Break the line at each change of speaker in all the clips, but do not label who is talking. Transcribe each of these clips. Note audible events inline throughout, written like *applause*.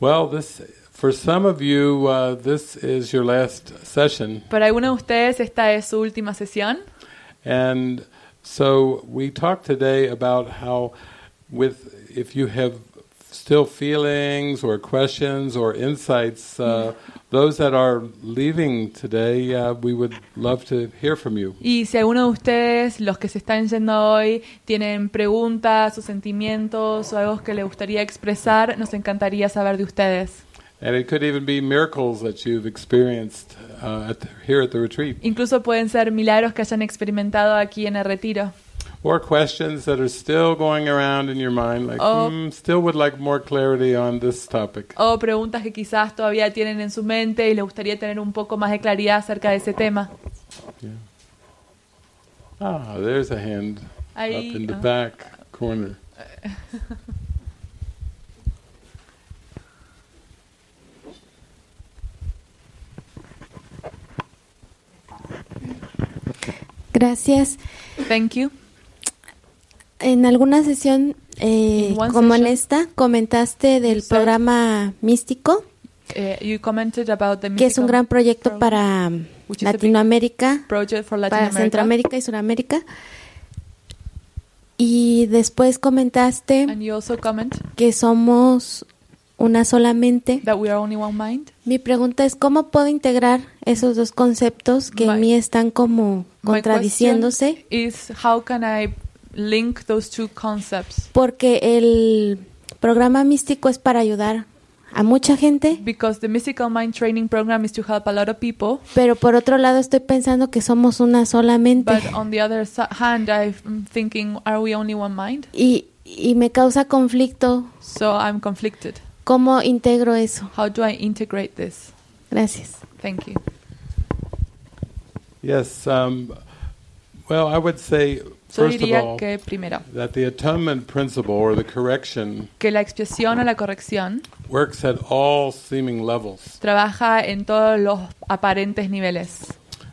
Well, this for some of you, uh, this is your last session,
Para algunos de ustedes esta es su última sesión
and so we talked today about how, with if you have still feelings or questions or insights, uh, those that are leaving today, uh, we would love to hear from you.
y si alguno de ustedes, los que se están yendo hoy, tienen preguntas o sentimientos o algo que le gustaría expresar, nos encantaría saber de ustedes.
And it could even be miracles that you've experienced uh, at the, here at the retreat,
Incluso pueden ser milagros que hayan experimentado aquí en el retiro
or questions that are still going around in your mind, like,
Oh.
"Hmm, still would like more clarity on this topic.
o preguntas que quizás todavía tienen en su mente y les gustaría tener un poco más de claridad acerca de ese tema.
Ah, there's a hand up in
Ahí,
the
ah,
back corner.
Gracias.
thank you.
En alguna sesión, eh,
In one
como en
session.
esta, comentaste del
Sí.
programa Místico,
Eh, you commented about the
que es un
mystical
gran proyecto
program,
para
which is a big
Latinoamérica,
project for Latin
para
America.
Centroamérica y Sudamérica. Y después comentaste
And you also comment
que somos una solamente.
that we are only one mind.
Mi pregunta es, ¿cómo puedo integrar esos dos conceptos que
My-
en mí están como
My
contradiciéndose?
question Is how can I link those two concepts?
Porque el programa místico es para ayudar a mucha gente,
Because the mystical mind training program is to help a lot of people,
pero por otro lado estoy pensando que somos una solamente
but on the other si- hand, I'm thinking, are we only one mind?
y, y me causa conflicto.
So I'm conflicted.
¿Cómo integro eso?
How do I integrate this?
Gracias.
Thank you.
Yes. Um, well, I would say
Yo
first of
diría
all
que primero
that the atonement principle or the correction
que la expiación o la corrección
works at all seeming levels.
trabaja en todos los aparentes niveles.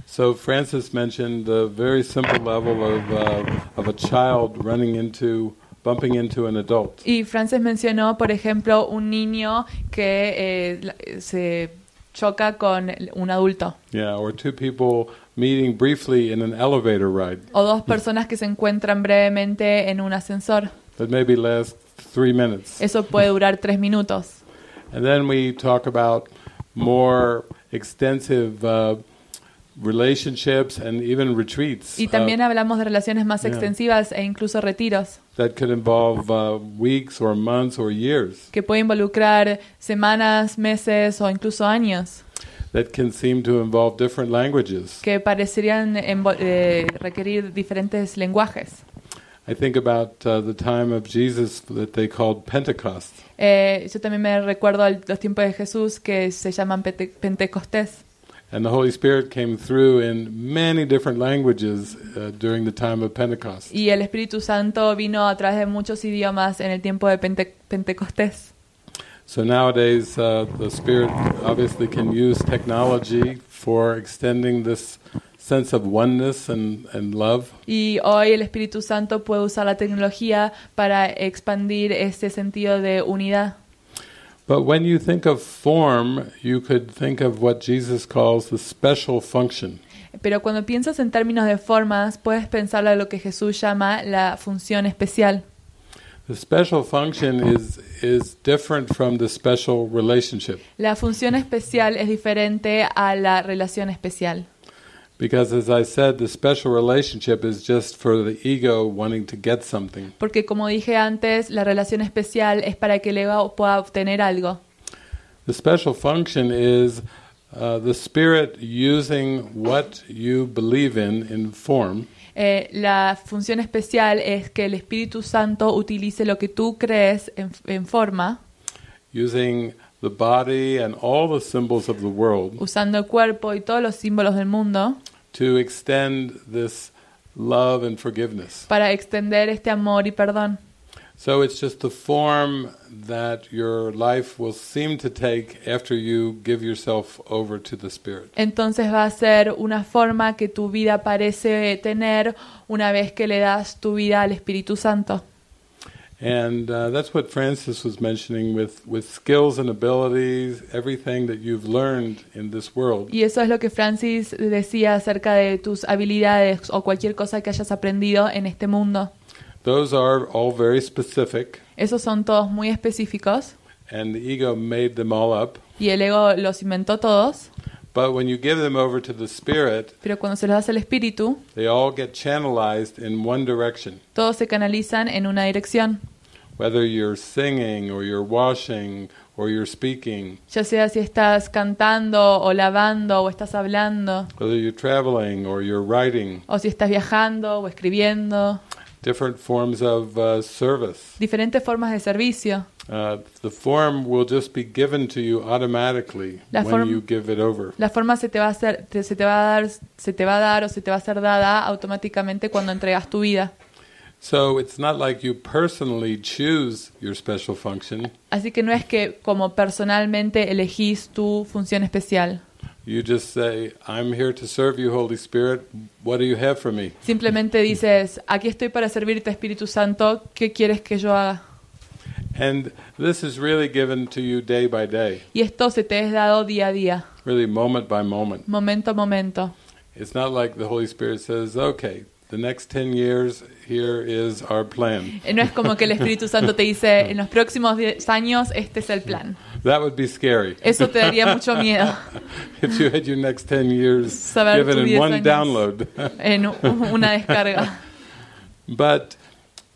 So Francis mentioned the very simple level of uh, of a child running into bumping into an adult.
Y Frances mencionó, por ejemplo, un niño que eh, la- eh, se choca con el- un adulto
Yeah, or two people meeting briefly in an elevator ride
o dos personas que se encuentran brevemente en un ascensor.
that maybe lasts three minutes.
Eso puede durar tres minutos.
And then we talk about more extensive uh, relationships and even retreats
Y
uh,
también hablamos de relaciones más
yeah.
extensivas e incluso retiros,
that could involve uh, weeks or months or years
que puede involucrar semanas, meses o incluso años,
that can seem to involve different languages.
que parecerían envo- eh, requerir diferentes lenguajes.
I think about uh, the time of Jesus that they called Pentecost.
Eh, yo también me recuerdo al- los tiempos de Jesús que se llaman Pente- Pentecostés.
And the Holy Spirit came through in many different languages uh, during the time of Pentecost.
Y el Espíritu Santo vino a través de muchos idiomas en el tiempo de Pente- Pentecostés.
So nowadays, uh, the Spirit obviously can use technology for extending this sense of oneness and, and love.
Y hoy el Espíritu Santo puede usar la tecnología para expandir ese sentido de unidad.
But when you think of form, you could think of what Jesus calls the special function.
Pero cuando piensas en términos de formas, puedes pensar a lo que Jesús llama la función especial.
The special function is, is different from the special relationship.
La función especial es diferente a la relación especial.
Because as I said, the special relationship is just for the ego wanting to get something.
Porque como dije antes, la relación especial es para que el ego pueda obtener algo.
The special function is uh, the spirit using what you believe in in form
Eh, la función especial es que el Espíritu Santo utilice lo que tú crees en, en forma,
using the body and all the symbols of the world
usando el cuerpo y todos los símbolos del mundo,
to extend this love and forgiveness.
para extender este amor y perdón.
So it's just the form that your life will seem to take after you give yourself over to the spirit.
Entonces va a ser una forma que tu vida parece tener una vez que le das tu vida al Espíritu Santo.
And uh, that's what Francis was mentioning with, with skills and abilities, everything that you've learned in this world.
Y eso es lo que Francis decía acerca de tus habilidades o cualquier cosa que hayas aprendido en este mundo.
Those are all very specific,
Esos son todos muy específicos
and the ego made them all up.
y el ego los inventó todos,
But when you give them over to the spirit,
pero cuando se los das al espíritu,
they all get channelized in one direction.
todos se canalizan en una dirección,
Whether you're singing or you're washing or you're speaking,
ya sea si estás cantando o lavando o estás hablando,
whether you're traveling or you're writing,
o si estás viajando o escribiendo,
different forms of uh, service.
diferentes formas de servicio.
Uh, the form will just be given to you automatically
La
when
form-
you give it over.
La forma se te va a hacer, te- se te va a dar, se te va a dar o se te va a ser dada automáticamente cuando entregas tu vida.
So it's not like you personally choose your special function.
Así que no es que como personalmente elegís tu función especial.
You just say, I'm here to serve you, Holy Spirit. What do you have for me?
Simplemente dices, aquí estoy para servirte Espíritu Santo, ¿qué quieres que yo haga?
And this is really given to you day by day,
Y esto se te es dado día a día,
really moment by moment.
momento a momento.
It's not like the Holy Spirit says, okay, the next 10 years, here is our plan.
Eh, No es como que el Espíritu Santo te dice, en los próximos 10 años este es el plan.
That would be scary.
Eso
*laughs*
te daría mucho miedo
if you had your next 10 years
Saber
given
tu
in
10
one
años.
download.
en u- una descarga.
*laughs* but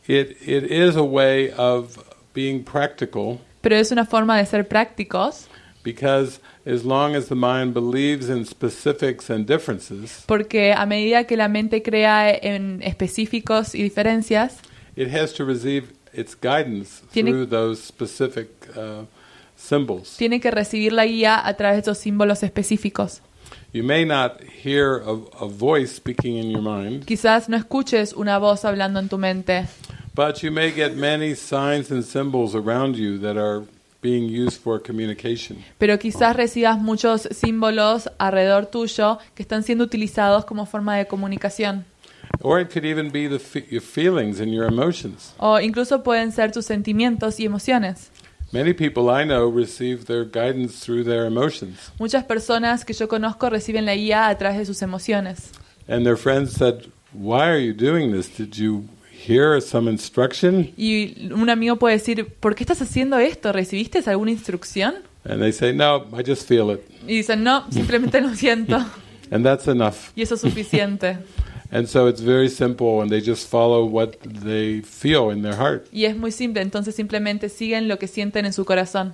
it, it is a way of being practical
Pero es una forma de ser prácticos,
because as long as the mind believes in specifics and differences,
porque a medida que la mente crea en específicos y diferencias,
it has to receive its guidance
Tiene-
through those specific uh, symbols.
tiene que recibir la guía a través de esos símbolos específicos.
You may not hear a, a voice speaking in your mind,
Quizás no escuches una voz hablando en tu mente,
but you may get many signs and symbols around you that are being used for communication.
pero quizás recibas muchos símbolos alrededor tuyo que están siendo utilizados como forma de comunicación.
Or it could even be the fe- your feelings and your emotions.
O incluso pueden ser tus sentimientos y emociones.
Many people I know receive their guidance through their emotions.
Muchas personas que yo conozco reciben la guía a través de sus emociones.
And their friends said, Why are you doing this? Did you hear some instruction?
Y un amigo puede decir, ¿por qué estás haciendo esto? ¿Recibiste alguna instrucción?
And they say, No, I just feel it.
Y dicen, no, simplemente lo siento.
And that's enough.
Y eso es suficiente.
*laughs* And so it's very simple, and they just follow what they feel in their heart.
Y es muy simple, entonces simplemente siguen lo que sienten en su corazón.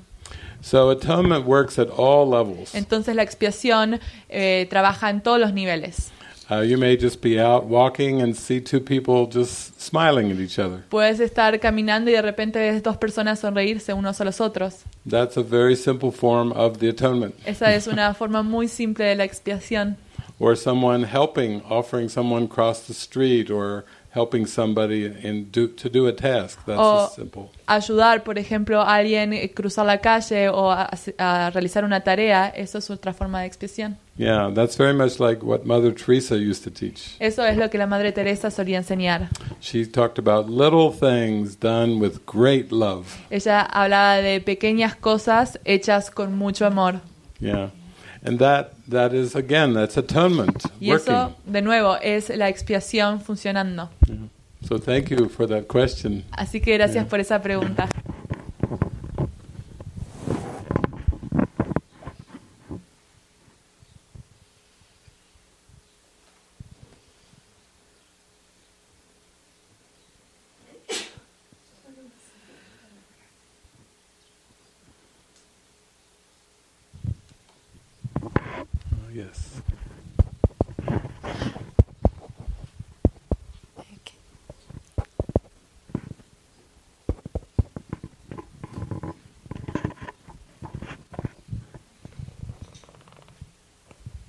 So atonement works at all levels.
Entonces la expiación eh, trabaja en todos los niveles.
Uh, you may just be out walking and see two people just smiling at each other.
Puedes estar caminando y de repente ves dos personas sonreírse unos a los otros.
That's a very simple form of the atonement.
Esa es una forma muy simple de la expiación.
Or someone helping, offering someone cross the street, or helping somebody in do, to do a task. That's
Oh.
as simple.
Ayudar, por ejemplo, a alguien eh, cruzar la calle o a, a realizar una tarea, eso es otra forma de expiación.
Yeah, that's very much like what Mother Teresa used to teach.
Eso es lo que la Madre Teresa solía enseñar.
She talked about little things done with great love.
Ella hablaba de pequeñas cosas hechas con mucho amor.
Yeah. And that that is again, that's atonement
Y
working.
eso, de nuevo, es la expiación funcionando.
So thank you for that question.
Así que gracias por esa pregunta.
Oh, Yes.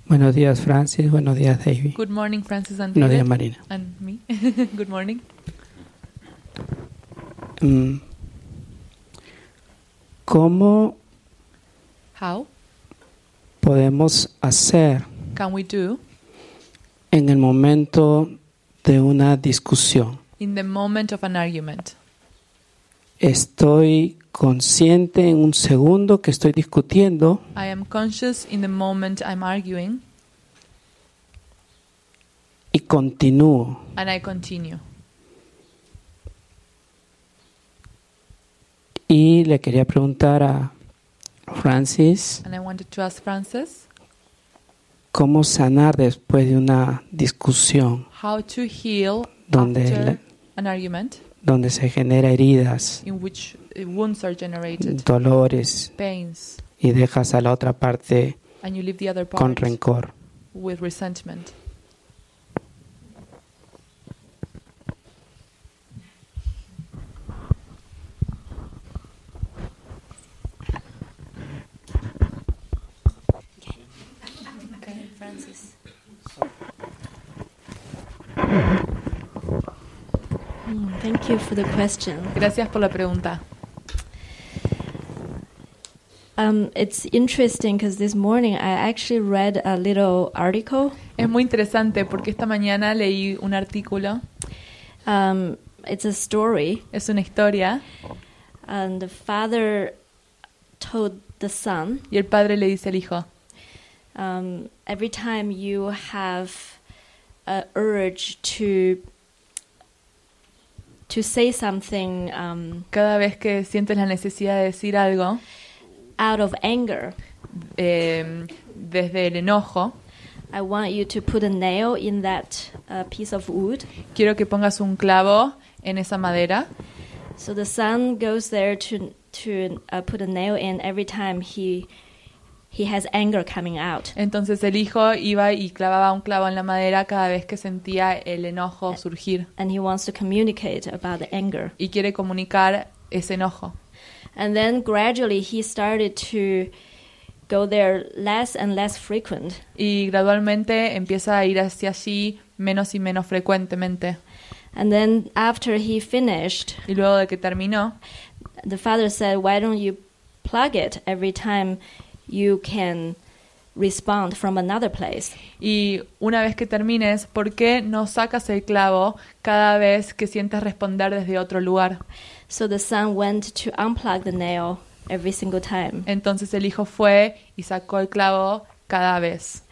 Buenos días, Francis. Buenos días, David.
Good morning, Francis and
Buenos días,
David.
Marina.
And me. *laughs* Good morning.
Mm. ¿Cómo
How
podemos hacer
can we do
en el momento de una discusión
in the moment of an argument?
Estoy consciente en un segundo que estoy discutiendo
I am conscious in the moment I'm arguing
y continúo.
and I continue.
Y le quería preguntar a Francis
And I wanted to ask Francis
cómo sanar después de una discusión
how to heal
Donde la-
after an argument
donde se genera heridas,
in which uh, wounds are generated,
dolores
pains,
y dejas a la otra parte
and you leave the other
con
part
rencor.
with resentment.
Mm, Thank you for the question.
Gracias por la pregunta.
Um, it's interesting because this morning I actually read a little article.
Es muy interesante porque esta mañana leí un artículo,
Um, it's a story,
es una historia,
and the father told the son,
y el padre le dice al hijo,
um, "Every time you have a urge to to say something um,
cada vez que sientes la necesidad de decir algo,
out of anger,
eh, desde el enojo,
I want you to put a nail in that uh, piece of wood."
quiero que pongas un clavo en esa madera.
So the son goes there to to uh, put a nail in every time he he has anger coming out.
Entonces el hijo iba y clavaba un clavo en la madera cada vez que sentía el enojo surgir
And he wants to communicate about the anger.
y quiere comunicar ese enojo.
And then gradually he started to go there less and less frequent.
Y gradualmente empieza a ir hacia allí menos y menos frecuentemente.
And then after he finished,
Y luego de que terminó,
the father said, "Why don't you plug it every time you can respond from another place?"
Y una vez que termines, ¿por qué no sacas el clavo cada vez que sientes responder desde otro lugar?
So the son went to unplug the nail every single time.
Entonces el hijo fue y sacó el clavo cada vez.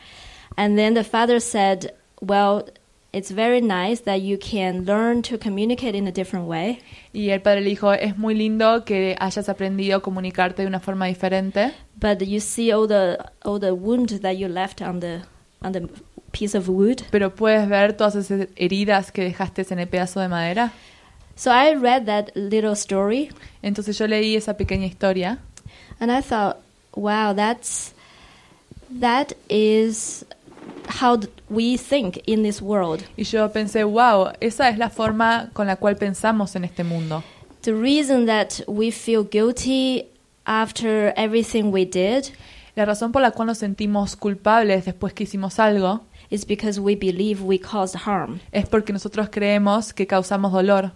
And then the father said, Well, it's very nice that you can learn to communicate in a different way,
Y el padre le dijo, es muy lindo que hayas aprendido a comunicarte de una forma diferente,
but you see all the all the wound that you left on the on the piece of wood.
pero puedes ver todas esas heridas que dejaste en el pedazo de madera.
So I read that little story
Entonces yo leí esa pequeña historia
and I thought, wow, that's that is how th- we think in this world.
y yo pensé, wow, esa es la forma con la cual pensamos en este mundo.
The reason that we feel guilty after everything we did
La razón por la cual nos sentimos culpables después que hicimos algo
is because we believe we caused harm.
es porque nosotros creemos que causamos dolor,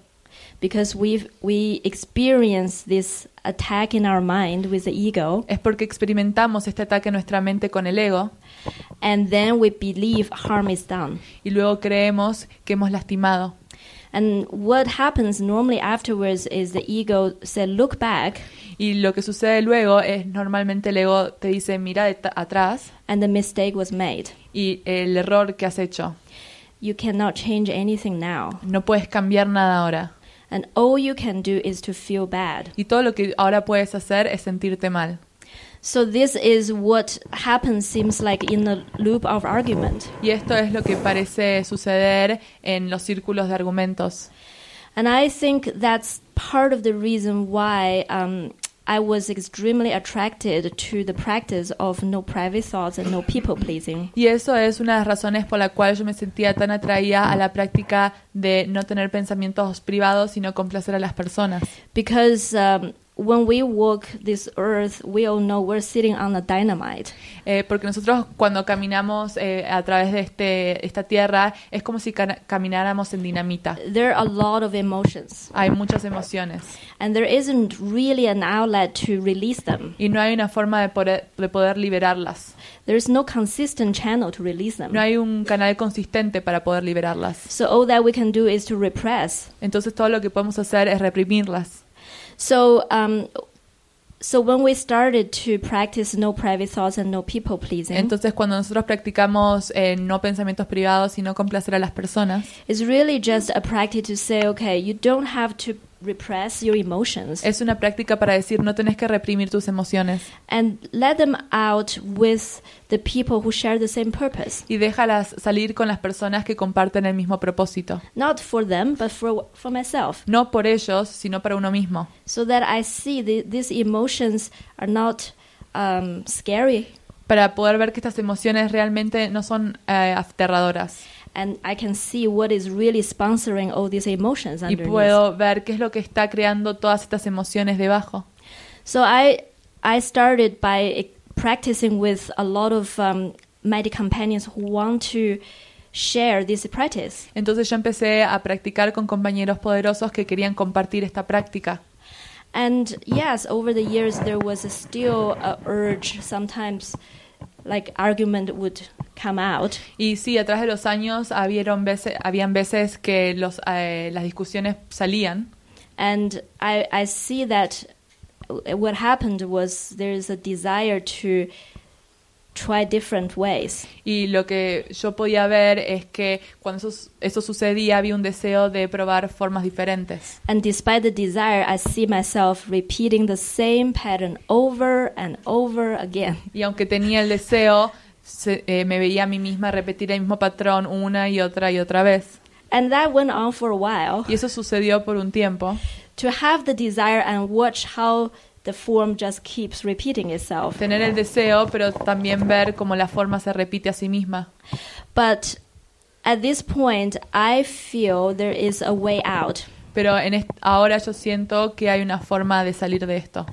because we we experience this attack in our mind with the ego
es porque experimentamos este ataque en nuestra mente con el ego
and then we believe harm is done
y luego creemos que hemos lastimado.
and what happens normally afterwards is the ego said look back
Y lo que sucede luego es normalmente el ego te dice mira de- atrás
and the mistake was made
y el error que has hecho.
you cannot change anything now
No puedes cambiar nada ahora.
and all you can do is to feel bad
Y todo lo que ahora puedes hacer es sentirte mal.
so this is what happens seems like in the loop of argument
Y esto es lo que parece suceder en los círculos de argumentos.
And I think that's part of the reason why um, I was extremely attracted to the practice of no private thoughts and no people pleasing.
Y eso es una de las razones por la cual yo me sentía tan atraída a la práctica de no tener pensamientos privados, sino complacer a las personas.
Because um, when we walk this earth, we all know we're sitting on a dynamite.
Eh, porque nosotros cuando caminamos eh, a través de este, esta tierra es como si cana- camináramos en dinamita.
There are a lot of emotions,
Hay muchas emociones
and there isn't really an outlet to release them.
y no hay una forma de poder, de poder liberarlas.
There's no consistent channel to release them.
No hay un canal consistente para poder liberarlas.
So all that we can do is to repress.
Entonces todo lo que podemos hacer es reprimirlas.
So, um, so when we started to practice no private thoughts and no people pleasing,
Entonces, cuando nosotros practicamos eh, no pensamientos privados, sino complacer a las personas,
it's really just a practice to say, okay, you don't have to repress your emotions
es una práctica para decir no tenés que reprimir tus emociones
and let them out with the people who share the same purpose.
y déjalas salir con las personas que comparten el mismo propósito.
Not for them, but for for myself,
No por ellos, sino para uno mismo.
so that I see the, these emotions are not um, scary,
Para poder ver que estas emociones realmente no son eh, aterradoras.
and I can see what is really sponsoring all these emotions
Y
underneath.
puedo ver qué es lo que está creando todas estas emociones debajo.
So I I started by practicing with a lot of um, my companions who want to share this practice,
Entonces yo empecé a practicar con compañeros poderosos que querían compartir esta práctica.
and yes, over the years there was still a urge sometimes. Like argument would come out,
Y sí, a través de los años habieron veces, habían veces que los, eh, las discusiones salían
and I, I see that uh, what happened was there is a desire to try different ways.
y lo que yo podía ver es que cuando eso, eso sucedía había un deseo de probar formas diferentes.
And despite the desire, I see myself repeating the same pattern over and over again.
Y aunque tenía el deseo, se- eh, me veía a mí misma repetir el mismo patrón una y otra y otra vez.
And that went on for a while
Y eso sucedió por un tiempo.
to have the desire and watch how the form just keeps repeating itself.
Tener el deseo, pero también ver cómo la forma se repite a sí misma.
But at this point, I feel there is a way out.
Pero en est- ahora yo siento que hay una forma de salir de esto.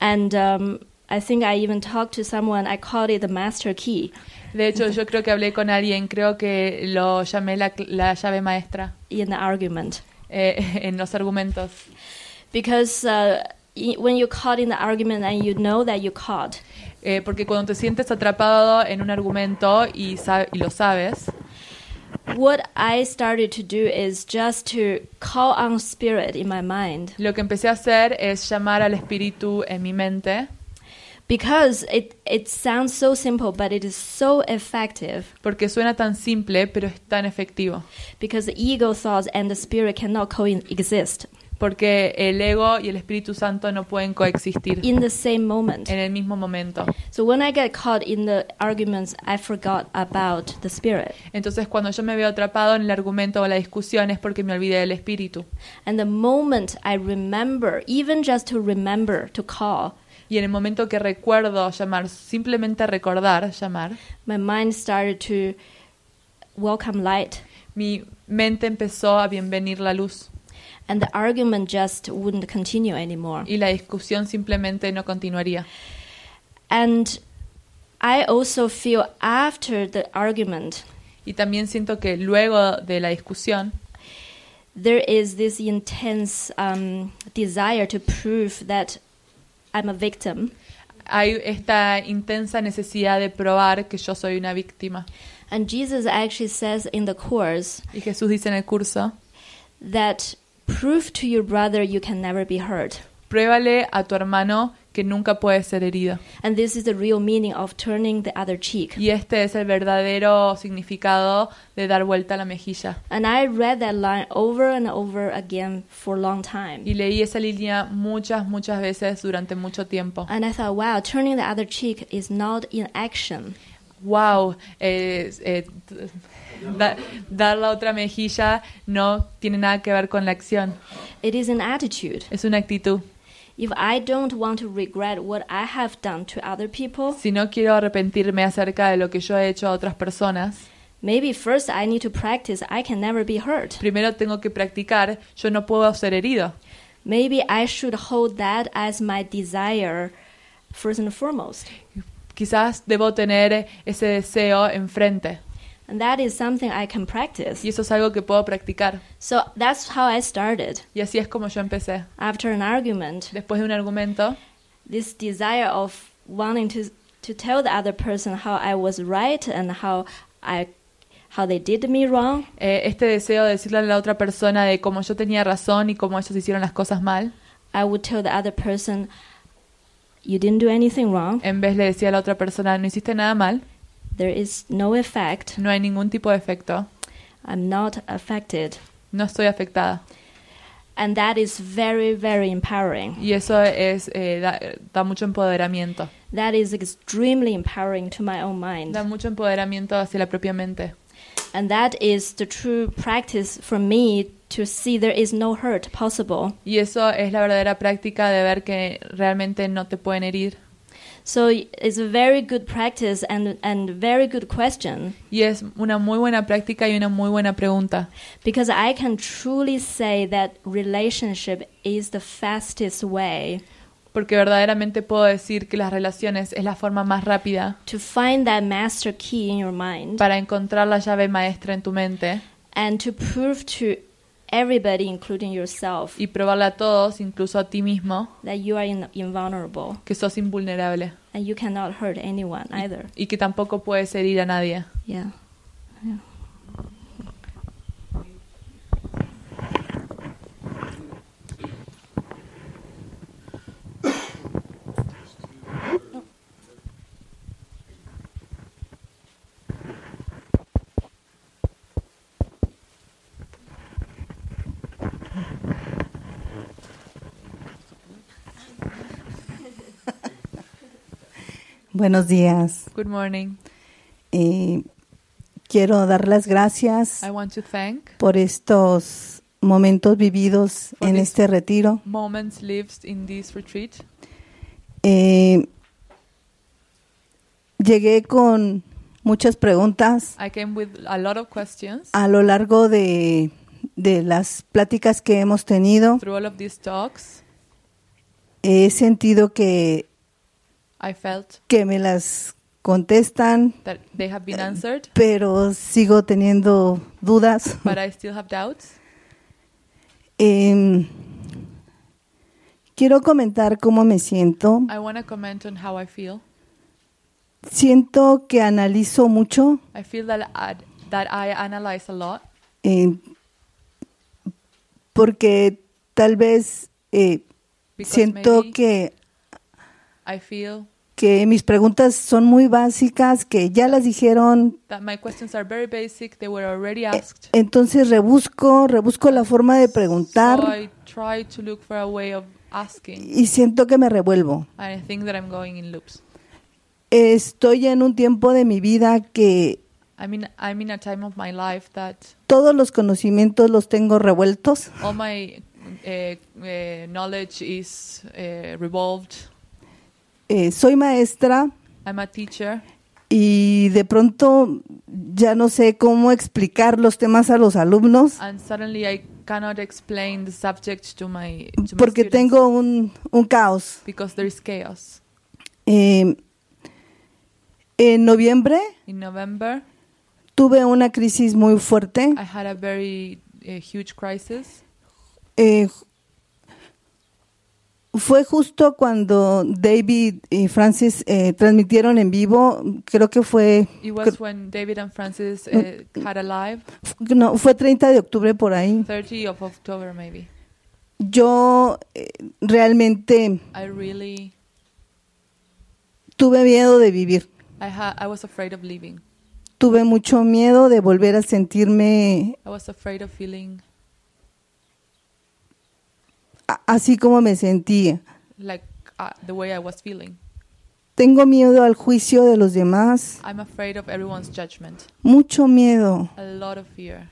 And um, I think I even talked to someone, I called it the master key.
De hecho, yo creo que hablé con alguien, creo que lo llamé la, cl- la llave maestra
in the argument
eh, *laughs* en los argumentos.
because uh, i- when you're caught in the argument and you know that you're caught
Eh, porque cuando te sientes atrapado en un argumento y, sa- y lo sabes,
what i started to do is just to call on spirit in my mind
lo que empecé a hacer es llamar al espíritu en mi mente,
because it, it sounds so simple but it is so effective
porque suena tan simple, pero es tan efectivo.
because the ego thoughts and the spirit cannot coexist
Porque el ego y el Espíritu Santo no pueden coexistir
in the same moment
en el mismo momento.
so when i get caught in the arguments i forgot about the spirit
Entonces, cuando yo me veo atrapado en el argumento o la discusión, es porque me olvidé del Espíritu.
and the moment i remember even just to remember to call
Y en el momento que recuerdo llamar, simplemente recordar llamar,
my mind started to welcome light
mi mente empezó a bienvenir la luz
and the argument just wouldn't continue anymore
y la discusión simplemente no continuaría.
and i also feel after the argument
Y también siento que luego de la discusión
there is this intense um, desire to prove that i'm a victim
hay esta intensa necesidad de probar que yo soy una víctima.
and jesus actually says in the course
Y Jesús dice en el curso,
that prove to your brother you can never be hurt
pruébale a tu hermano que nunca puede ser herido.
and this is the real meaning of turning the other cheek
Y este es el verdadero significado de dar vuelta a la mejilla.
and i read that line over and over again for a long time
Y leí esa línea muchas, muchas veces durante mucho tiempo.
And I thought, wow, turning the other cheek is not in action.
wow, eh, eh, t- da- dar la otra mejilla no tiene nada que ver con la acción,
It is an attitude.
es una actitud.
If I don't want to regret what I have done to other people,
Si no quiero arrepentirme acerca de lo que yo he hecho a otras personas,
maybe first I need to practice I can never be hurt.
primero tengo que practicar, yo no puedo ser herido.
Maybe I should hold that as my desire first and foremost.
Quizás debo tener ese deseo enfrente
And that is something I can practice.
y eso es algo que puedo practicar.
So that's how I started.
Y así es como yo empecé.
After an argument,
Después de un argumento,
this desire of wanting to to tell the other person how I was right and how I how they did me wrong
eh, este deseo de decirle a la otra persona de cómo yo tenía razón y cómo ellos hicieron las cosas mal,
I would tell the other person, you didn't do anything wrong.
En vez le decía a la otra persona, no hiciste nada mal,
There is no effect.
no hay ningún tipo de efecto,
I'm not affected.
no estoy afectada.
And that is very, very empowering.
Y eso es eh, da, da mucho empoderamiento,
That is extremely empowering to my own mind.
da mucho empoderamiento hacia la propia mente.
And that is the true practice for me to see there is no hurt possible.
Y eso es la verdadera práctica de ver que realmente no te pueden herir.
So it's a very good practice and, and very good question
Y es una muy buena práctica y una muy buena pregunta.
because I can truly say that relationship is the fastest way
Porque verdaderamente puedo decir que las relaciones es la forma más rápida
to find that master key in your mind
para encontrar la llave maestra en tu mente
and to prove to everybody, including yourself,
y probarla a todos, incluso a ti mismo,
that you are in, invulnerable
que sos invulnerable
and you cannot hurt anyone either.
y que tampoco puedes herir a nadie.
Yeah.
Buenos días.
Good morning.
Eh, quiero dar las gracias
I want to thank
por estos momentos vividos
Por
en
es-
este retiro.
Moments Lived in this retreat.
Eh, llegué con muchas preguntas
I came with a lot of questions
a lo largo de, de las pláticas que hemos tenido.
through all of these talks.
He sentido que,
I felt
que me las contestan,
that they have
Uh,
been answered,
pero sigo teniendo dudas.
but I still have doubts.
Em, quiero comentar cómo me siento.
I want to comment on how I feel.
Siento que analizo mucho,
I feel that I, that I analyze a lot
eh, porque tal vez eh,
Because
siento
maybe-
que,
I feel
que mis preguntas son muy básicas, que ya las dijeron,
that my questions are very basic. They were already
eh,
asked.
entonces rebusco, rebusco la forma de
So
preguntar
I try to look for a way of asking.
y siento que me revuelvo.
And I think that I'm going in loops.
Estoy en un tiempo de mi vida que
I mean, I'm in a time of my life that
todos los conocimientos los tengo revueltos
all my uh, uh, knowledge is uh, revolved.
Eh, soy maestra
I'm a teacher,
y de pronto ya no sé cómo explicar los temas a los alumnos
and suddenly I cannot explain the subject to my, to my
porque
students
tengo un, un caos.
because there is chaos.
Eh, en noviembre
In November,
tuve una crisis muy fuerte.
I had a very uh, huge crisis.
Eh, fue justo cuando David y Francis eh, transmitieron en vivo, creo que fue,
It was when David and Francis uh, had a live,
Mm. no, fue 30 de octubre por ahí.
30 of October maybe.
Yo eh, realmente
I really,
tuve miedo de vivir.
I, ha- I was afraid of leaving.
Tuve mucho miedo de volver a sentirme
I was afraid of feeling
a- así como me sentía.
like uh, the way I was feeling.
Tengo miedo al juicio de los demás,
I'm afraid of everyone's judgment.
mucho miedo.
A lot of fear.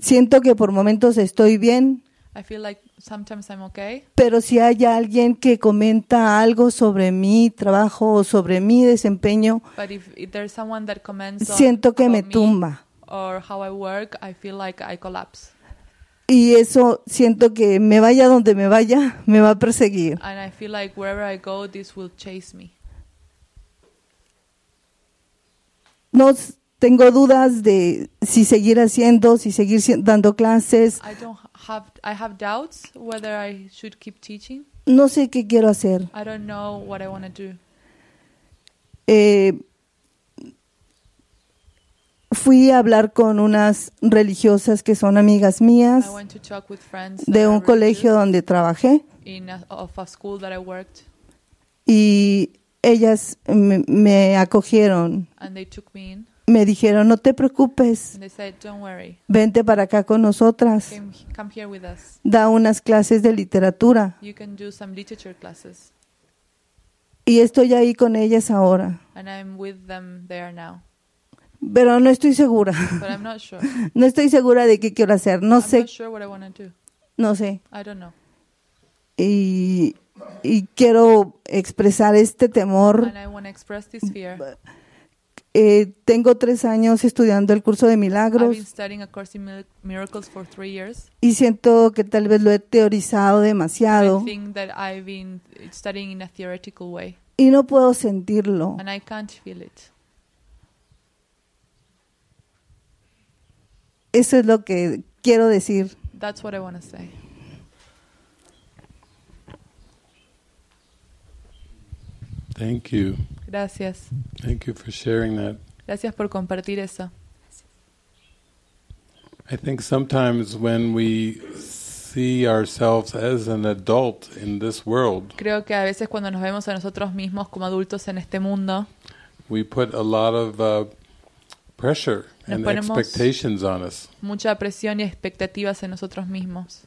Siento que por momentos estoy bien,
I feel like sometimes I'm okay,
pero si hay alguien que comenta algo sobre mi trabajo o sobre mi desempeño,
but if, if there's someone that comments on
siento que
about
me
me
tumba.
or how I work, I feel like I collapse.
Y eso siento que me vaya donde me vaya, *laughs* me va a perseguir.
And I feel like wherever I go, this will chase me.
No s- tengo dudas de si seguir haciendo, si seguir si- dando clases.
I don't have, I have doubts whether I should keep teaching.
No sé qué quiero hacer.
I don't know what I want to do.
Eh, fui a hablar con unas religiosas que son amigas mías
I went to talk with friends
de
that
un
are religious
colegio donde trabajé
in a, of a school that I worked,
y ellas me, me acogieron,
and they took me in
me dijeron, no te preocupes,
and they said, "Don't worry,
Pues, vente para acá con nosotras,
come, come here with us.
da unas clases de literatura.
You can do some literature classes."
Y estoy ahí con ellas ahora,
And I'm with them there now,
pero no estoy segura,
but I'm not sure.
*laughs* no estoy segura de qué quiero hacer, no
I'm
sé,
not sure what I want to do.
no sé.
I don't know,
Y, y quiero expresar este temor.
and I want to express this fear.
Eh, tengo tres años estudiando el curso de
I've been
milagros
studying a course in Mil- miracles for three years.
y siento que tal vez lo he teorizado
I
demasiado
think that I've been studying in a theoretical way,
y no puedo sentirlo.
and I can't feel it.
Eso es lo que quiero decir.
That's what I want to say.
Thank you.
Gracias.
Thank you for sharing that.
Gracias por compartir eso.
I think sometimes when we see ourselves as an adult in this world,
Creo que a veces cuando nos vemos a nosotros mismos como adultos en este mundo,
we put a lot of uh, pressure
Nos
and
ponemos-
expectations on us,
mucha presión y expectativas en nosotros mismos.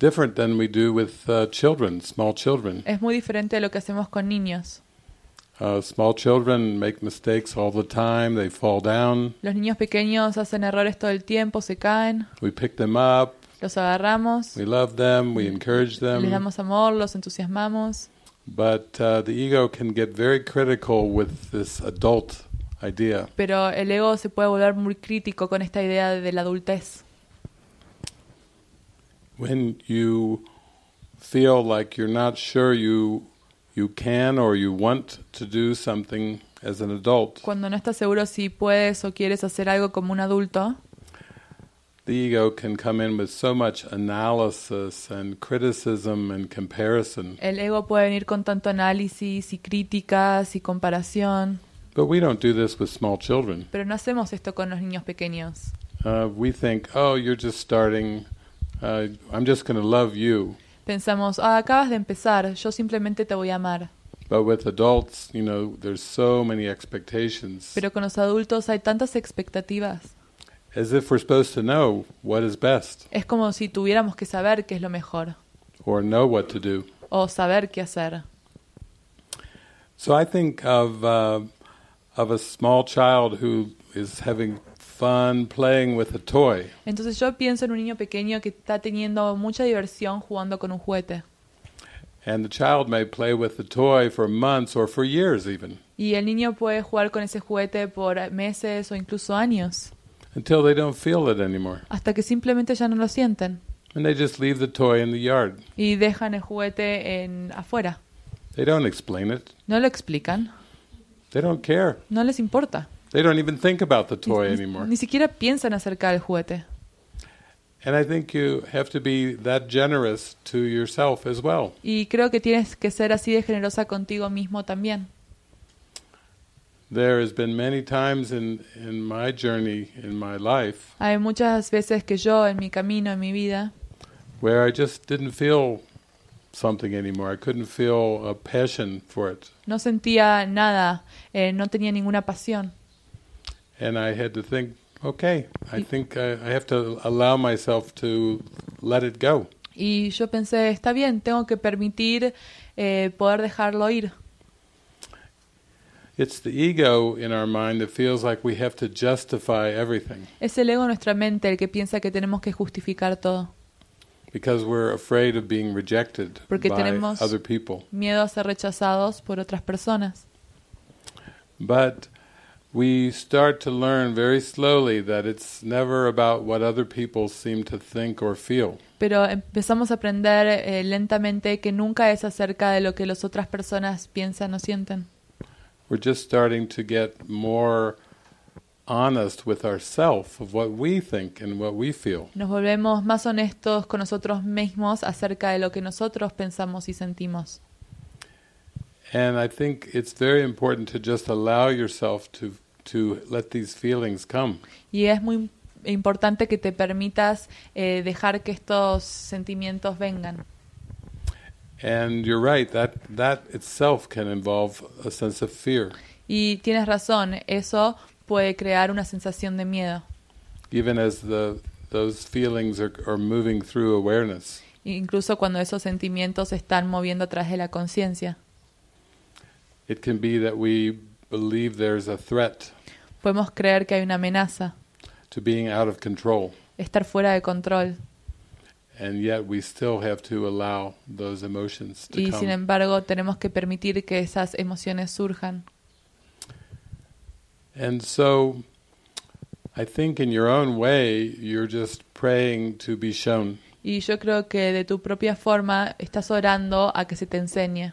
different than we do with uh, children, small children.
Es muy diferente de lo que hacemos con niños.
Uh, small children make mistakes all the time. They fall down.
Los niños pequeños hacen errores todo el tiempo, se caen,
We pick them up.
los agarramos,
We love them. We encourage
les
them.
damos amor, los entusiasmamos,
But uh, the ego can get very critical with this adult idea.
pero el ego se puede volver muy crítico con esta idea de la adultez.
When you feel like you're not sure you you can or you want to do something as an adult,
Cuando no estás seguro si puedes o quieres hacer algo como un adulto,
the ego can come in with so much analysis and criticism and comparison.
el ego puede venir con tanto análisis y críticas y comparación,
But we don't do this with small children.
pero no hacemos esto con los niños pequeños.
Uh, we think, oh, you're just starting. Uh, I'm just going to love you.
Pensamos, ah, acabas de empezar, yo simplemente te voy a amar.
But with adults, you know, there's so many expectations.
Pero con los adultos hay tantas expectativas.
as if we're supposed to know what is best
Es como si tuviéramos que saber qué es lo mejor
or know what to do.
o saber qué hacer.
So I think of uh, of a small child who is having fun playing with a toy.
Entonces yo pienso en un niño pequeño que está teniendo mucha diversión jugando con un juguete.
And the child may play with the toy for months or for years, even
Y el niño puede jugar con ese juguete por meses o incluso años,
until they don't feel it anymore.
hasta que simplemente ya no lo sienten
And they just leave the toy in the yard.
y dejan el juguete en afuera.
They don't explain it,
No lo explican,
they don't care.
no les importa.
They don't even think about the
Ni,
toy
ni-
anymore.
ni siquiera piensan acerca del juguete.
And I think you have to be that generous to yourself as well.
Y creo que tienes que ser así de generosa contigo mismo también.
There has been many times in, in my journey in my life
Hay muchas veces que yo en mi camino, en mi vida,
where I just didn't feel something anymore. I couldn't feel a passion for it.
no sentía nada, eh, no tenía ninguna pasión.
And I had to think, okay, I think I, I have to allow myself to let it go.
Y yo pensé, está bien, tengo que permitir eh, poder dejarlo ir.
It's the ego in our mind that feels like we have to justify everything
Es el ego en nuestra mente el que piensa que tenemos que justificar todo.
because we're afraid of being rejected
Porque
by
tenemos-
other people.
Miedo a ser rechazados por otras personas.
But we start to learn very slowly that it's never about what other people seem to think or feel.
Pero empezamos a aprender eh, lentamente que nunca es acerca de lo que las otras personas piensan o sienten.
We're just starting to get more honest with ourself of what we think and what we feel.
Nos volvemos más honestos con nosotros mismos acerca de lo que nosotros pensamos y sentimos.
And I think it's very important to just allow yourself to to let these feelings come.
Y es muy importante que te permitas eh, dejar que estos sentimientos vengan.
And you're right, that, that itself can involve a sense of fear.
Y tienes razón, eso puede crear una sensación de miedo,
even as the those feelings are, are moving through awareness.
incluso cuando esos sentimientos se están moviendo a través de la conciencia.
It can be that we believe there's a threat
Podemos creer que hay una amenaza,
to being out of control,
estar fuera de control,
and yet we still have to allow those emotions to
y sin
come.
embargo tenemos que permitir que esas emociones surjan.
And so, I think in your own way, you're just praying to be shown.
Y yo creo que de tu propia forma estás orando a que se te enseñe,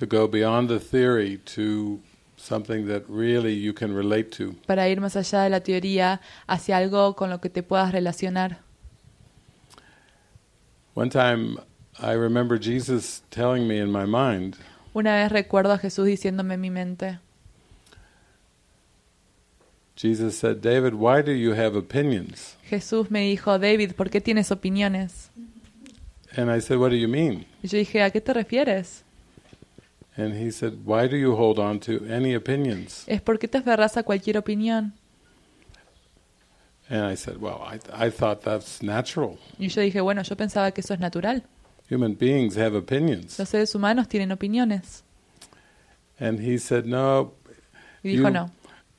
To go beyond the theory to something that really you can relate to.
para ir más allá de la teoría hacia algo con lo que te puedas relacionar.
One time, I remember Jesus telling me in my mind,
Una vez recuerdo a Jesús diciéndome en mi mente,
Jesus said, David, why do you have opinions?
Jesús me dijo, David, ¿por qué tienes opiniones?
And I said, What do you mean?
Y yo dije, ¿a qué te refieres?
And he said, Why do you hold on to any opinions?
Es porque te aferras a cualquier opinión.
And I said, Well, I, I thought that's natural.
Y yo dije, bueno, yo pensaba que eso es natural.
Human beings have opinions.
Los seres humanos tienen opiniones.
And he said, No,
Y dijo,
You-
no,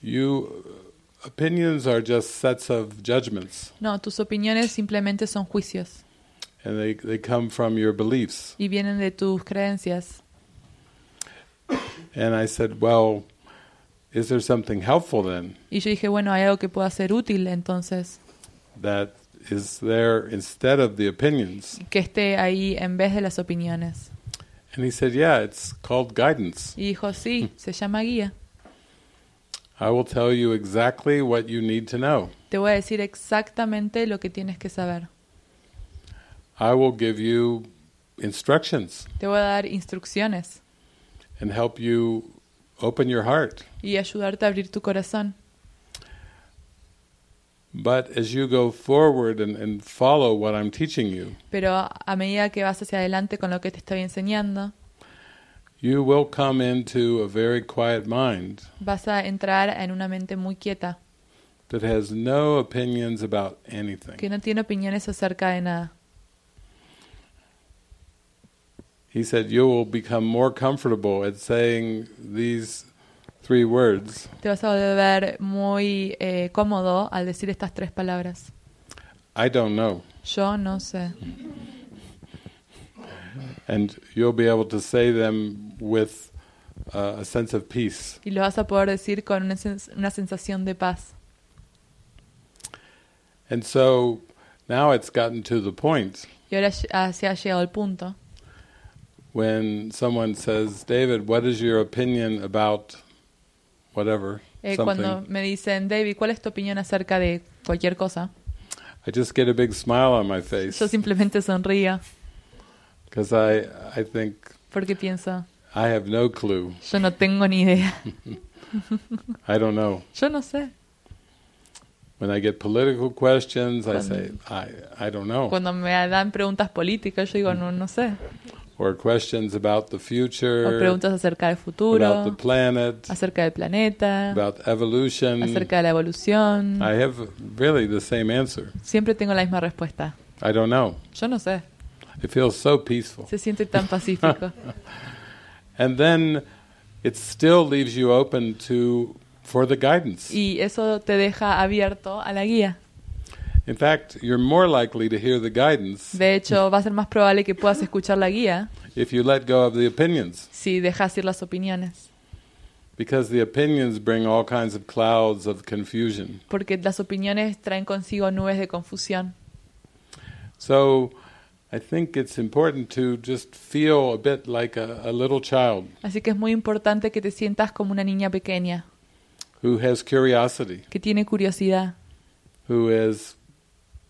you uh, opinions are just sets of judgments,
no, tus opiniones simplemente son juicios
and they, they come from your beliefs.
y vienen de tus creencias.
And I said, Well, is there something helpful then
Y yo dije, bueno, hay algo que pueda ser útil entonces,
that is there instead of the opinions?
que esté ahí en vez de las opiniones.
And he said, Yeah, it's called guidance.
Y dijo, sí, se llama guía.
I will tell you exactly what you need to know.
Te voy a decir exactamente lo que tienes que saber.
I will give you instructions
Te voy a dar instrucciones
and help you open your heart.
y ayudarte a abrir tu corazón.
But as you go forward and, and follow what I'm teaching you,
Pero a- a medida que vas hacia adelante con lo que te estoy enseñando,
you will come into a very quiet mind
vas a entrar en una mente muy quieta,
that has no opinions about
que
anything.
no tiene opiniones acerca de nada.
He said, You will become more comfortable at saying these three words
Te vas a volver muy eh, cómodo al decir estas tres palabras.
I don't know.
Yo no sé.
And you'll be able to say them with uh, a sense of peace.
Y lo vas a poder decir con una, sens- una sensación de paz.
And so now it's gotten to the point
Y ahora ll- ah, se ha llegado el punto
when someone says, David, what is your opinion about whatever?
eh,
something.
cuando me dicen, David, ¿cuál es tu opinión acerca de cualquier cosa?
I just get a big smile on my face
Yo simplemente sonrío
because I, I think
porque pienso,
I have no clue. *laughs*
yo no tengo ni idea. *laughs*
I don't know.
Yo no sé.
When I get political questions, I say, I, I don't know.
Cuando me dan preguntas políticas, yo digo, no, no sé.
Or questions about the
O
future,
preguntas acerca
Eh,
del
about the
futuro,
planet,
acerca del planeta,
about Ah. evolution.
acerca de la evolución.
I have really the same answer.
Siempre tengo la misma respuesta.
I don't know.
Yo no sé.
It feels so peaceful.
Se siente tan pacífico.
And then it still leaves you open to for the guidance.
y eso te deja abierto a la guía.
In fact, you're more likely to hear the guidance
De hecho, va a ser más probable que puedas escuchar la guía
if you let go of the opinions
si dejas ir las opiniones.
because the opinions bring all kinds of clouds of confusion.
Porque las opiniones traen consigo nubes de confusión.
So I think it's important to just feel a bit like a, a little child
Así que es muy importante que te sientas como una niña pequeña,
who has curiosity,
que tiene curiosidad,
who is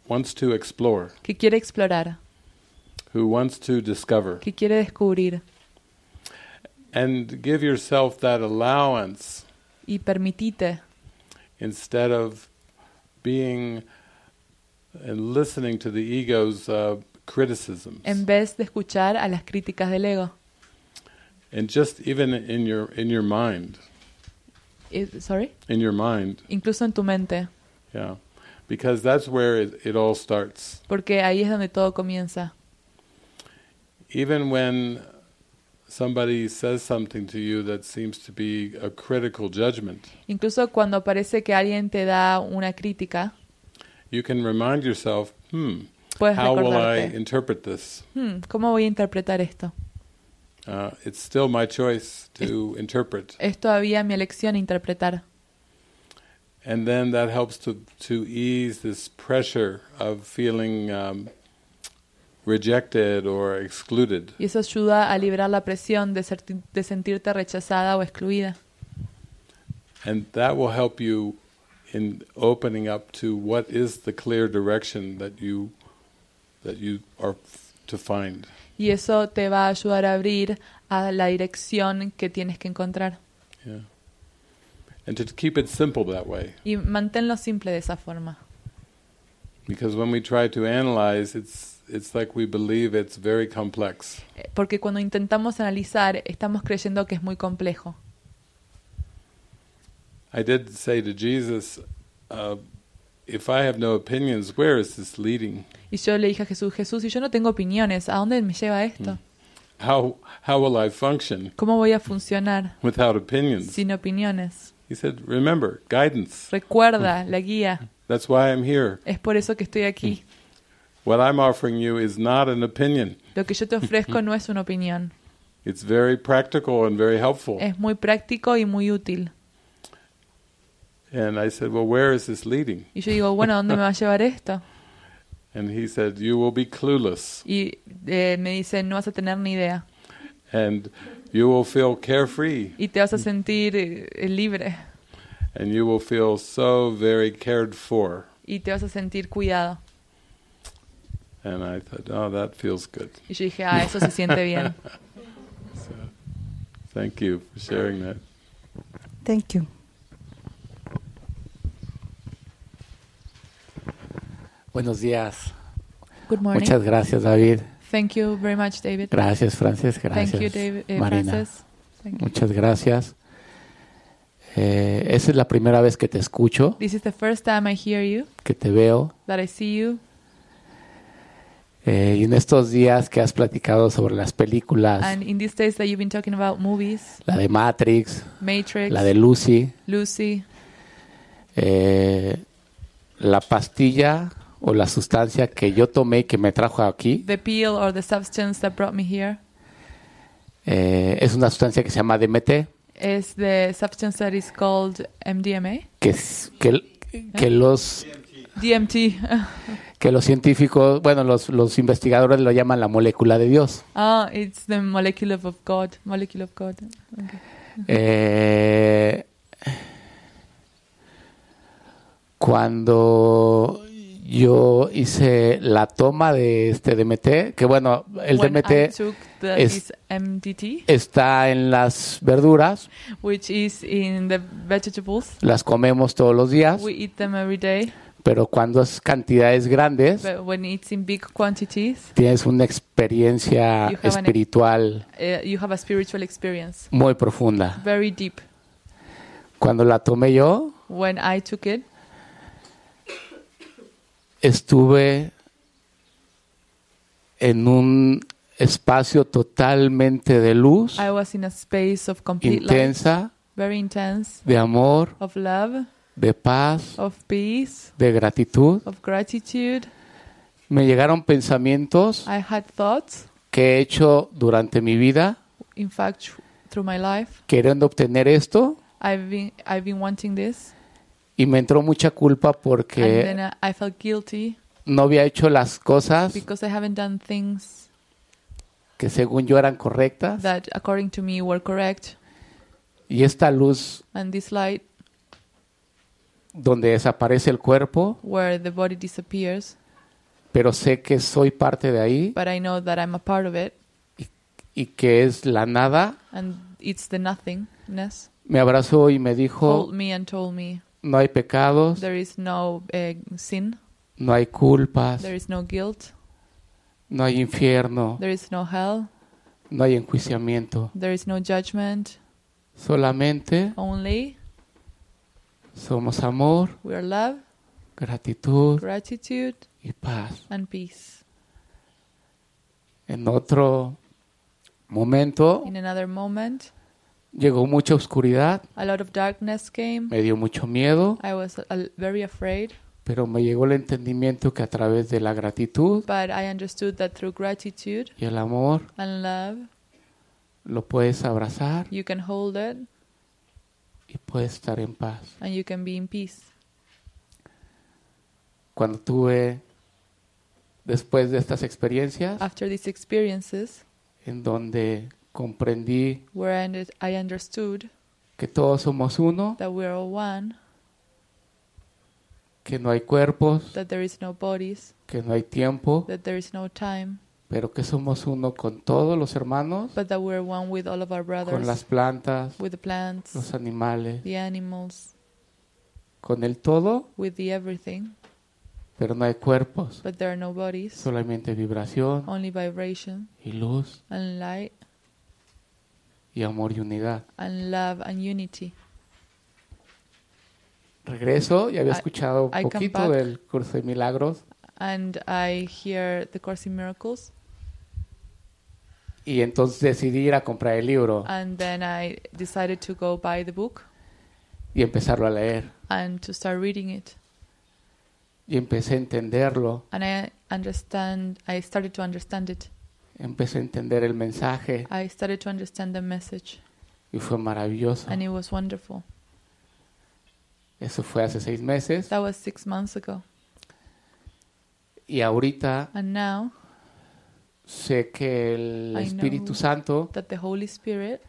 wants to explore,
que quiere explorar,
who wants to discover.
que quiere descubrir.
And give yourself that allowance
y permitite
instead of being and listening to the ego's uh, criticisms.
en vez de escuchar a las críticas del ego.
and just even in your in your mind,
Eh, sorry,
in your mind,
incluso en tu mente,
yeah, because that's where it, it all starts.
porque ahí es donde todo comienza.
Even when somebody says something to you that seems to be a critical judgment,
Incluso cuando parece que alguien te da una crítica,
you can remind yourself, hmm,
puedes
how will I
recordarte,
interpret this?
"Hmm, ¿cómo voy a interpretar esto?
Uh, it's still my choice
*laughs*
to interpret,
Es todavía mi elección interpretar.
and then that helps to to ease this pressure of feeling. Um, Rejected or excluded.
Y eso ayuda a liberar la presión de, ser- de sentirte rechazada o excluida.
And that will help you in opening up to what is the clear direction that you that you are f- to find.
Y eso te va a ayudar a abrir a la dirección que tienes que encontrar.
Yeah. And to keep it simple that way,
Y manténlo simple de esa forma.
because when we try to analyze, it's it's like we believe it's very complex,
Eh, Porque cuando intentamos analizar, estamos creyendo que es muy complejo.
I did say to Jesus, uh, "If I have no opinions, where is this leading?
Y yo le dije a Jesús, Jesús, si yo no tengo opiniones, ¿a dónde me lleva esto?
How how will I function
¿Cómo voy a funcionar
without opinions?"
sin opiniones?
He said, "Remember, guidance.
Recuerda la guía.
That's why I'm here.
Es por eso que estoy aquí.
What I'm offering you is not an opinion.
Lo que yo te ofrezco no es una opinión.
It's very practical and very helpful."
Es muy práctico y muy útil.
And I said, "Well, where is this leading?"
Y yo digo, bueno, ¿a dónde me va a llevar esto?
And he said, "You will be clueless."
Y eh, me dice, no vas a tener ni idea.
and you will feel carefree
Y te vas a sentir eh, libre.
and you will feel so very cared for
Y te vas a sentir cuidado.
and i thought oh that feels good
Y yo dije, ah, eso se
*laughs*
siente bien.
thank you for sharing that
Thank you.
Buenos días.
Good morning.
Muchas gracias, David.
Thank you very much, David.
Gracias, Francis. Gracias,
Thank you, David, eh,
Marina.
Frances. Thank you.
Muchas gracias. Eh, esa es la primera vez que te escucho,
This is the first time I hear you,
que te veo.
that I see you.
Eh, y en estos días que has platicado sobre las películas,
And in these days that you've been talking about movies,
la de Matrix,
Matrix,
la de Lucy,
Lucy,
eh, la pastilla o la sustancia que yo tomé y que me trajo aquí,
the pill or the substance that brought me here,
eh, es una sustancia que se llama DMT,
is the substance that is called MDMA,
que, es- que, que los
DMT.
que los científicos, bueno, los, los investigadores lo llaman la molécula de Dios.
*laughs* Ah, it's the molecule of God. Molecule of God. Okay.
Eh, cuando yo hice la toma de este DMT, que bueno, el
When I
DMT
took the,
es-
this MDT,
está en las verduras,
which is in the vegetables,
las comemos todos los días,
we eat them every day,
pero cuando es cantidades grandes,
but when it's in big quantities,
tienes una experiencia
You have an-
espiritual
uh, you have a spiritual experience,
muy profunda.
very deep.
Cuando la tomé yo,
When I took it,
estuve en un espacio totalmente de luz,
I was in a space of complete light,
intensa,
very intense,
de amor,
of love,
de paz,
of peace,
de gratitud.
of gratitude.
Me llegaron pensamientos
I had thoughts,
que he hecho durante mi vida
in fact, thr- through my life,
queriendo obtener esto
I've been I've been wanting this,
y me entró mucha culpa
and then
porque
uh, I felt guilty.
no había hecho las cosas
because I haven't done things
que según yo eran correctas
that, according to me, were correct.
y esta luz
And this light,
donde desaparece el cuerpo,
where the body disappears,
pero sé que soy parte de ahí
but I know that I'm a part of it,
y que es la nada
and it's the nothingness.
me abrazó y me dijo,
told me and told me
no hay pecados,
there is no eh, sin,
no hay culpas,
there is no guilt,
no hay infierno,
there is no hell,
no hay enjuiciamiento.
there is no judgment.
Solamente
Only
somos amor,
we are love,
gratitud
gratitude,
y paz.
and peace.
En otro momento
In another moment,
llegó mucha oscuridad,
a lot of darkness came.
me dio mucho miedo,
I was uh, very afraid,
pero me llegó el entendimiento que a través de la gratitud
but I understood that through gratitude
y el amor
and love,
lo puedes abrazar
you can hold it
y puedes estar en paz.
and you can be in peace.
Cuando tuve, después de estas experiencias,
After these experiences,
en donde comprendí
where I, under- I understood
que todos somos uno,
that we are all one,
que no hay cuerpos,
that there is no bodies,
que no hay tiempo,
that there is no time,
pero que somos uno con todos los hermanos,
but that we are one with all of our
con las
brothers,
plantas,
with the plants,
los animales,
the animals,
con el todo,
with the everything,
pero no hay cuerpos,
but there are no bodies,
solamente vibración
only vibration
y luz
and light
y amor y unidad.
and love and unity.
Regreso y había
I-
escuchado un
I come
poquito
back.
del curso de milagros
And I hear the Course in Miracles,
y entonces decidí ir a comprar el libro
and then I decided to go buy the book
y empezarlo a leer
and to start reading it.
y empecé a entenderlo,
And I understand. I started to understand it.
empecé a entender el mensaje
I started to understand the message,
y fue maravilloso.
and it was wonderful.
Eso fue hace seis meses
That was six months ago,
y ahorita
and now
sé que el
I
Espíritu
know.
Santo
that the Holy Spirit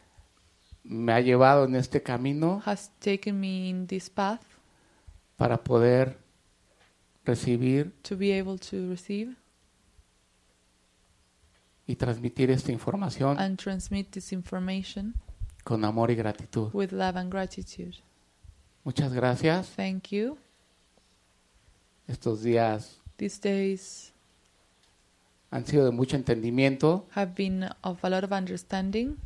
me ha llevado en este camino
has taken me in this path
para poder recibir
to be able to receive
y transmitir esta información
and transmit this information
con amor y gratitud.
with love and gratitude.
Muchas gracias.
Thank you.
Estos días
These days
han sido de mucho entendimiento
have been of a lot of understanding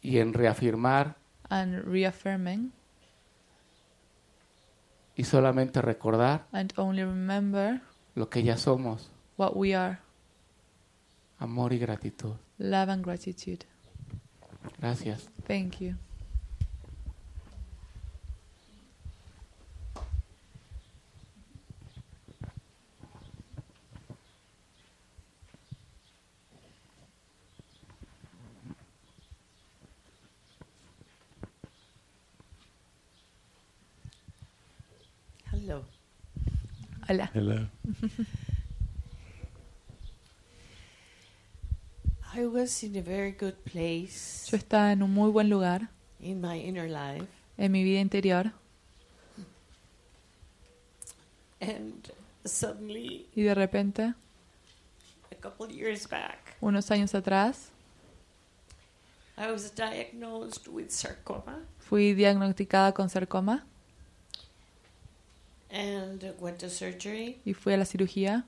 y en reafirmar
and reaffirming,
y solamente recordar
and only remember
lo que ya somos,
what we are
amor y gratitud.
love and gratitude.
Gracias.
Thank you.
Hello.
Hola.
Hello.
I was in a very good place
Yo estaba en un muy buen lugar
in my inner life,
en mi vida interior
and suddenly,
y de repente,
a couple of years back,
unos años atrás,
I was diagnosed with sarcoma
fui diagnosticada con sarcoma
and went to surgery,
y fui a la cirugía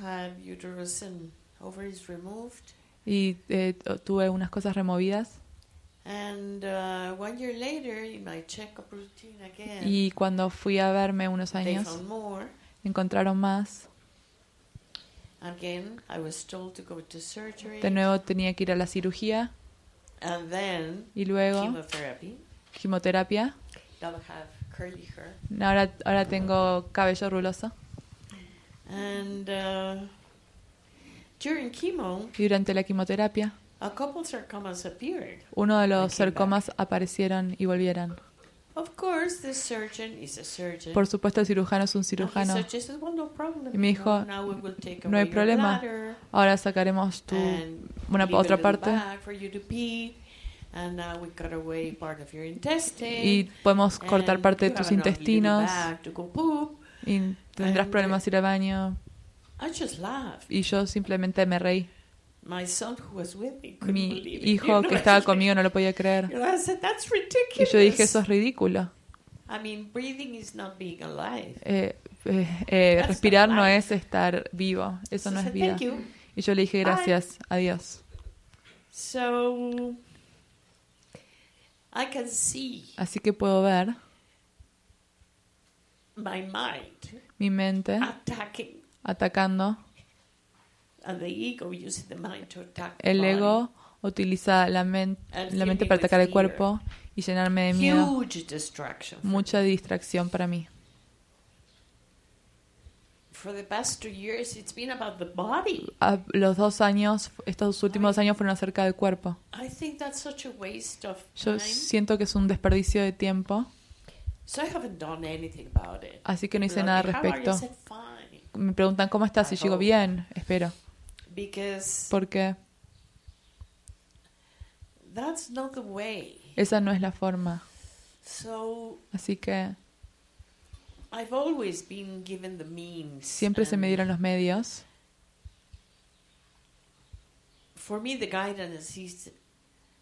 had uterus and ovaries removed,
y eh, t- tuve unas cosas removidas.
and uh, one year later, in my checkup routine again,
Y cuando fui a verme unos
they
años,
found more.
encontraron más.
Again, I was told to go to surgery,
De nuevo tenía que ir a la cirugía
and then
y luego
chemotherapy.
quimioterapia.
Now I have curly hair.
Ahora, ahora tengo cabello ruloso.
And uh, during chemo,
Y durante la quimioterapia,
a couple sarcomas appeared.
uno de los
I came
sarcomas aparecieron y volvieron.
Of course, the surgeon is a surgeon.
Por supuesto, el cirujano es un
And he
cirujano.
suggested, well, no problem.
Y me
you know,
dijo,
now we will take
"No
away
hay
your
problema.
bladder
Ahora sacaremos tu
and
una
leave a
otra
little
parte
bag for you to pee. And now we cut away part of your intestine.
y podemos cortar
and
parte de
you
tus
have enough little
intestinos
bag to go poop.
y tendrás
And-
problemas ir al baño.
I just laughed.
Y yo simplemente me reí.
my son who was with me couldn't
Mi
believe it. You
hijo
know,
que estaba
I-
conmigo no lo podía creer.
you know, I said, that's
Y
ridiculous.
yo dije, eso es ridículo.
I mean, breathing is not being alive.
Eh, eh, eh,
That's
respirar
not
no
life.
es estar vivo, eso
So
no
I
es
said,
vida.
Thank you.
Y yo le dije, gracias, adiós.
So I can see
Así que puedo ver
my mind
mi mente
attacking
atacando.
and the ego using the mind to attack the
El
body.
ego utiliza la, men-
And
la mente
filling
para
with
atacar el
fear.
cuerpo y llenarme de miedo.
huge distraction for,
Mucha distracción para mí.
for the past two years it's been about the body
A- los dos años, estos últimos años fueron acerca del cuerpo.
i think that's such a waste of
Yo
time
siento que es un desperdicio de tiempo,
so i haven't done anything about it
así que no hice
Like,
nada al
how are you? I
respecto.
said, fine
Me preguntan cómo estás y yo digo bien, espero,
because
porque
that's not the way
esa no es la forma.
so
Así que
i've always been given the means
siempre se me
and
dieron los medios.
for me the guidance is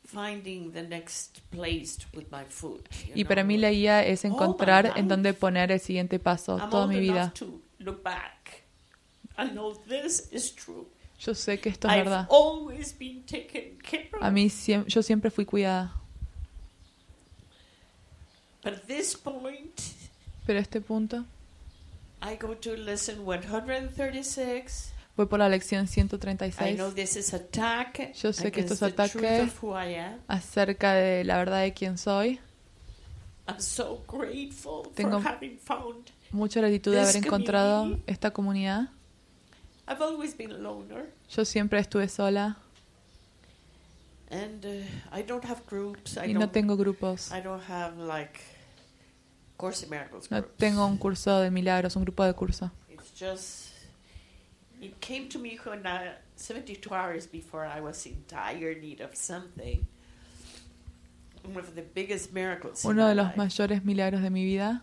finding the next place to put my foot you
Y para
know,
mí la
like,
guía es
all my
encontrar en
life.
dónde poner el siguiente paso
I'm
toda
old
mi vida.
enough to look back. I know this is true.
Yo sé que esto es
I've
verdad.
always been taken care
A
of.
mí siem- yo siempre fui cuidada,
But at this point,
pero a este punto
I go to lesson 136.
voy por la lección
I
136
know this is attack
Yo sé que esto es
against the truth
ataque.
of who I am.
acerca de la verdad de quién soy.
I'm so grateful
Tengo-
for having found.
Mucha gratitud de
This
haber encontrado
community.
esta comunidad.
I've always been a loner,
Yo siempre estuve sola
and uh, I don't have groups. I
y no
don't.
tengo grupos.
I don't have like Course in Miracles
No
groups.
tengo un curso de milagros, un grupo de curso.
It's just it came to me when I, 72 hours before I was in dire need of something. One of the biggest miracles. in
Uno de
my
los
life.
mayores milagros de mi vida.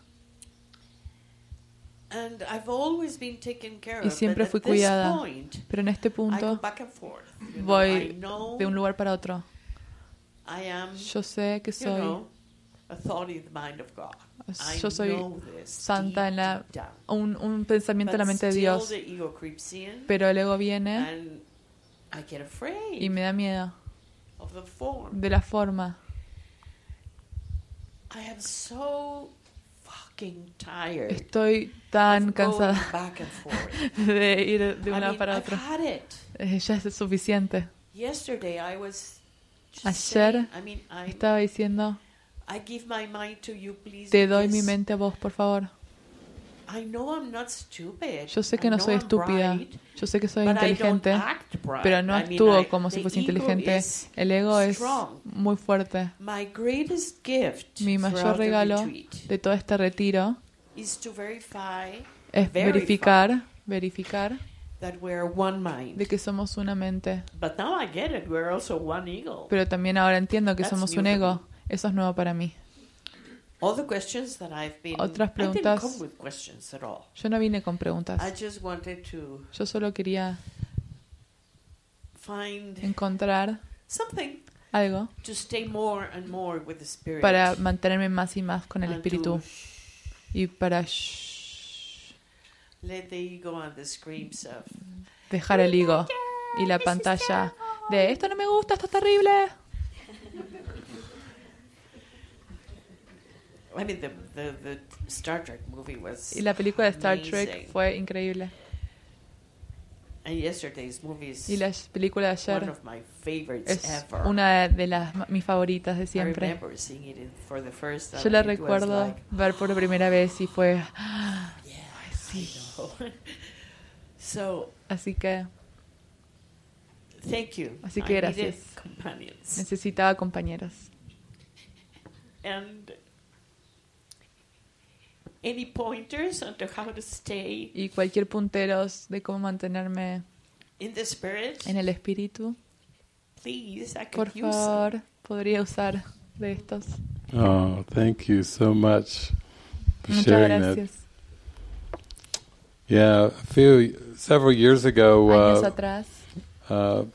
And I've always been taken care of.
Y siempre
but
fui
at this
cuidada.
point,
Pero en este
I go
punto
back and forth. you know, I
voy
know
de un lugar para otro.
I am,
Yo sé que
you
soy
know, a thought in the mind of God. I
Yo soy
know this
santa en la-
deep down.
un, un pensamiento en la
But
mente de
still
Dios.
the ego creeps in,
Pero el ego viene
and I get afraid
y me da miedo
of the form.
de la forma.
I am so fucking tired.
Estoy tan
of going
cansada
Back and forth.
*laughs* de ir Este,
*laughs*
de
I
un lado
mean,
para
I've
otro.
had it.
*laughs* Eh, Ya es suficiente.
Yesterday I was. Just
Ayer
saying, I mean, I,
Estaba diciendo,
I give my mind to you, please.
te doy mi
because
mente a vos, por favor.
I know I'm not stupid.
Yo sé
I
que no
know
soy
I'm
estúpida.
bright,
Yo sé que soy
but I don't
inteligente,
act bright.
pero no
I mean, I-
actúo como si
the
fuese
ego
inteligente.
is
El ego es
strong.
muy fuerte.
My greatest gift
Mi mayor
throughout the
regalo
retreat
de todo este retiro
is to verify
es
Verify.
verificar, verificar
that we're one mind.
de que somos una mente.
But now I get it. We're also one eagle.
Pero también ahora entiendo que
That's
somos
new
un
for
ego. Eso es nuevo para mí.
All the questions that I've been
Otras
I didn't
preguntas.
come with questions at all.
Yo no vine con
I
preguntas.
just wanted to
Yo solo quería
find
encontrar
something
algo
to stay more and more with the spirit.
para mantenerme más y más con el
and to
espíritu
sh-
y para shh,
let the ego and the screams of
dejar el ego y la pantalla de esto no me gusta, esto es terrible.
I mean the the, the Star Trek movie was
Y la película de Star Trek
amazing.
fue increíble.
and yesterday's movie is
Y la película de
one
ayer
of my favorites
es
ever.
una de las ma- mis favoritas de
I
siempre.
remember seeing it in- for the first time.
Yo la
It was
recuerdo
like,
ver por primera vez y
*gasps*
fue ¡ah!
yeah, I know. *laughs* so
así que
thank you.
Así que
I needed
gracias.
companions.
necesitaba compañeros.
and any pointers on to how to stay
Y cualquier punteros de cómo mantenerme
in the spirit
en el espíritu,
please i could
por
use them.
favor, podría usar de estos.
Oh, thank you so much for
Muchas
sharing that.
gracias.
Yeah, a few several years ago,
Años
uh,
atrás
uh,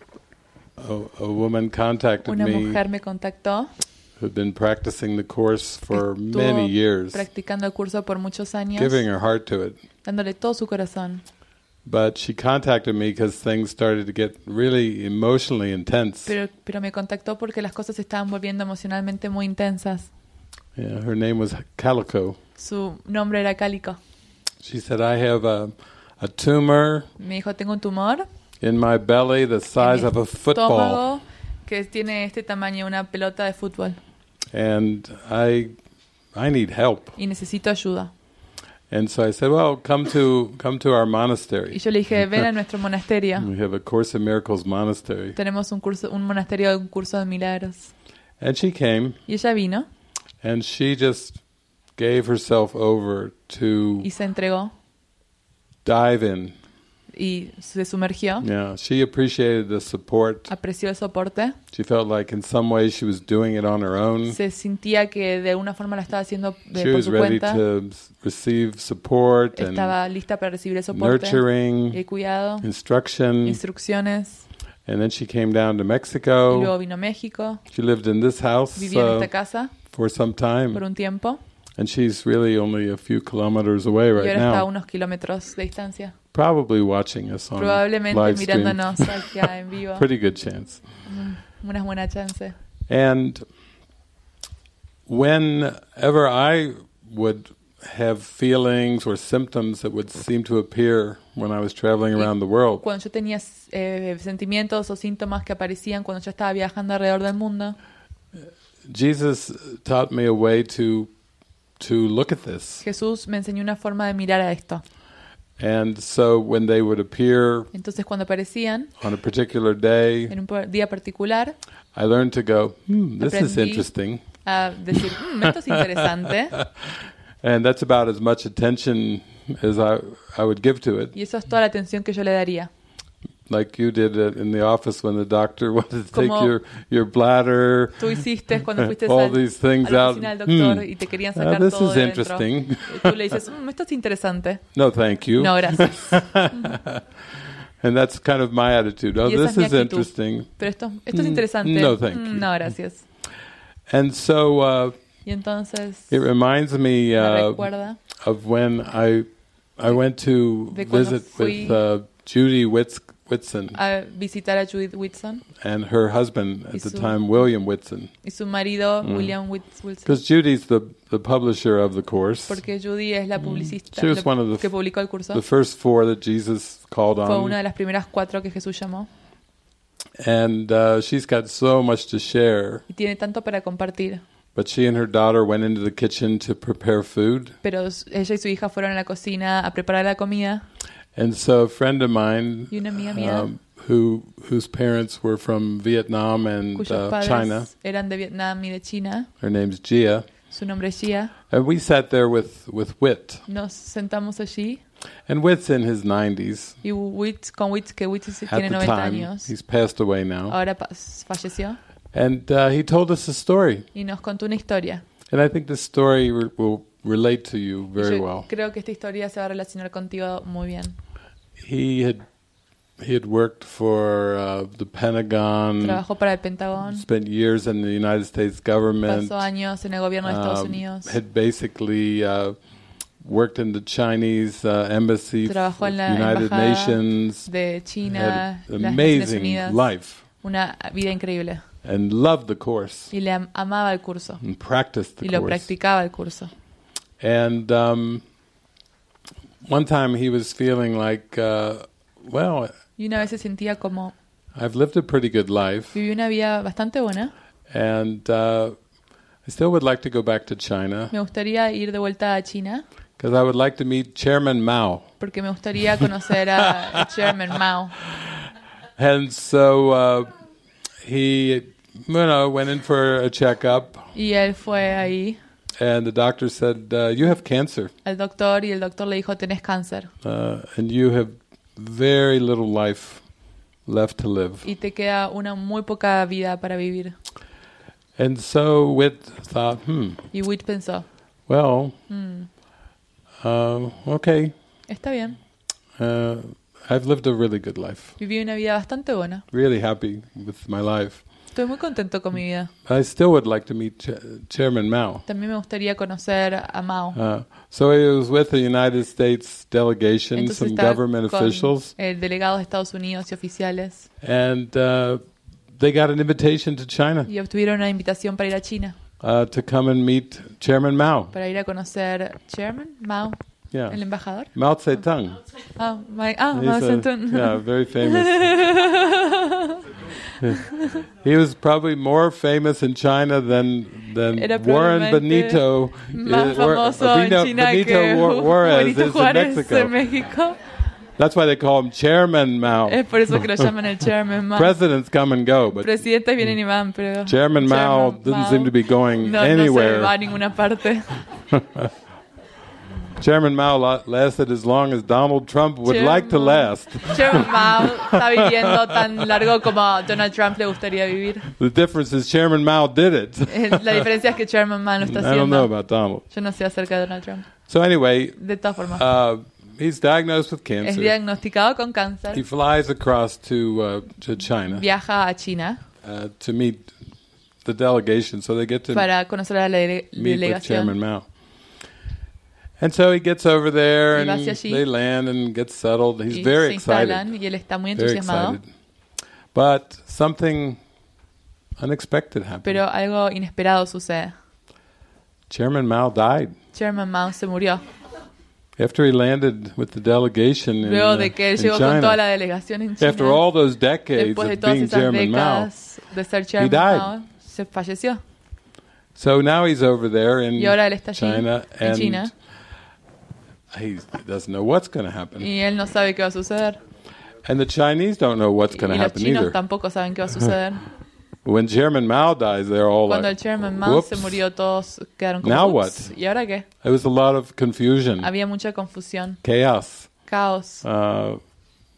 a, a woman contacted
Una
me
mujer me contactó,
who'd been practicing the course for many
estuvo
years,
practicando el curso por muchos años,
giving her heart to it.
dándole todo su corazón.
But she contacted me because things started to get really emotionally intense.
Pero, pero me contactó porque las cosas se estaban volviendo emocionalmente muy intensas.
Yeah, her name was Calico.
Su nombre era Cálico.
She said, I have a, a tumor
Me dijo, tengo un tumor,
in my belly the size of a football.
estómago, que tiene este tamaño, una pelota de fútbol,
And I, I need help.
y necesito ayuda.
And so I said, well, come to, come to our
Y
monastery.
yo "Ah." le dije, ven a
*laughs*
nuestro monasterio.
We have a Course in Miracles monastery.
Tenemos un curso, un monasterio de un curso de milagros.
And she came
Y ella vino
and she just gave herself over to
y se entregó
dive in.
y se sumergió.
Yeah, she appreciated the support.
Apreció el soporte.
She felt like in some ways she was doing it on her own.
Se sentía que de una forma la estaba haciendo
Mm. She
de- por
was
su
ready
cuenta.
to um, s- receive support and
Estaba lista para recibir el soporte,
nurturing, Mm.
el cuidado,
instruction.
instrucciones.
And then she came down to
Y luego
Mexico.
vino a México.
She lived in this house
Vivía en
uh,
esta casa
for some
por
time.
un tiempo.
And she's really only a few kilometers away
Y
right
ahora está a
now.
unos kilómetros de distancia.
Probably watching us on
Probablemente
live stream. *laughs*
mirándonos acá en vivo.
Pretty good chance.
Unas buenas chances.
And whenever I would have feelings or symptoms that would seem to appear when I was traveling around the world,
Cuando yo tenía eh, sentimientos o síntomas que aparecían cuando yo estaba viajando alrededor del mundo,
Jesus taught me a way to to look at this.
Jesús me enseñó una forma de mirar a esto.
And so when they would appear
Entonces cuando aparecían
on a particular day,
en un par- día particular,
I learned to go, hmm, this is
Aprendí.
interesting.
a decir, "Mm, esto
*laughs*
es interesante,
And that's about as much attention as I, I would give to it,
y eso es toda la atención que yo le daría.
like you did it in the office when the doctor *laughs* wanted to take
Como-
your, your bladder
Tú hiciste cuando
*laughs*
fuiste
all
al-
these
a
things
la
out.
oficina del doctor
"Hmm,
y te querían
uh,
sacar
this
todo
is
de dentro.
interesting.
Y Tú le dices, "Mm, esto es interesante.
*laughs* No, thank you. *laughs*
No, gracias.
and that's kind of my attitude. Oh,
Y esa
this
es mi
is
actitud.
interesting.
Pero esto, esto es
Mm,
interesante.
no, thank
Mm,
you.
no, gracias.
And so uh,
Y entonces
it reminds me
me
uh,
recuerda
of when I I went to
de cuando
visit
fui-
with uh, Judy Witz, Whitson
a visitar a Judith Whitson
and her husband
Y
at the
su-
time, William Whitson,
y su marido
Mm.
William Whit- Wilson,
because Judy's the the publisher of the course.
porque Judy es la publicista
mm, She was
lo-
one of the-
que publicó el curso.
The first four that Jesus called
Fue una
on,
de las primeras cuatro que Jesús llamó
and uh, she's got so much to share.
y tiene tanto para compartir.
But she and her daughter went into the kitchen to prepare food.
Pero s- ella y su hija fueron a la cocina a preparar la comida
And so a friend of mine, um,
Y una amiga mía.
who whose parents were from Vietnam and
cuyos
uh,
padres
China,
eran de Vietnam y de China.
her name's Gia,
Su nombre es Gia.
and we sat there with with Wit,
Nos sentamos allí
and Wit's in his nineties
y Witt, con Witt, que Witt
at
tiene
the
90
time.
años,
He's passed away now,
ahora pa- falleció,
and uh, he told us a story,
y nos contó una historia.
and I think this story re- will relate to you
Y
very
yo
well.
Creo que esta historia se va a relacionar contigo muy bien.
He had he had worked for uh, the Pentagon,
Trabajó para el Pentagón,
Mm. spent years in the United States government.
pasó años en el gobierno de Estados
um,
Unidos,
had basically uh, worked in the Chinese uh, embassy,
Trabajó
for
en la
United
embajada
Nations,
de China,
had
las Naciones
amazing
Unidas.
life,
Una vida increíble.
and loved the course
Y le am- amaba el curso.
and practiced the
Y lo
course.
practicaba el curso.
And um, one time he was feeling like, uh, well,
Y una vez se sentía como,
I've lived a pretty good life,
viví una vida bastante buena.
and uh, I still would like to go back to China
Me gustaría ir de vuelta a China,
because I would like to meet Chairman Mao.
porque
*laughs*
me gustaría conocer a a Chairman Mao.
And so uh, he, you know, went in for a checkup,
Y él fue ahí
and the doctor said, uh, "You have cancer,
al doctor y el doctor le dijo, tenés cáncer
uh, and you have very little life left to live."
y te queda una muy poca vida para vivir.
And so Witt thought, "Hmm,
Y Witt pensó,
well, uh, okay,
está bien,
uh, I've lived a really good life.
Viví una vida bastante buena.
Really happy with my life.
Estoy muy contento con mi vida.
I still would like to meet Ch- Chairman Mao.
También me gustaría conocer a Mao.
Uh, so he was with the United States delegation,
Entonces
some
estaba
government
con
officials,
el delegado de Estados Unidos y oficiales
and uh, they got an invitation to China
y obtuvieron una invitación para ir a China,
uh, to come and meet Chairman Mao.
para ir a conocer Chairman Mao, el
Yeah,
embajador.
Mao Zedong.
Ah, Ma- ah, Mao
He's a-
Zedong.
yeah, very famous. he was probably more famous in China than than
*laughs* Era
Warren
probablemente
Benito,
Más
uh, War-
famoso
Benito-
en China
Benito
que
Wa- Juarez
Benito
is in
Juárez en
Mexico.
México.
That's why they call him Chairman Mao.
Es por eso que lo
*laughs*
llaman el Chairman Mao.
Presidents come and go, but
Presidentes vienen y van, pero
Chairman Mao
Chairman
didn't seem to be going
no, no se
anywhere.
va a ninguna parte.
*laughs* Chairman Mao la- lasted as long as Donald Trump would like to
Chairman-
last.
Chairman Mao está viviendo tan largo como a Donald Trump le gustaría vivir.
*laughs* The difference is Chairman Mao did it.
Eh, La diferencia es que Chairman Mao lo está
*laughs* I don't know
haciendo.
about Donald.
Yo no sé acerca de Donald Trump.
So anyway,
De todas formas,
uh, he's diagnosed with
es
cancer.
diagnosticado con
He
cáncer.
flies across to uh, to China
Viaja a China
uh, to meet the delegation, so they get to
para conocer a la dele-
meet with Chairman
delegación.
Mao. And so he gets over there,
Y
and
va hacia allí.
they land and get settled. He's
Y
very
se
excited,
instalan y él está muy
very
entusiasmado.
excited. But something unexpected happened.
Pero algo inesperado sucede.
Chairman Mao died
Chairman Mao se murió.
after he landed with the delegation in,
Luego
uh,
de que él
in
llegó con
China.
toda la delegación en China.
After all those decades
después de
of
todas
being
esas
Chairman Mao,
décadas de ser Chairman
died.
Mao, se falleció.
so now he's over there in
Y ahora él está allí,
China,
en
and
China.
he doesn't know what's going to happen,
Y él no sabe qué va a suceder.
and the Chinese don't know what's
Y
going to
los
happen
chinos
either.
tampoco saben qué va
*laughs*
a suceder.
When Chairman Mao dies, they're all
Cuando el
like,
Chairman Mao se
"Whoops."
murió, todos quedaron como
Now Mm.
"Ups, ¿Y ahora qué?
It was a lot of confusion,
Había mucha confusión,
chaos.
caos.
Uh,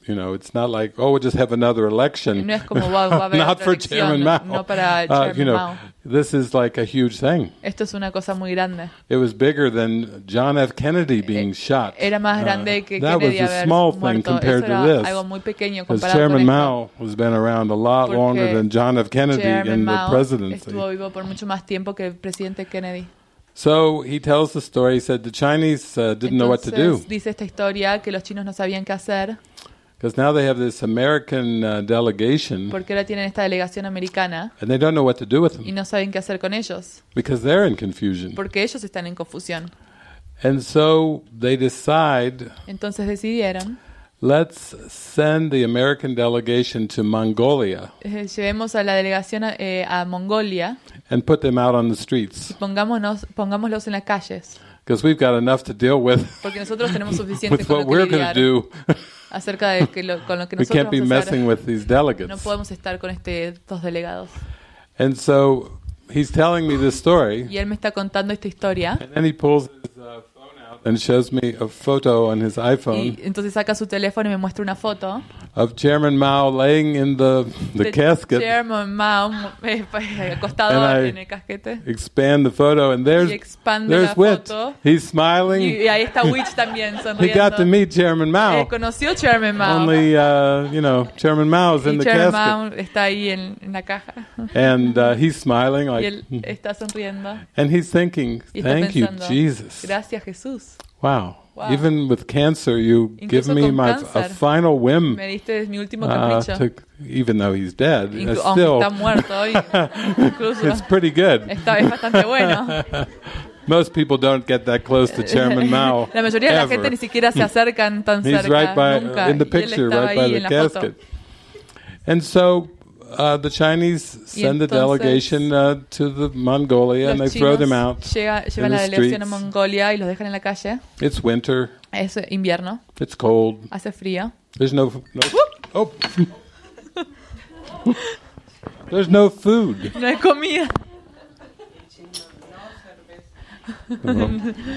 you know, it's not like oh, we'll just have another election.
No es como, "Wow,
*laughs*
va a haber
not
otra
for
elección",
Chairman Mao.
no
Uh,
para
you
Chairman
know,
Mao.
this is like a huge thing.
Esto es una cosa muy grande.
It was bigger than John F.
Eh,
Kennedy being shot.
Era más
Uh,
grande que
that
Kennedy
was a
haber
small thing
muerto. Eso
compared
era
to
algo
this.
muy pequeño
Because
comparado
Chairman
con esto.
Mao has been around a lot
Porque
longer than John F. Kennedy
Chairman
in the
Mao
presidency.
estuvo vivo por mucho más tiempo que el presidente Kennedy.
So he tells the story. He said the Chinese uh, didn't know what to do
Entonces, dice esta historia que los chinos no sabían qué hacer
because now they have this American uh, delegation
porque ahora tienen esta delegación americana
and they don't know what to do with
y
them
no saben qué hacer con ellos
because they're in confusion.
porque ellos están en confusión.
And so they decide
Entonces decidieron,
let's send the American delegation to Mongolia
eh, llevemos a la delegación a, eh, a Mongolia
and put them out on the streets
y pongámonos, pongámoslos en las calles
because we've got enough to deal with
porque nosotros tenemos suficiente
with
con
what
lo que
we're going to
lidiar
do.
acerca de que lo- con lo que
We
nosotros
can't be
vamos a
messing
hacer.
with these
No
delegates.
podemos estar con este, estos delegados.
And so he's telling me this story,
Y él me está contando esta historia
and then he pulls his uh, phone out and shows me a photo on his
y
iPhone
entonces saca su teléfono y me muestra una foto
of Chairman Mao laying in the the
de
casket.
Chairman Mao *laughs* eh, eh, acostado
And I-
en el casquete.
Expand the photo, and there's
Y expande la
there's Wit.
foto.
He's
Y,
smiling.
y ahí está Witch
*laughs*
también
He got to
sonriendo.
meet Chairman
Eh,
Mao.
conoció Chairman Mao.
Only uh, you know, Chairman Mao's in
y
the
Chairman
casket,
Mao está ahí en, en la caja.
and uh, he's smiling
Y
like,
él está sonriendo.
and he's thinking,
Y está
"Thank you,
pensando,
Jesus."
Gracias, Jesús.
Wow.
Wow.
Even with cancer, you
Incluso
give me
con
my a
cáncer.
final whim.
Me diste mi último
Uh,
capricho.
to, even though he's dead,
Inclu-
uh,
aunque
still,
está
*laughs*
muerto. y-
it's
incluso.
pretty good.
Está, es bastante bueno.
*laughs* Most people don't get that close to Chairman Mao.
*laughs* La mayoría de la
ever.
gente ni siquiera se acercan tan
He's
cerca.
right by uh,
nunca.
in the
Y él
picture,
estaba
right by
ahí
the
en la foto.
casket. And so uh, the Chinese send the
entonces-
delegation uh, to the Mongolia, and they
Los
throw them out.
chinos llega- llevan
in
la
the
delegación a
streets.
Mongolia y los dejan en la calle.
It's winter.
Es invierno,
It's cold.
hace frío.
There's no. no oh. There's no food.
No hay comida.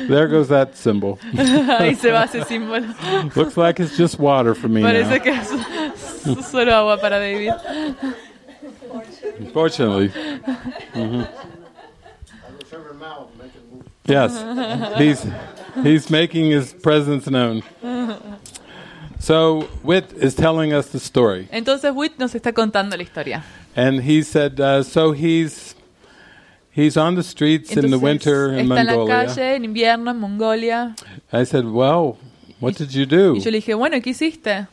There goes that symbol.
*laughs* Ahí se va ese símbolo.
Looks like it's just water for me now.
Parece que es *laughs* es solo agua para David. *laughs*
Unfortunately. Mhm.
*laughs*
Yes, he's he's making his presence known. So Witt is telling us the story,
Entonces Witt nos está contando la historia.
and he said, uh, so he's he's on the streets in the
Entonces,
winter in
está en la
Mongolia.
calle en invierno en Mongolia.
I said, well, what did you do?
Y yo le dije, bueno, ¿qué hiciste?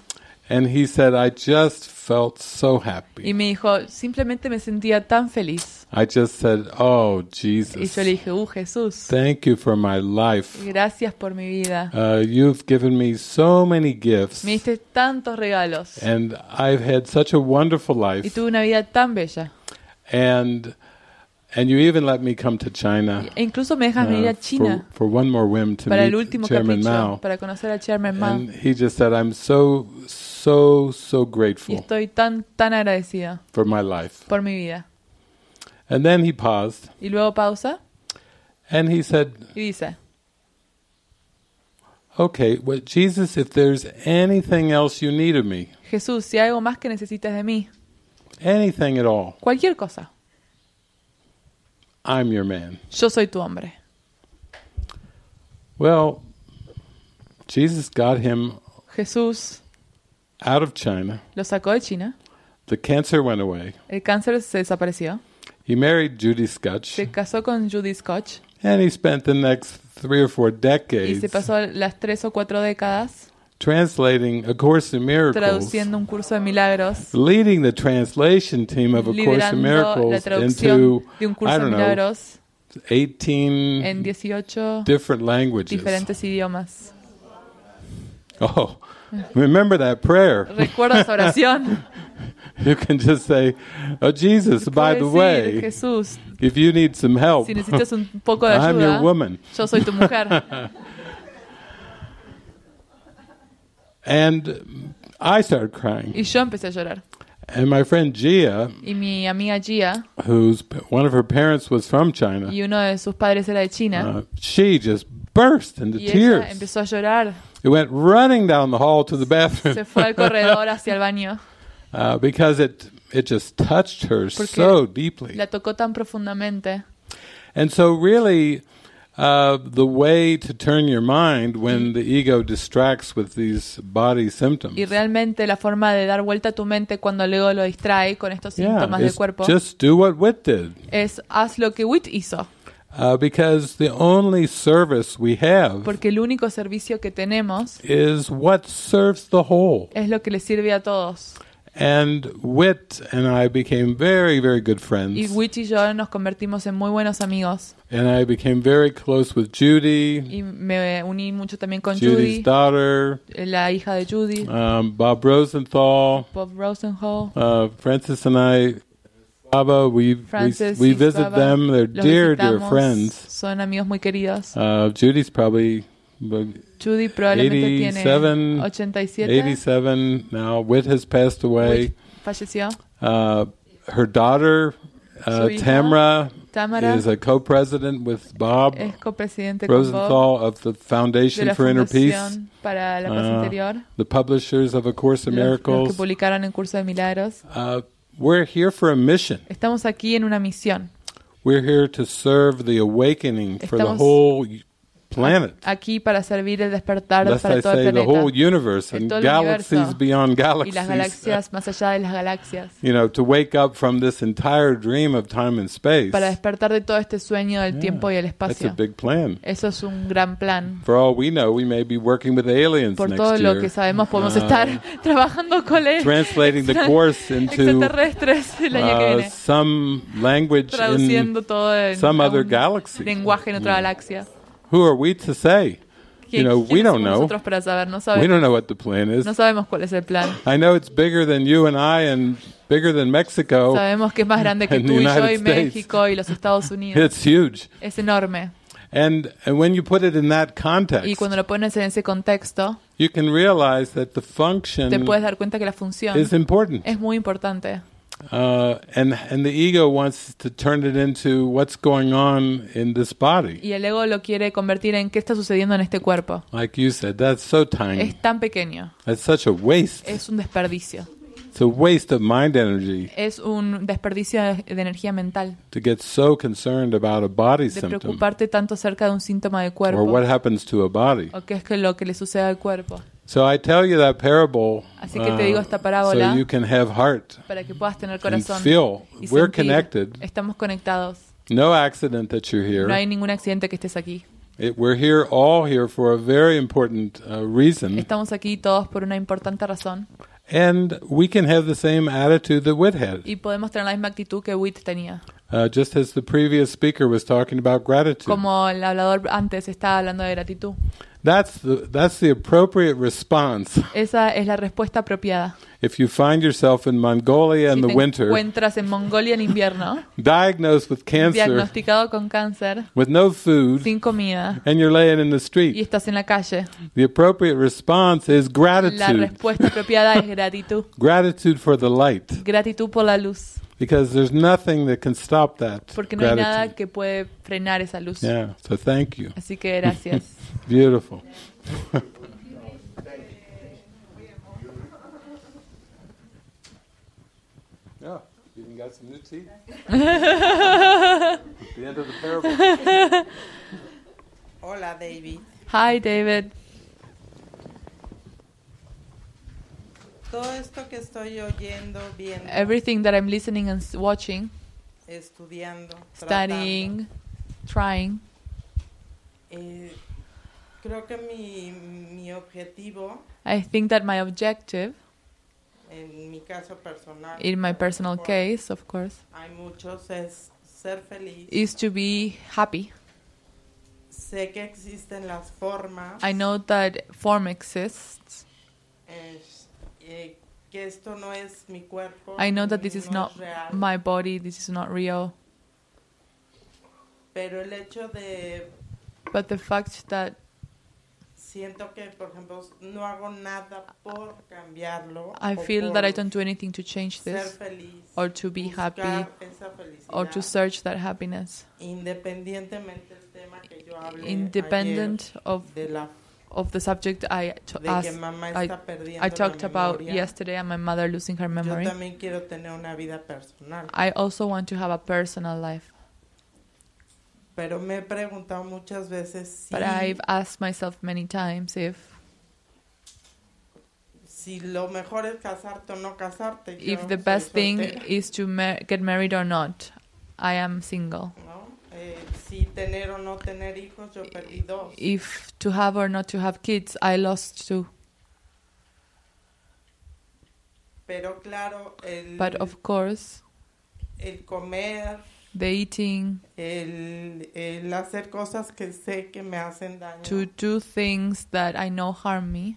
And he said, I just felt so happy.
Y me dijo, simplemente me sentía tan feliz.
I just said, oh
Y
Jesus,
yo le dije, uh, Jesús,
thank you for my life.
gracias por mi vida.
Uh, you've given me so many gifts,
Me diste tantos regalos.
and I've had such a wonderful
Y
life.
tuve una vida tan bella.
and and you even let me come to China
E incluso me dejas
uh,
venir a
for,
China
for one more whim to
para el
meet
último
Chairman
capricho,
Mao.
para conocer a Chairman Mao.
And he just said, "I'm so so so
Y
grateful
estoy tan, tan agradecida
for my life."
por mi vida.
And then he paused
Y luego pausa
and he said,
y dice,
"Okay, well, Jesus, if there's anything else you need of me,
Jesús, si hay algo más que necesites de mí,
anything at all,
cualquier cosa,
I'm your man."
yo soy tu hombre.
Well, Jesus got him
Jesús
out of China.
lo sacó de China,
The cancer went away.
el cáncer se desapareció,
He married Judy Scutch,
se casó con Judy Scotch
and he spent the next three or four
y se
decades
pasó las tres o cuatro décadas
translating A Course in Miracles,
traduciendo un curso de milagros,
leading the translation team of A Course in
liderando la
Miracles
traducción
into,
de un curso
I
de
don't know,
milagros
18
en 18
Mm-hmm. different languages.
diferentes idiomas.
*laughs* Oh, remember that prayer. *laughs*
Recuerda esa oración.
You can just say, Oh, Jesus, *laughs* by the
Puedo decir,
way,
Jesús,
if you need some help,
si necesitas un poco de
Oh. *laughs* I'm your
ayuda,
woman.
yo soy tu
*laughs*
mujer.
And I started crying.
Y yo empecé a llorar.
And my friend Gia,
Y mi amiga Gia,
who's one of her parents was from China,
y uno de sus padres era de China,
uh, she just burst into
y ella
tears.
empezó a llorar.
It went running down the hall to the
Se
bathroom
fue al corredor hacia el baño.
*laughs* uh, because it it just touched her
Porque
so deeply.
La tocó tan profundamente.
And so, really, uh, the way to turn your mind when the ego distracts with these body symptoms,
Y realmente la forma de dar vuelta a tu mente cuando el ego lo distrae con estos
yeah,
síntomas del
is
cuerpo
just do what Witt did,
es haz lo que Witt hizo.
uh, because the only service we have
Porque el único servicio que tenemos
is what serves the whole.
es lo que le sirve a todos.
And Witt and I became very, very good
Y
friends.
Witt y yo nos convertimos en muy buenos amigos.
And I became very close with Judy,
Y me uní mucho también con
Judy's
Judy,
daughter,
eh, la hija de Judy,
um, Bob Rosenthal,
Bob Rosenhall.
uh, Francis, and I. Slava, we
Francis
we, we
y
visit
Slava,
them. They're
Los
dear, dear
visitamos,
friends.
Son amigos muy queridos.
Uh, Judy's probably bu-
Judy probablemente
87,
tiene 87.
87 now. Whit has passed away.
Witt falleció.
Uh, her daughter, uh,
Su hija,
Tamra,
Tamara
is a co-president with Bob
es copresidente con Bob
Rosenthal of the
de
Foundation
la
for Inner Peace,
Fundación para la Paz
Ah,
Interior.
the publishers of A Course in
los- los que
Miracles.
publicaron en Curso de Milagros.
Uh, we're here for a mission.
Estamos aquí en una misión.
We're here to serve the awakening for the
Estamos-
whole y- planet.
Aquí para servir el despertar
Lest
para
I
todo
say
el
the whole
planeta
universe
En
and
todo el
galaxies
universo.
beyond
y las
galaxies.
galaxias más allá de las galaxias.
You know, to wake up from this entire dream of time and space.
Para despertar de todo este sueño del tiempo y el
That's a
espacio.
big plan.
Eso es un gran plan.
For all we know, we may be working with aliens
Por
next
todo
year.
lo que *laughs* sabemos, podemos
Ah.
estar *laughs* trabajando con el
Translating the course into
extraterrestres el año que
uh,
viene.
some language in
Traduciendo todo en
some other
algún
galaxy.
lenguaje en otra galaxia.
Who are we to say?
¿Qui-
You know, we
quiénes
don't
somos
know.
Nosotros para saber, no
We
sabemos,
don't know what the plan is.
no sabemos cuál es el plan.
I know it's bigger than you and I and bigger than Mexico.
Sabemos que es más grande que
And
tú
Oh. the
y yo
United
y
States.
México y los Estados Unidos.
It's huge.
Es enorme.
And and when you put it in that
Y
context,
cuando lo pones en ese contexto,
you can realize that the
te
function
puedes dar cuenta que la función
is important.
es muy importante.
Uh, and and the ego wants to turn it into what's going on in this body.
Y el ego lo quiere convertir en qué está sucediendo en este cuerpo.
Like you said, that's so tiny.
Es tan pequeño.
That's such a waste.
Es un desperdicio.
It's a waste of mind energy
Es un desperdicio de de energía mental.
to get so concerned about a body
De
symptom
preocuparte tanto acerca de un síntoma de
or
cuerpo.
what happens to a body.
O qué es que lo que le sucede al cuerpo.
So I tell you that parable uh,
Así que te digo esta parábola.
so you can have heart.
para que puedas tener
and
corazón.
feel
y
we're
sentir.
connected.
Estamos conectados.
No accident that you're here.
No hay ningún accidente que estés aquí.
It, we're here, all here, for a very important uh, reason.
Estamos aquí todos por una importante razón
And we can have the same attitude that Whit had,
y podemos tener la misma actitud que Witt tenía.
uh, just as the previous speaker was talking about gratitude.
Como el hablador antes estaba hablando de gratitud.
That's the, that's the appropriate response.
Esa es la respuesta apropiada.
If you find yourself in Mongolia in
si
the
te
winter,
encuentras en Mongolia en invierno,
diagnosed with cancer,
diagnosticado con cáncer,
with no food,
sin comida
and you're laying in the
y
street,
estás en la calle,
the appropriate response is
la
gratitude.
respuesta apropiada es gratitud.
Gratitude for the light.
Gratitud por la luz,
Because there's nothing that can stop that.
porque no hay nada que puede frenar esa luz.
Yeah, so thank you.
Así que gracias.
*laughs* Beautiful. yeah, Oh, you even got some new
*laughs*
teeth. the end of the parable.
*laughs*
Hola, David.
Hi David.
Todo esto que estoy oyendo, viendo,
Everything that I'm listening and s- watching,
estudiando, tratando,
studying, trying,
eh, creo que mi, mi objetivo,
I think that my objective,
en mi caso personal,
in my personal
por-
case, of course,
hay muchos, es ser feliz.
is to be happy.
sé que existen las formas,
I know that form exists.
es, eh, que esto no es mi cuerpo,
I know that this is
no
not
es real,
my body, this is not real.
pero el hecho de,
But the fact that
siento que, por ejemplo, no hago nada por cambiarlo,
I
o
feel that I
por
don't do anything to change
ser
this
feliz,
or to be
buscar
happy
esa felicidad,
or to search that happiness,
independientemente del tema que yo hablé
independent of,
ayer, de, la,
of the subject I to
de que
asked.
mamá
I-
está perdiendo
I talked
la
about
memoria.
yesterday and my mother losing her memory.
Yo también quiero tener una vida personal,
I also want to have a personal life.
pero me he preguntado muchas veces si,
But I've asked myself many times if
si lo mejor es casarte o no casarte. Yo
if the
soy
best thing
soltera,
is to mar- get married or not. I am single.
¿no? Eh, si tener o no tener hijos, yo perdí dos.
If to have or not to have kids, I lost two.
Pero claro, el,
But of course,
el comer,
the eating,
el, el hacer cosas que sé que me hacen daño.
to do things that I know harm me.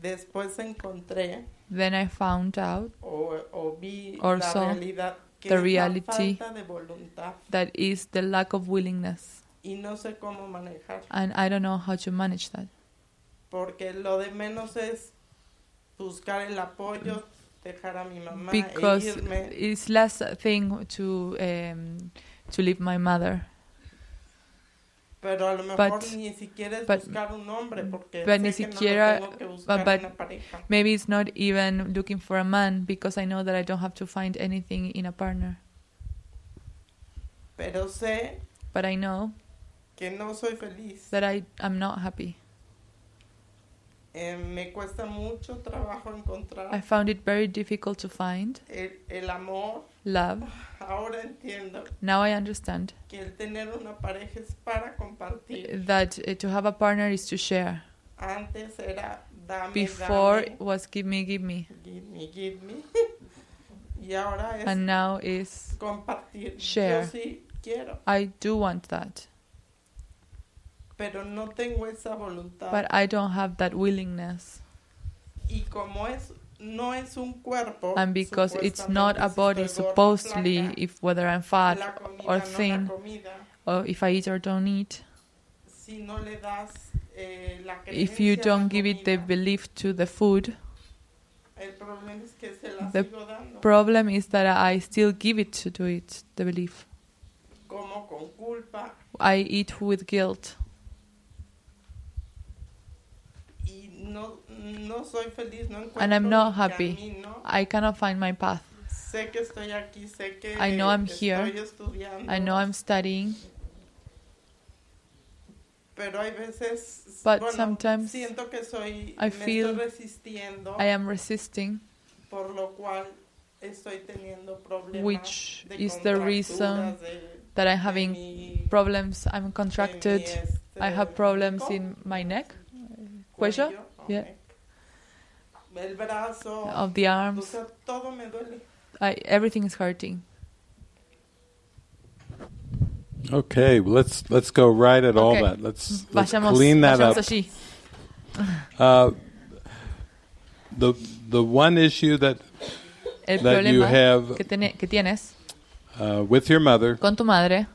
Después encontré
Then I found out
o, o vi
Or
la
saw
realidad que
the
es la
reality.
falta de voluntad
that is the lack of willingness,
y no sé cómo manejar
and I don't know how to manage that.
porque lo de menos es buscar el apoyo dejar a mi mamá e
because
irme
it's less a thing to um, to leave my mother.
pero a lo mejor
but-
ni siquiera es
but-
buscar un hombre porque
but
sé
ni
que no lo
siquiera-
tengo que buscar
but-
una pareja
Maybe it's not even looking for a man because I know that I don't have to find anything in a partner.
pero sé
But I know
que no soy feliz
that I am not happy.
Eh, me cuesta mucho trabajo
I
encontrar
found it very difficult to find
el, el amor
love.
ahora entiendo
Now I understand
que el tener una pareja es para compartir
that uh, to have a partner is to share.
Antes era dame,
Before
dame,
it was give me, give me,
give me, give me. *laughs* y ahora es
and now is
compartir.
share.
Yo sí quiero,
I do want that,
pero no tengo esa voluntad.
but I don't have that willingness.
y como es no es un cuerpo,
and because it's not a
supuestamente, si
body
estoy gorda,
supposedly
flaca,
if whether i'm
la
fat
comida, no
or
la
thin.
comida,
or if i eat or don't eat
si no le das eh, la
if
creencia
you
a la
don't give it the
comida,
belief to the food
el problema es que se la
the
sigo dando
problem is that i still give it to do it the belief
como con culpa
i eat with guilt
y no no soy feliz, no encuentro
And I'm not
mi
happy.
camino.
i cannot find my path
Sé que estoy aquí, sé que
I know I'm
estoy
here.
estudiando,
i know i'm studying
pero hay veces
But
bueno,
sometimes
siento que soy
I
me
feel
estoy resistiendo
I am resisting,
por lo cual estoy teniendo problemas
which
de
is the reason
contracturas, de-
that I'm
de
having
mi-
problems. I'm
de mi,
contracted. I
este,
have problems
co-
in my neck, cuello, yeah.
ok. el brazo
of the
o
arms.
sea todo me duele
I, everything is hurting.
Okay, well, let's let's go right at all
Okay.
that. Let's, let's
Vayamos,
clean that
vayamos
up. *laughs*
allí.
Uh, the the one issue that
El
that you
problema
have
que, tiene- que tienes
uh, with your mother
con tu madre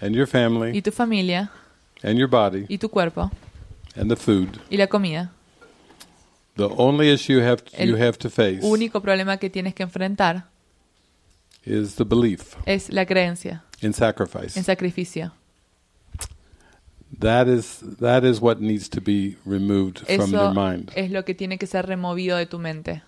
and your family
y tu familia
and your body
y tu cuerpo
and the food,
y la comida.
the only issue you have to,
El
you have to face
Único problema que tienes que enfrentar
is the belief
es la creencia
in sacrifice.
en sacrificio.
that is that is what needs to be removed from their
Eso
mind.
es lo que tiene que ser removido de tu mente.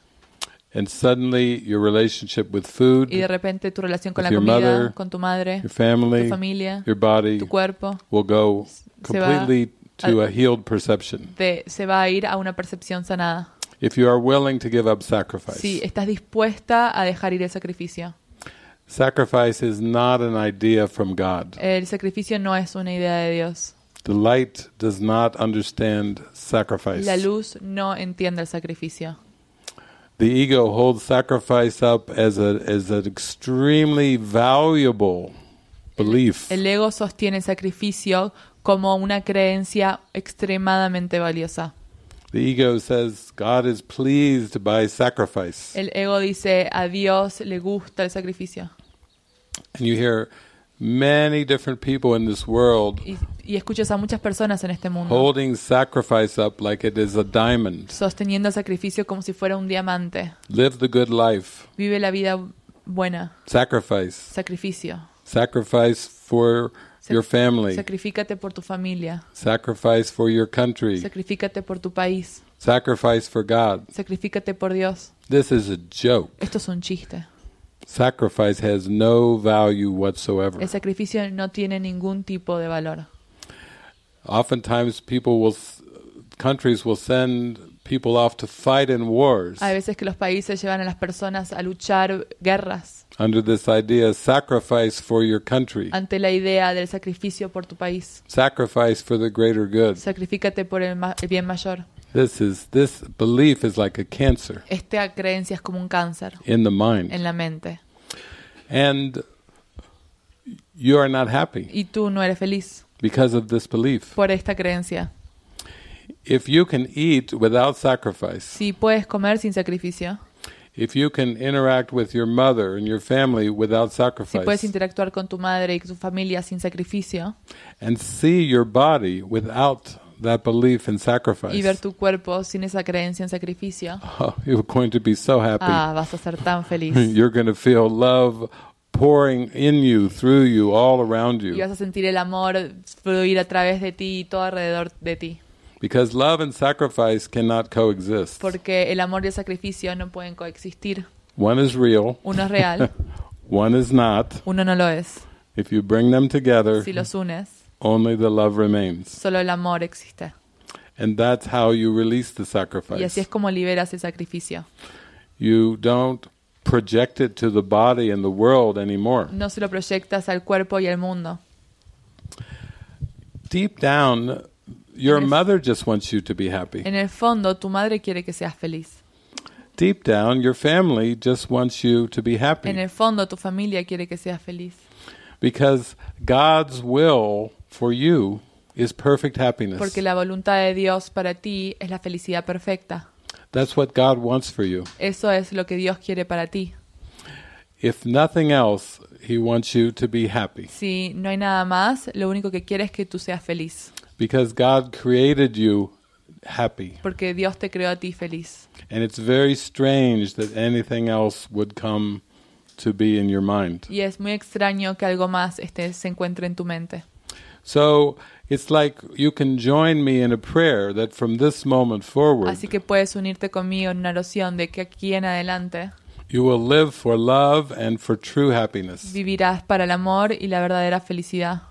And suddenly, your relationship with food,
Y de repente tu relación con
With
la
your
comida,
mother,
con tu madre,
your family,
tu familia,
your body
tu cuerpo,
will go
se va
completely to
a-
a healed perception.
te- se va a ir a una percepción sanada.
If you are willing to give up sacrifice,
Si estás dispuesta a dejar ir el sacrificio.
sacrifice is not an idea from God.
El sacrificio no es una idea de Dios.
The light does not understand sacrifice.
La luz no entiende el sacrificio.
The ego holds sacrifice up as a as an extremely valuable belief.
El ego sostiene el sacrificio como una creencia extremadamente valiosa.
The ego says God is pleased by sacrifice.
El ego dice a Dios le gusta el sacrificio.
And you hear many different people in this world
Y, y escuchas a muchas personas en este mundo
holding sacrifice up like it is a diamond.
sosteniendo el sacrificio como si fuera un diamante.
Live the good life.
Vive la vida buena,
Sacrifice.
sacrificio.
Sacrifice for
Sac-
your family.
Sacrifícate por tu familia,
Sacrifice for your country.
sacrifícate por tu país,
Sacrifice for God.
sacrifícate por Dios.
This is a joke.
Esto es un chiste.
Sacrifice has no value whatsoever.
El sacrificio no tiene ningún tipo de valor.
Oftentimes, people will, s- countries will send people off to fight in wars
Hay veces que los países llevan a las personas a luchar guerras
under this idea sacrifice for your country,
ante la idea del sacrificio por tu país.
sacrifice for the greater good.
Sacrifícate por el, ma- el bien mayor.
This is this belief is like a cancer
Esta creencia es como un cáncer
in the mind,
en la mente.
and you are not happy
Y tú no eres feliz
because of this belief.
por esta creencia.
If you can eat without sacrifice,
Si puedes comer sin sacrificio,
if you can interact with your mother and your family without
si puedes
sacrifice,
interactuar con tu madre y tu familia sin sacrificio,
and see your body without that belief in
y ver
sacrifice,
tu cuerpo sin esa creencia en sacrificio,
*laughs* oh, you're going to be so happy. *laughs*
ah, vas a ser tan feliz.
You're going to feel love pouring in you, through you, all around
Y vas
you.
a sentir el amor fluir a través de ti y todo alrededor de ti.
Because love and sacrifice cannot coexist.
Porque el amor y el sacrificio no pueden coexistir.
One is real,
Uno es real,
*laughs* one is not.
uno no lo es.
If you bring them together,
Si los unes,
only the love remains.
solo el amor existe.
And that's how you release the
Y así
sacrifice.
es como liberas el sacrificio.
You don't project it to the body and the world anymore.
No se lo proyectas al cuerpo y al mundo.
Deep down, your
Yes.
mother just wants you to be happy.
En el fondo, tu madre quiere que seas feliz.
Deep down, your family just wants you to be happy.
En el fondo, tu familia quiere que seas feliz.
Because God's will for you is perfect happiness.
Porque la voluntad de Dios para ti es la felicidad perfecta.
That's what God wants for you.
Eso es lo que Dios quiere para ti.
If nothing else, He wants you to be happy.
Si no hay nada más, lo único que quiere es que tú seas feliz.
Because God created you happy.
Porque Dios te creó a ti feliz.
And it's very strange that anything else would come to be in your mind.
Y es muy extraño que algo más este, se encuentre en tu mente.
So it's like you can join me in a prayer that from this moment forward,
Así que puedes unirte conmigo en una oración de que aquí en adelante
you will live for love and for true happiness.
vivirás para el amor y la verdadera felicidad.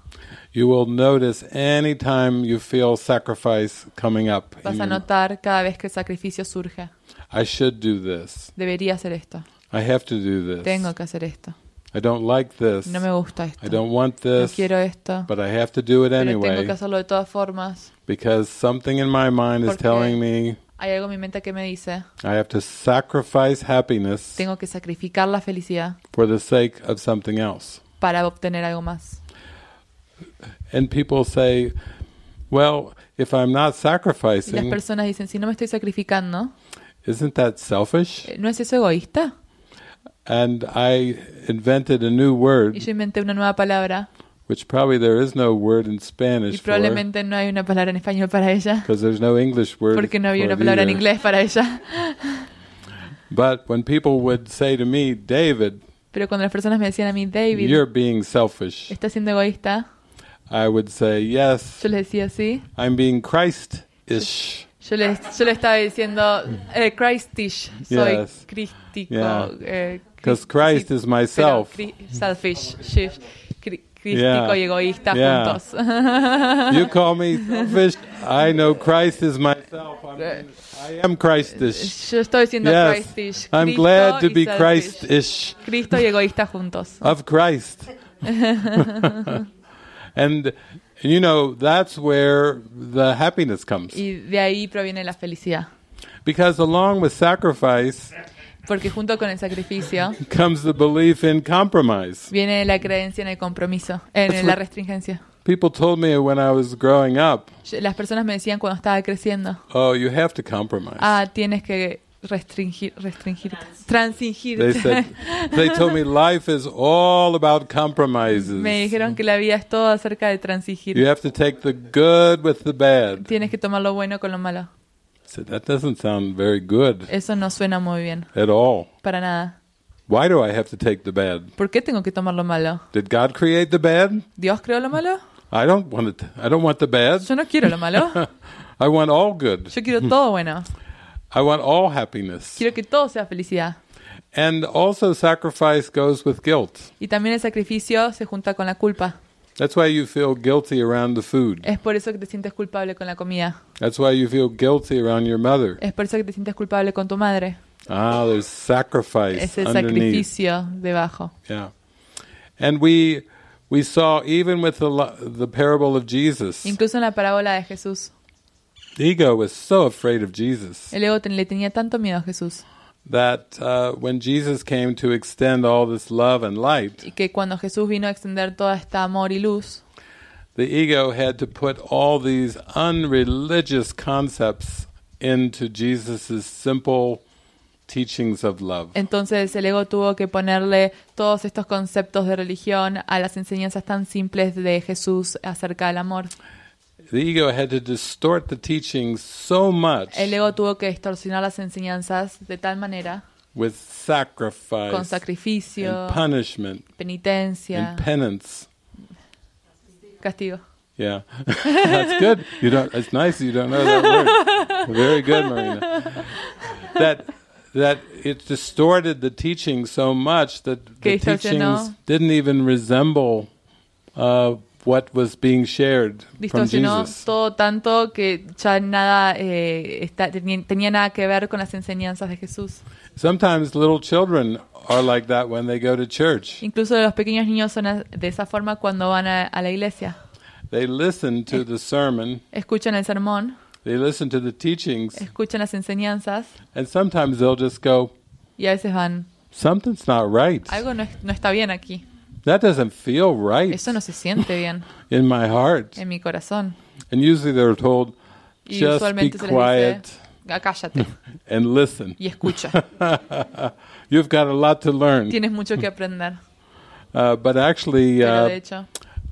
you will notice any time you feel sacrifice coming up. in
Vas a
your-
notar cada vez que el sacrificio surja.
I should do this.
Debería hacer esto.
I have to do this.
Tengo que hacer esto.
I don't like this.
No me gusta esto.
I don't want
No
this.
quiero esto.
But I have to do it
Pero tengo
anyway
que hacerlo de todas formas.
because something in my mind is
Porque-
telling me
Hay algo en mi mente que me dice,
I have to sacrifice happiness
tengo que sacrificar la felicidad
for the sake of something else.
para obtener algo más.
And people say, well, if I'm not
Y las
sacrificing,
personas dicen, si no me estoy sacrificando,
isn't that selfish?
Eh, ¿no es eso egoísta?
And I invented a new
Y
word,
yo inventé una nueva palabra
which probably there is no word in
y
Spanish for
probablemente no hay una palabra en español para ella,
because there's no English word.
porque no había
*laughs* for
una
it
palabra en
either.
inglés para ella.
But when people would say to me, David,
Pero cuando las personas me decían a mí,
you're
David,
being selfish,
¿estás siendo egoísta?
I would say, yes,
Yo les decía, sí.
I'm being Christ-ish.
Yo le yo le estaba diciendo, eh, Christish, soy
Yes.
crístico.
Yeah.
eh, cri-
'Cause Christ
sí,
is
pero
myself.
cri- selfish, shish, cri- crístico
Yeah.
y egoísta
Yeah.
juntos. *laughs*
you call me selfish. I know Christ is myself. I'm, I am Christish.
Yo estoy diciendo
Yes,
Christish.
I'm
Cristo
glad to
y
be
selfish.
Christish
Cristo y
*laughs*
egoísta juntos.
of Christ. and you know that's where the happiness comes
*laughs* Y de ahí proviene la felicidad.
because along with sacrifice
Porque junto con el sacrificio
comes the belief in compromise.
viene la creencia en el compromiso, en la restringencia.
People told me when I was growing up,
Yo- Las personas me decían cuando estaba creciendo,
"Oh, you have to compromise."
ah, tienes que restringir, restringirte,
they
*laughs* transigirte.
said they told me life is all about compromises.
*laughs* Me dijeron que la vida es todo acerca de
You
transigir.
have to take the good with the bad. I
Tienes que tomar lo bueno con lo malo.
said, that doesn't sound very good
Eso no suena muy bien,
at all.
para nada.
Why do I have to take the bad?
¿Por qué tengo que tomar lo malo?
Did God create the bad?
¿Dios creó lo malo?
I don't want it. I don't want the bad.
Yo no quiero lo malo.
I want all good.
Yo quiero todo bueno.
I want all happiness.
Quiero que todo sea felicidad.
And also sacrifice goes with guilt.
Y también el sacrificio se junta con la culpa.
That's why you feel guilty around the food.
Es por eso que te sientes culpable con la comida.
That's why you feel guilty around your mother.
Es por eso que te sientes culpable con tu madre.
Ah, there's sacrifice
Es el
underneath.
sacrificio debajo.
Yeah. And we we saw even with the lo- the parable of Jesus.
Incluso en la parábola de Jesús.
The ego was so afraid of Jesus
El ego te- le tenía tanto miedo a Jesús.
that uh, when Jesus came to extend all this love and light,
Y que cuando Jesús vino a extender toda esta amor y luz,
the ego had to put all these unreligious concepts into Jesus' simple teachings of love.
entonces el ego tuvo que ponerle todos estos conceptos de religión a las enseñanzas tan simples de Jesús acerca del amor.
The ego had to distort the teachings so much
El ego tuvo que distorsionar las enseñanzas de tal manera,
with sacrifice
con sacrificio,
and punishment
penitencia,
and penance.
castigo.
Yeah, *laughs* that's good. You don't. It's nice you don't know that word. Very good, Marina. That that it distorted the teaching so much that
Que
the
distorsionó.
teachings didn't even resemble uh, what was being shared from
Distorsionó
Jesus.
todo tanto que ya nada eh, está- tenía, tenía nada que ver con las enseñanzas de Jesús.
Sometimes little children are like that when they go to church.
Incluso los pequeños niños son a- de esa forma cuando van a, a la iglesia.
They listen to the sermon.
Escuchan el sermón,
They listen to the teachings,
escuchan las enseñanzas
and sometimes they'll just go,
y a veces van,
"Something's not right.
algo no, es- no está bien aquí.
That doesn't feel right
Eso no se siente bien
in my heart."
en mi corazón.
And usually they're told,
Y
just be
usualmente se les
quiet
dice, "Ah, cállate
*laughs* and listen.
y escucha.
*laughs* You've got a lot to learn.
Tienes mucho que aprender.
*laughs* Uh, but actually,
Pero de
uh,
hecho,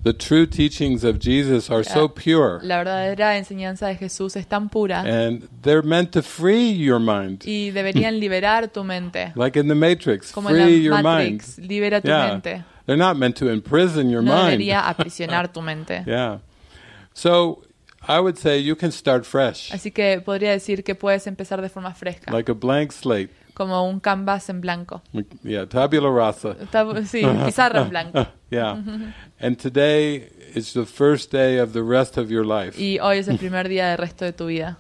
the true teachings of Jesus are so pure,
la verdadera enseñanza de Jesús es tan pura
and they're meant to free your mind.
y deberían liberar tu mente.
Like in the Matrix,
Como
free
en
your
la
mind.
Matrix, libera tu
Yeah.
mente.
They're not meant to imprison your
No
mind. *laughs*
debería aprisionar tu mente.
Yeah. So I would say you can start fresh,
Así que podría decir que puedes empezar de forma fresca,
like a blank slate.
como un canvas en blanco.
Yeah, tabula rasa. *laughs*
*laughs* Está- sí, pizarra en blanco.
yeah. And today it's the first day of the rest of your life.
Y hoy es el primer día del resto de tu vida.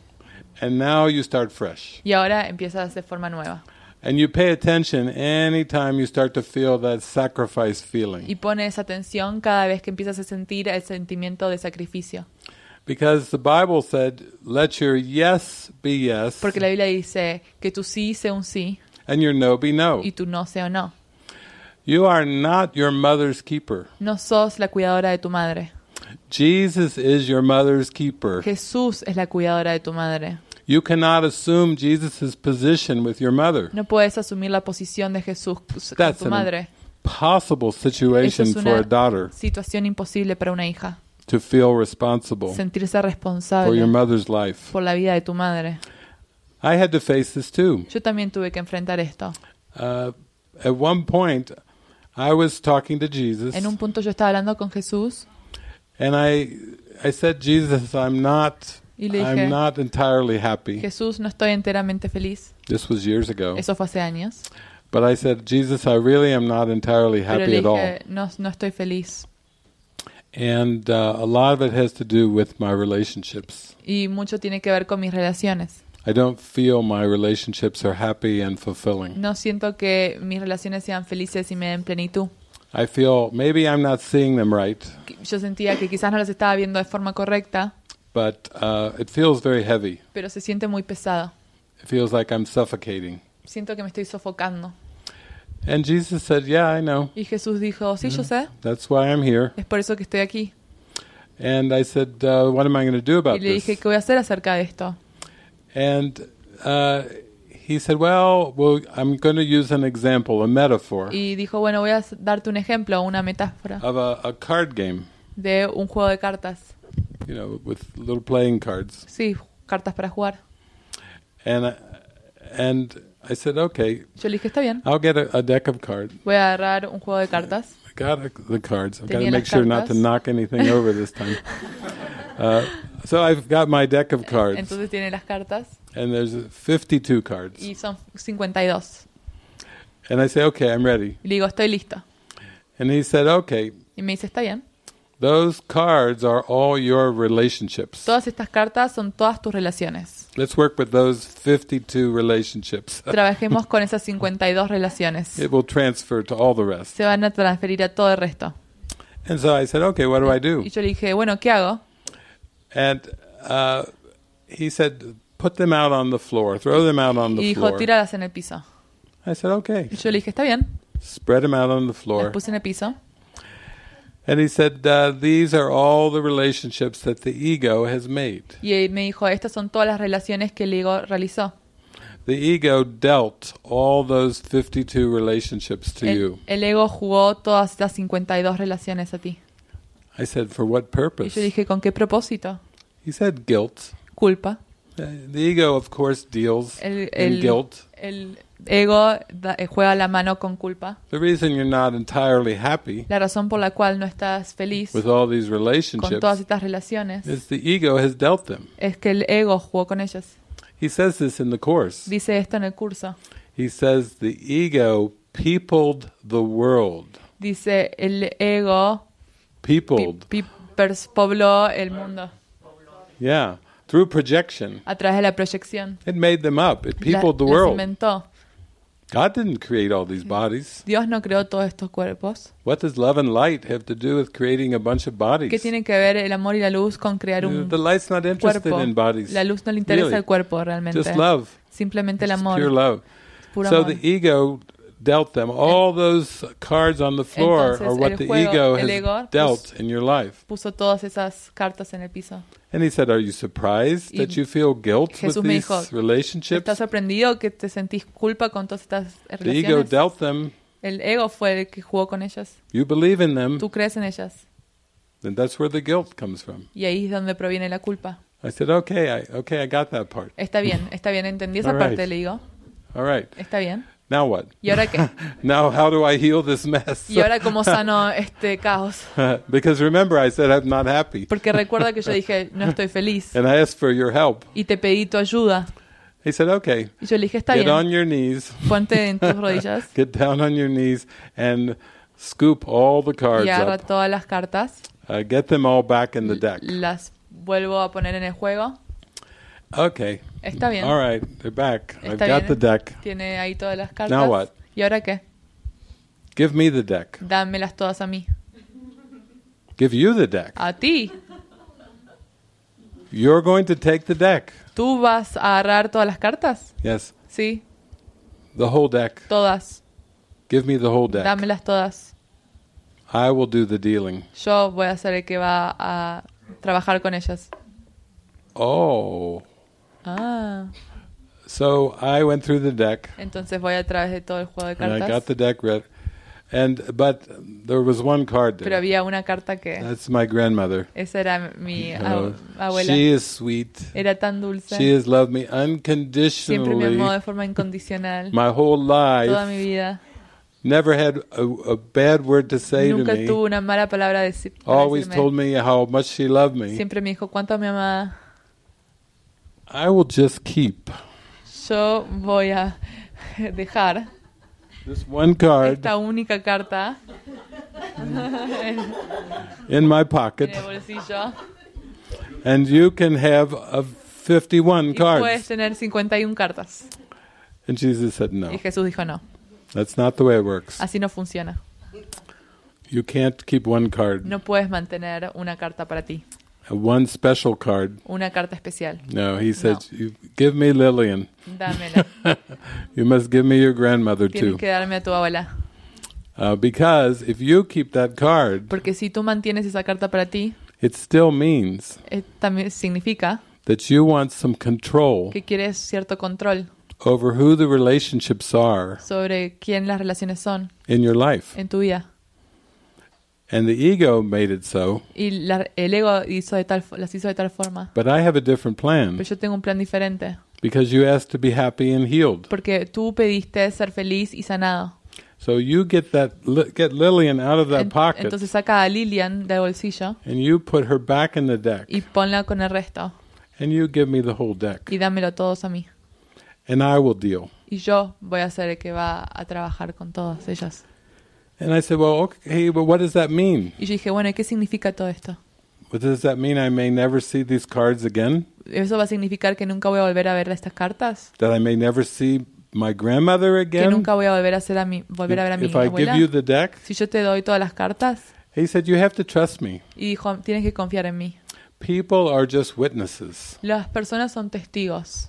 And now you start fresh.
Y ahora empiezas de forma nueva.
And you pay attention anytime you start to feel that sacrifice feeling.
Y pones atención cada vez que empiezas a sentir el sentimiento de sacrificio.
Because the Bible said, let your yes be yes
Porque la Biblia dice que tu sí sea un sí
and your no be no.
y tu no sea un no.
You are not your mother's keeper.
No sos la cuidadora de tu madre.
Jesus is your mother's keeper.
Jesús es la cuidadora de tu madre.
You cannot assume Jesus' position with your mother.
No puedes asumir la posición de Jesús con
That's
tu
an
madre.
Possible situation
Eso es
for
una-
a daughter
Situación imposible para una hija.
to feel responsible
Sentirse
for Oh. your
responsable
mother's life.
por la vida de tu madre.
I had to face this too.
Yo también tuve que enfrentar esto.
Uh, at one point, I was talking to Jesus,
En un punto yo estaba hablando con Jesús
and I, I said, "Jesus, I'm not,
y le
I'm
dije,
not entirely happy."
Jesús, no estoy enteramente feliz.
This was years ago,
Eso fue hace años.
but I said, "Jesus, I really am not entirely
Pero
happy
le
at all,"
dije, no, no estoy feliz.
and uh, a lot of it has to do with my relationships.
Y mucho tiene que ver con mis relaciones.
I don't feel my relationships are happy and fulfilling.
No siento que mis relaciones sean felices y me den plenitud.
I feel maybe I'm not seeing them right,
Qu- Yo sentía que quizás no las estaba viendo de forma correcta,
but uh, it feels very heavy.
pero se siente muy pesado.
It feels like I'm suffocating.
Siento que me estoy sofocando.
And Jesus said, "Yeah, I know.
Y Jesús dijo, sí, yo
Mm.
sé,
That's why I'm here."
es por eso que estoy aquí.
And I said, uh, "What am I going to do
Y
about
le
this?"
dije, ¿qué voy a hacer acerca de esto?
And uh, he said, "Well, well, I'm going to use an example, a metaphor
Y dijo, bueno, voy a s- darte un ejemplo, una metáfora
of a, a card game,
de un juego de cartas.
you know, with little playing cards."
Sí, cartas para jugar.
And I, and I said, "Okay,
Yo le dije, está bien,
I'll get a, a deck of cards.
voy a agarrar un juego de cartas.
I got a, the cards. I've got to
Tenía
make
las
sure not to
cartas.
knock anything over this *laughs* time." Uh, so I've got my deck of cards,
Entonces tiene las cartas
and there's 52 cards.
y son 52.
And I say, "Okay, I'm ready."
Y le digo, estoy listo.
And he said, "Okay."
Y me dice, está bien.
Those cards are all your relationships.
Todas estas cartas son todas tus relaciones.
Let's work with those 52 relationships.
Trabajemos con esas 52
*laughs*
relaciones.
It will transfer to all the rest.
Se van a transferir a todo el resto.
And so I said, okay, what do I do?
Y yo le dije, bueno, ¿qué hago?
And uh, he said, put them out on the floor, throw them out on
Y
the
dijo,
floor.
tíralas en el piso.
I said, okay,
Y yo le dije, está bien.
spread them out on the
Las
floor.
puse en el piso.
And he said, uh, these are all the relationships that the ego has made.
Y él me dijo, estas son todas las relaciones que el ego realizó.
The ego dealt all those 52 relationships to
El,
you.
el ego jugó todas estas 52 relaciones a ti.
I said, for what
Y
purpose?
yo dije, ¿con qué propósito?
He said, guilt.
Culpa.
Uh, the ego, of course, deals
El,
in guilt.
el ego da- eh, juega la mano con culpa.
The reason you're not entirely happy
La razón por la cual no estás feliz
with all these
con todas
relationships
estas relaciones
is the ego has dealt them.
es que el ego jugó con ellas.
He says this in the Course.
Dice esto en el curso.
He says the ego peopled the world.
Dice, el ego pi-
Peopled.
pi- pers- pobló el mundo
Yeah. Through projection.
a través de la proyección.
It made them up. It
La-
peopled the
las
world.
inventó.
God didn't create all these bodies.
Dios no creó todos estos cuerpos.
What does love and light have to do with creating a bunch of
¿Qué
bodies?
tiene que ver el amor y la luz con crear
Uh,
un
The light's not interested
cuerpo?
in bodies.
La luz no le interesa
Really.
el cuerpo realmente.
Just love.
Simplemente el
Just
amor.
Pure love.
puro
so
amor.
the ego dealt them. All those cards on the floor
Entonces,
are what
el
the
juego-
ego has
el ego,
dealt in your life.
Puso todas esas cartas en el piso.
And he said, Are you surprised
Y
that you feel guilt with
Jesús me
these
dijo,
relationships?
¿Estás sorprendido que te sentís culpa con todas estas
The ego
relaciones?
dealt them.
el ego fue el que jugó con ellas.
You believe in them.
Tú crees en ellas.
And that's where the guilt comes from.
Y ahí es donde proviene la culpa.
I said, Okay, I, okay, I got that part.
Está bien, está bien. Entendí esa
All
parte,
right.
le digo.
All right.
Está bien.
Now what?
*laughs* ¿Y ahora qué?
*laughs* Now how do I heal this mess?
¿Y ahora
*laughs*
cómo sano este caos?
because remember, I said I'm not happy.
Porque recuerda
*laughs*
que yo dije, no estoy feliz.
And I asked for your help.
Y te pedí tu ayuda.
He said, Okay,
Y yo le dije, está
get on
bien.
your knees.
Ponte en
*laughs*
tus rodillas.
Get down on your knees and scoop all the cards
Y agarra
up.
todas las cartas.
uh, get them all back in the deck.
Las vuelvo a poner en el juego.
Okay.
Está bien.
All right, they're back. I've
Está
got
bien.
the deck.
Tiene ahí todas las cartas.
Now what?
¿Y ahora qué?
Give me the deck.
Dámelas todas a mí.
Give you the deck.
A ti.
You're going to take the deck.
¿Tú vas a agarrar todas las cartas?
Yes,
Sí,
the whole deck.
todas.
Give me the whole deck.
Dámelas todas.
I will do the dealing.
Yo voy a ser el que va a trabajar con ellas.
Oh.
Ah,
So I went through the deck
entonces voy a través de todo el juego de
and I got
cartas.
the deck read. And but there was one card
Pero
there.
había una carta que...
That's my grandmother.
Esa era mi
You
ab-
know,
abuela.
she is sweet.
Era tan
She
dulce.
has loved me
Siempre me amó de
unconditionally
forma
*laughs*
incondicional.
my whole
Toda
life.
mi vida.
Never had a, a bad word to say to
Nunca
me.
tuvo una mala palabra de decir. para
Always
decirme.
told me how much she loved me.
Siempre me dijo cuánto me amaba.
I will just keep
Yo voy a *laughs* dejar
this one card
esta única
*laughs*
carta
in my
en
pocket,
el bolsillo.
and you can have a 51
Y puedes
cards.
tener 51 cartas.
And Jesus said, No,
Y Jesús dijo no.
that's not the way it works.
Así no funciona.
You can't keep one card,
No puedes mantener una carta para ti.
one special card.
Una carta especial.
No, he said, you, Give me Lillian. *laughs*
Dámela.
You must give me your grandmother
Tienes
too.
que darme a tu abuela.
Uh, because if you keep that card,
Porque si tú mantienes esa carta para ti,
it still means
eh, también significa
that you want some control
que quieres cierto control
over who the relationships are
sobre quién las relaciones son
in your life.
en tu vida.
And the ego made it so,
Y la- el ego hizo de tal, fo- las hizo de tal forma.
but I have a different
Pero
plan
yo tengo un plan diferente.
because you asked to be happy and healed.
Porque tú pediste ser feliz y sanado.
So you get that li- get Lillian out of that
En-
pocket
entonces saca a Lilian del bolsillo
and you put her back in the deck
y ponla con el resto.
and you give me the whole deck
Y dámelo todos a mí.
and I will deal.
Y yo voy a ser el que va a trabajar con todas ellas.
And I said, "Well, okay, but what does that mean?
Y yo dije, bueno, ¿y qué significa todo esto?
What does that mean I may never see these cards again?
¿Eso va a significar que nunca voy a volver a ver estas cartas?
That I may never see my grandmother
¿Que
again?"
nunca voy a volver a, hacer a mi, volver a ver a mi
if I give
abuela?
you the deck,
Si yo te doy todas las cartas
he said, "You have to trust me.
y dijo, tienes que confiar en mí.
People are just witnesses."
Las personas son testigos.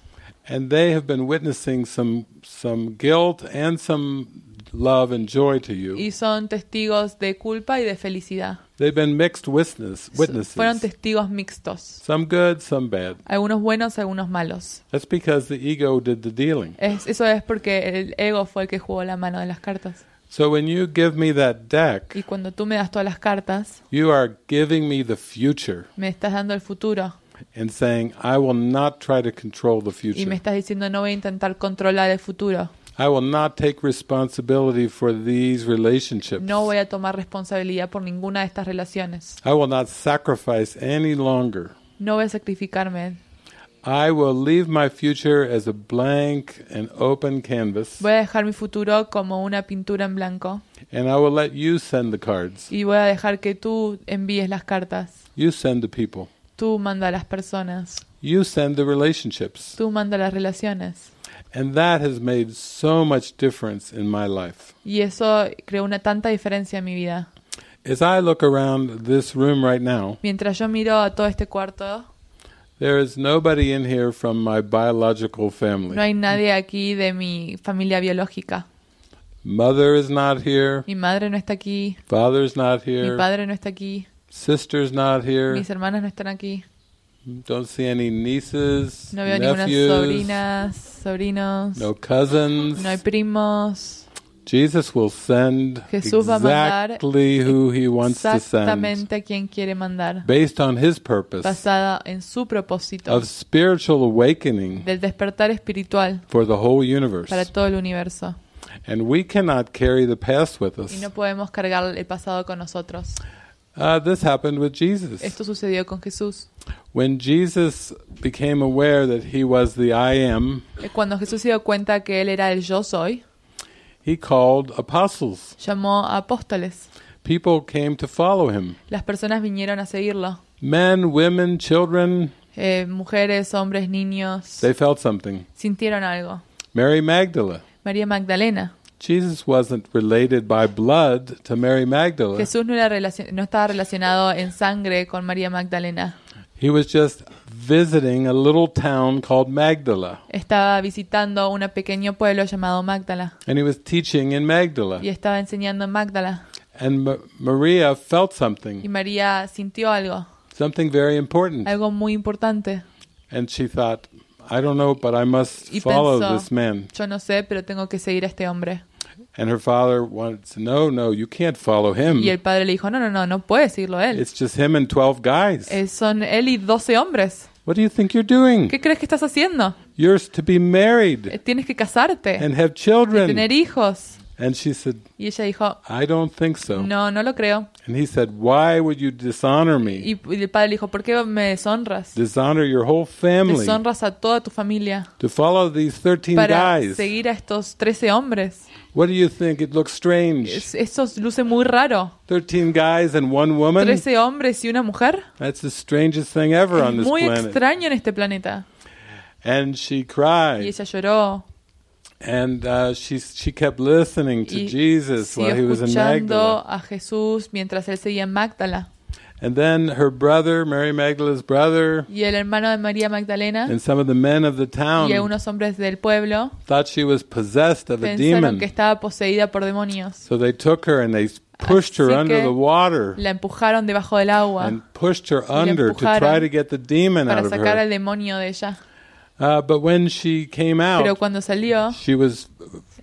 and they have been witnessing some some guilt and some love and joy to you.
y son testigos de culpa y de felicidad.
They've been mixed witness
Fueron
witnesses.
testigos mixtos,
Some good, some bad.
algunos buenos, algunos malos.
That's because the ego did the dealing.
Es- eso es porque el ego fue el que jugó la mano de las cartas.
So when you give me that deck,
Y cuando tú me das todas las cartas,
you are giving me the future
me estás dando el futuro
and saying, I will not try to control the
y me
future.
estás diciendo no voy a intentar controlar el futuro,
I will not take responsibility for these relationships.
no voy a tomar responsabilidad por ninguna de estas relaciones,
I will not sacrifice any longer.
no voy a sacrificarme,
I will leave my future as a blank and open canvas.
voy a dejar mi futuro como una pintura en blanco
And I will let you send the cards.
y voy a dejar que tú envíes las cartas,
You send the people.
tú manda a las personas,
You send the relationships.
tú manda las relaciones.
And that has made so much difference in my life.
Y eso creó una tanta diferencia en mi vida.
As I look around this room right now,
Mientras yo miro a todo este cuarto,
there is nobody in here from my biological
no
family.
hay nadie aquí de mi familia biológica.
Mother is not here.
Mi madre no está aquí,
Father's not
mi
here.
padre no está aquí,
Sister's not here.
mis hermanas no están aquí,
Don't see any nieces,
no veo ninguna
nephews,
sobrinas, sobrinos,
no cousins.
no hay primos.
Jesus will send
Jesús va a mandar
exactly who he wants to send
Exactamente a quien quiere mandar,
based on his purpose.
basada en su propósito
of spiritual awakening
del despertar espiritual
for the whole universe.
para todo el universo.
And we cannot carry the past with
Y
us.
no podemos cargar el pasado con nosotros.
Uh, this happened with Jesus.
Esto sucedió con Jesús.
When Jesus became aware that he was the I am,
Eh, Cuando Jesús se dio cuenta que él era el yo soy,
he called apostles
llamó a apóstoles
people came to follow him.
Las personas vinieron a seguirlo.
Men, women, children,
Eh, mujeres, hombres, niños,
they felt something.
sintieron algo.
Mary Magdalene.
María Magdalena.
Jesus wasn't related by blood to Mary Magdalene.
Jesús no, era relacion- no estaba relacionado en sangre con María Magdalena.
He was just visiting a little town called Magdala,
Estaba visitando un pequeño pueblo llamado Magdala
and he was teaching in
y
Magdala.
estaba enseñando en Magdala.
And Ma- Maria felt
Y
something,
María sintió algo,
something very important,
algo muy importante.
and she thought, "I don't know, but I must
Y
follow
pensó.
this man."
Yo no sé, pero tengo que seguir a este hombre.
And her father wanted to, "No, no, you can't follow him.
Y el padre le dijo, no, no, no, no puedes seguirlo a él.
It's just him and twelve guys.
Eh, son él y 12 hombres.
What do you think you're doing?
¿Qué crees que estás haciendo?
You're to be
Eh,
married
Tienes que casarte,
and have
y
children."
tener hijos.
And she said,
Y ella dijo,
"I don't think so."
no, no lo creo.
And he said, Why would you dishonor me?
Y y el padre le dijo, ¿por qué me deshonras?
Dishonor your whole family
Deshonras a toda tu familia
to follow these 13
para
guys.
seguir a estos 13 hombres.
What do you think? It looks strange.
Es- Eso luce muy raro.
13 guys and one woman?
13 hombres y una mujer.
That's the strangest thing ever on this
Muy
planet.
extraño en este planeta.
And she
Y
cried.
ella lloró
And uh, she, she kept listening to
y
Jesus while he
siguió
was in Magdala.
escuchando a Jesús mientras él seguía en Magdala.
And then her brother, Mary Magdala's brother,
Y el hermano de María Magdalena
and some of the men of the
y
town
algunos hombres del pueblo
thought she was possessed of a
pensaron
demon.
que estaba poseída por demonios.
So they took her and they pushed her
Así
under
que
the water.
La empujaron debajo del agua
and pushed her under to
empujaron
try to get the demon
para
out of
sacar al
her.
demonio de ella.
Uh, but when she came
Pero Eh,
out,
cuando salió,
she was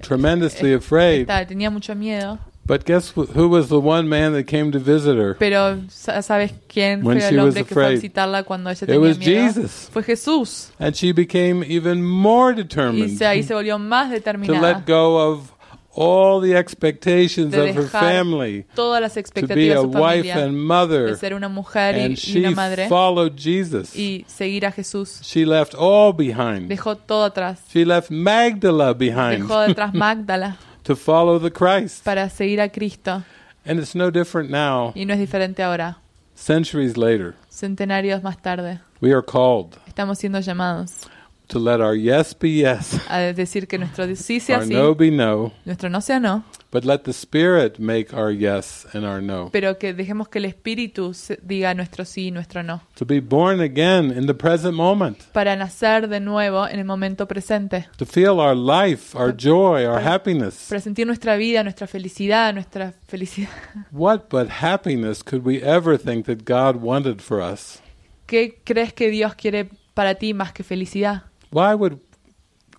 tremendously afraid.
estaba- tenía mucho miedo.
But guess wh- who was the one man that came to visit her?
Pero sa- sabes quién
When
fue
she
el
was
hombre que fue a
afraid.
visitarla cuando ella
It was
tenía miedo.
Jesus.
Fue Jesús.
And she became even more
Y
determined
se, ahí se volvió más
to
determinada
let go of all the expectations
de
of her
dejar
family,
todas las
to be
expectativas
a
de su
wife
familia,
and
de
mother.
ser una mujer y,
And
y
she
una madre,
followed Jesus.
y seguir a Jesús.
She left all behind.
Dejó todo atrás.
She left Magdala behind
Dejó
*laughs*
detrás Magdala
to follow the Christ.
para seguir a Cristo.
And it's no different now,
Y no es diferente ahora,
centuries later.
centenarios más tarde.
We are called
Estamos siendo llamados
to let our yes be yes,
a decir que nuestro sí sea
our
sí,
no be no,
nuestro no sea no,
but let the Spirit make our yes and our no.
pero que dejemos que el Espíritu se- diga nuestro sí y nuestro no.
To be born again in the present moment,
para nacer de nuevo en el momento presente,
to feel our life, our joy, our happiness.
para sentir nuestra vida, nuestra felicidad, nuestra felicidad. *laughs*
What but happiness could we ever think that God wanted for us?
¿Qué crees que Dios quiere para ti más que felicidad?
Why would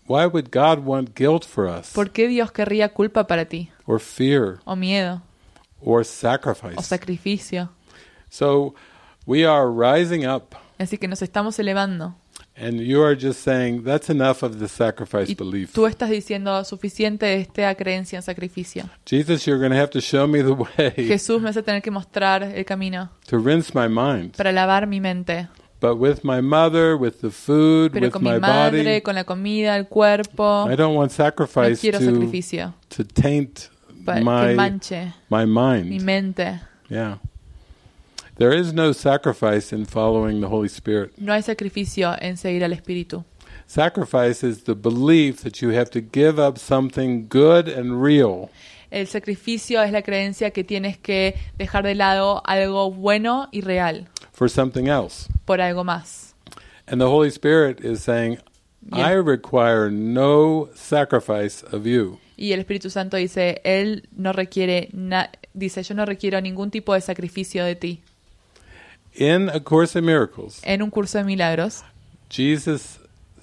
why would God want guilt for us
¿Por qué Dios querría culpa para ti?
or fear
¿O miedo?
or
¿O
sacrifice?
sacrificio?
So we are rising up
Así que nos estamos elevando.
And you are just saying that's enough of the sacrifice
Y
belief.
tú estás diciendo suficiente de esta creencia en sacrificio.
Jesus, you're going to have to show me the *laughs* way
Jesús me vas a tener que mostrar el camino
to rinse my mind.
para lavar mi mente.
But with my mother, with the food,
Pero
with
con mi
my
madre,
body,
con la comida, el cuerpo,
I don't want
no
sacrifice
quiero
to,
sacrificio.
to taint
Para que
my
manche
my
mi
mind.
mente.
Yeah. There is no sacrifice in following the Holy Spirit.
No hay sacrificio en seguir al Espíritu.
Sacrifice is the belief that you have to give up something good and real
El sacrificio es la creencia que tienes que dejar de lado algo bueno y real
for something else.
por algo más.
And the Holy Spirit is saying,
Yeah.
I require no sacrifice of you.
Y el Espíritu Santo dice, Él no requiere, na- dice, yo no requiero ningún tipo de sacrificio de ti.
In A Course in Miracles,
En un curso de milagros,
Jesus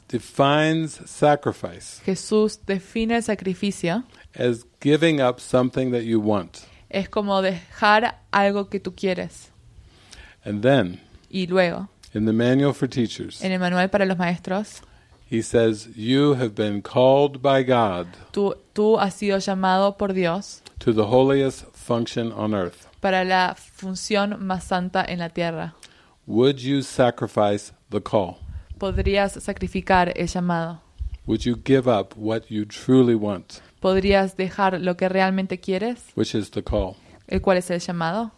defines sacrifice
Jesús define el sacrificio.
as giving up something that you want.
Es como dejar algo que tú quieres.
And then,
Y luego,
in the Manual for Teachers,
en el manual para los maestros,
he says, You have been called by God
tú, tú has sido llamado por Dios
to the holiest function on earth.
para la función más santa en la tierra.
Would you sacrifice the call?
podrías sacrificar el llamado,
Would you give up what you truly want,
podrías dejar lo que realmente quieres,
which is the call?
el cual es el llamado.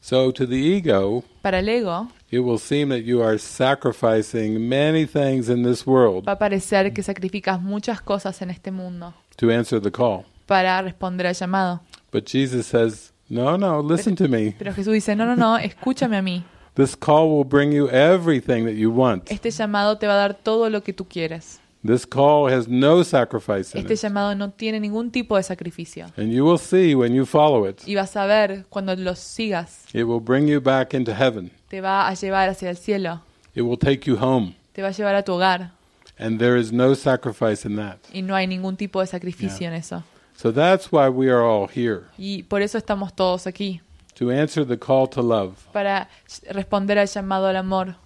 So to the ego,
Para el ego
it will seem that you are sacrificing many things in this world
va a parecer que sacrificas muchas cosas en este mundo
to answer the call.
para responder al llamado.
But Jesus says, "No, no, listen to me.
Pero Jesús dice, no, no, no, escúchame a mí.
This call will bring you everything that you want.
Este llamado te va a dar todo lo que tú quieres.
This call has no sacrifice in
Este
it."
llamado no tiene ningún tipo de sacrificio.
And you will see when you follow it.
Y vas a ver cuando los sigas,
It will bring you back into heaven.
te va a llevar hacia el cielo,
It will take you home.
te va a llevar a tu hogar.
And there is no sacrifice in that.
Y no hay ningún tipo de sacrificio en eso.
So that's why we are all here
Y por eso estamos todos aquí,
to answer the call to love
para responder al llamado al amor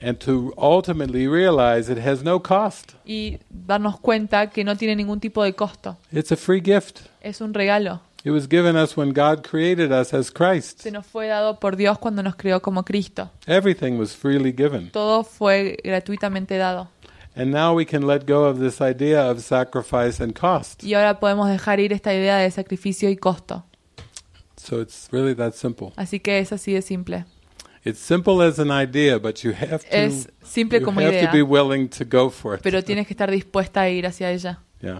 and to ultimately realize it has no cost.
y darnos cuenta que no tiene ningún tipo de costo.
It's a free gift.
Es un regalo.
It was given us when God created us as Christ.
Se nos fue dado por Dios cuando nos creó como Cristo.
Everything was freely given.
Todo fue gratuitamente dado.
And now we can let go of this idea of sacrifice and cost.
Y ahora podemos dejar ir esta idea de sacrificio y costo.
So it's really that simple.
Así que es así de simple.
It's simple as an idea, but you have to,
Es simple
you
como
have to
idea.
be willing to go for it.
Pero tienes que estar dispuesta a ir hacia ella. *laughs*
Yeah.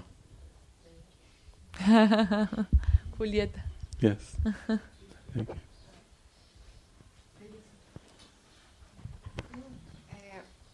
Julieta. *laughs*
Yes.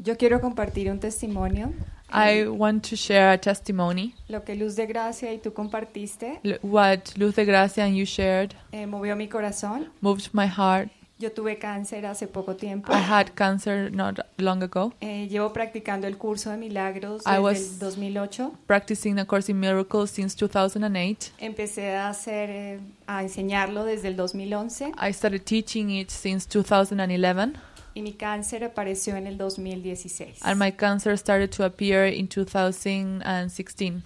Yo quiero compartir un testimonio,
I want to share a testimony.
lo que Luz de Gracia y tú compartiste
L- What Luz de Gracia and you shared
eh, movió mi corazón.
moved my heart.
Yo tuve cáncer hace poco tiempo.
I had cancer not long ago.
Eh, llevo practicando el curso de milagros
I
desde
was-
el 2008.
Practicing a course in miracles since 2008.
Empecé a hacer, eh, a enseñarlo desde el 2011
I started teaching it since 2011
y mi cáncer apareció en el 2016.
and my cancer started to appear in 2016.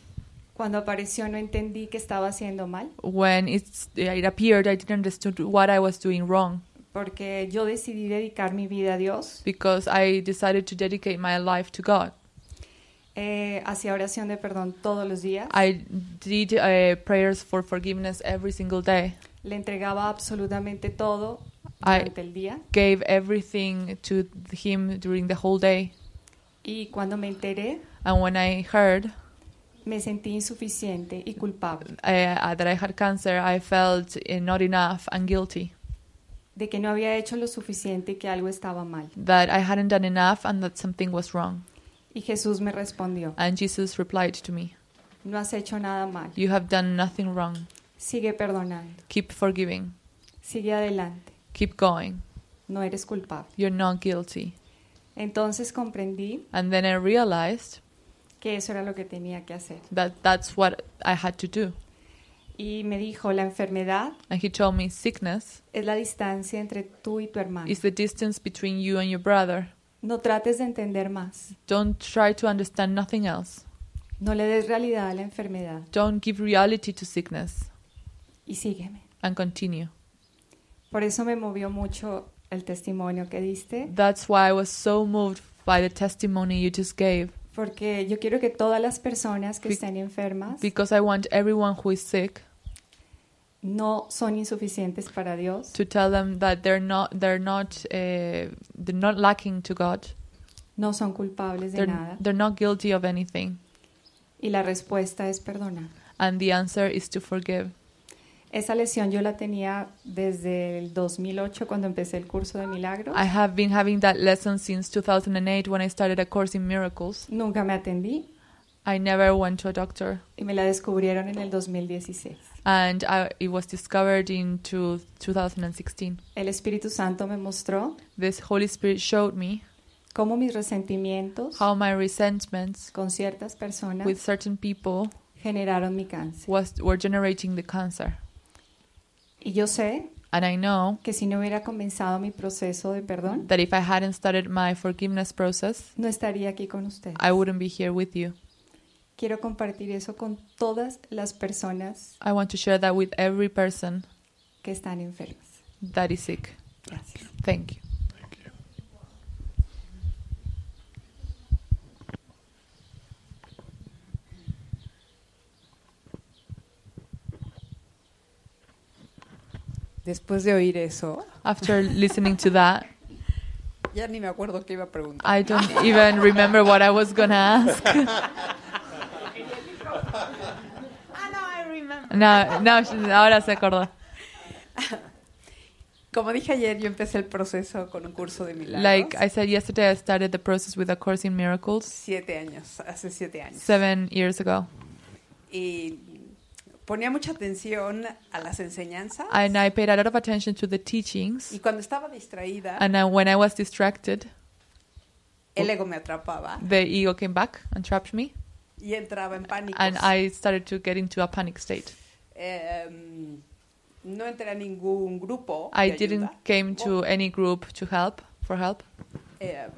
Cuando apareció no entendí que estaba haciendo mal
When it's, it appeared, I didn't understand what I was doing wrong
porque yo decidí dedicar mi vida a Dios
because I decided to dedicate my life to God.
eh, hacía oración de perdón todos los días.
I did uh, prayers for forgiveness every single day.
Le entregaba absolutamente todo
I-
durante el día.
Gave everything to Him during the whole day.
Y cuando me enteré,
And when I heard
me sentí insuficiente y culpable
uh, that I had cancer, I felt uh, not enough and guilty.
de que no había hecho lo suficiente y que algo estaba mal.
That I hadn't done enough and that something was wrong.
Y Jesús me respondió,
And Jesus replied to me,
no has hecho nada mal,
You have done nothing wrong.
sigue perdonando,
Keep forgiving.
sigue adelante,
Keep going.
no eres culpable.
You're not guilty.
Entonces comprendí
And then I realized
que eso era lo que tenía que hacer.
that that's what I had to do.
Y me dijo, la enfermedad
And he told me sickness
es la distancia entre tú y tu hermano.
is the distance between you and your brother.
No trates de entender más,
Don't try to understand nothing else.
no le des realidad a la enfermedad
Don't give reality to sickness
y sígueme.
and continue.
Por eso me movió mucho el testimonio que diste.
That's why I was so moved by the testimony you just gave
Porque yo quiero que todas las personas que
Be-
estén enfermas
because I want everyone who is sick
no son insuficientes para Dios,
to tell them that they're not they're not uh, they're not lacking to God.
no son culpables de
They're,
nada.
they're not guilty of anything.
Y la respuesta es perdonar.
And the answer is to forgive.
Esa lesión yo la tenía desde el 2008 cuando empecé el curso de milagros.
I have been having that lesson since 2008 when I started a course in miracles.
Nunca me atendí
I never went to a doctor
y me la descubrieron en el 2016.
and I, it was discovered in two, 2016.
El Espíritu Santo me mostró
This Holy Spirit showed me
cómo mis resentimientos
how my resentments
con ciertas personas
with certain people
generaron mi cáncer.
was were generating the cancer.
Y yo sé
And I know
que si no hubiera comenzado mi proceso de perdón,
that if I hadn't started my forgiveness process,
no estaría aquí con ustedes.
I wouldn't be here with you.
Quiero compartir eso con todas las personas
I want to share that with every person
que están enfermas.
that is sick.
Gracias.
Thank you.
Después de oír eso,
After listening to that,
ya ni me acuerdo qué iba a preguntar.
I don't even remember what I was going to ask. *laughs* No, no, she- ahora se acordó.
*laughs* Como dije ayer, yo empecé el proceso con un curso de milagros.
Like I said yesterday, I started the process with A Course in Miracles
siete años, hace siete años.
seven years ago.
Y ponía mucha atención a las enseñanzas.
And I paid a lot of attention to the teachings.
Y cuando estaba distraída,
And I, when I was distracted,
el ego me atrapaba
the ego came back and trapped me.
y entraba en pánico.
And I started to get into a panic state.
Em, no entré a ningún grupo.
I
de ayuda.
didn't came to any group to help, for help,
Em,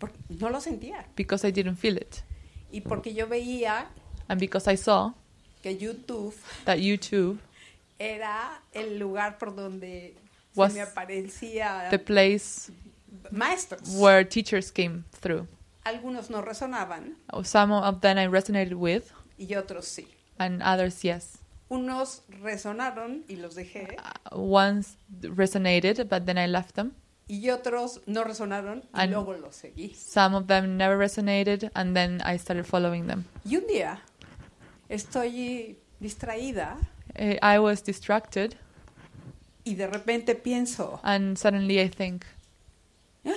por- no lo sentía.
because I didn't feel it.
Y porque yo veía
And because I saw
que YouTube
that YouTube
era el lugar por donde
Was
se me aparecía
the place
Ah. maestros.
where teachers came through.
Algunos no resonaban
Some of them I resonated with,
y otros sí.
and others yes.
Unos resonaron y los dejé
Ones resonated, but then I left them.
y otros no resonaron y
And-
luego los seguí.
Some of them never resonated, and then I started following them.
Y un día estoy distraída
Eh, I was distracted,
y de repente pienso,
and suddenly I think,
"Ah,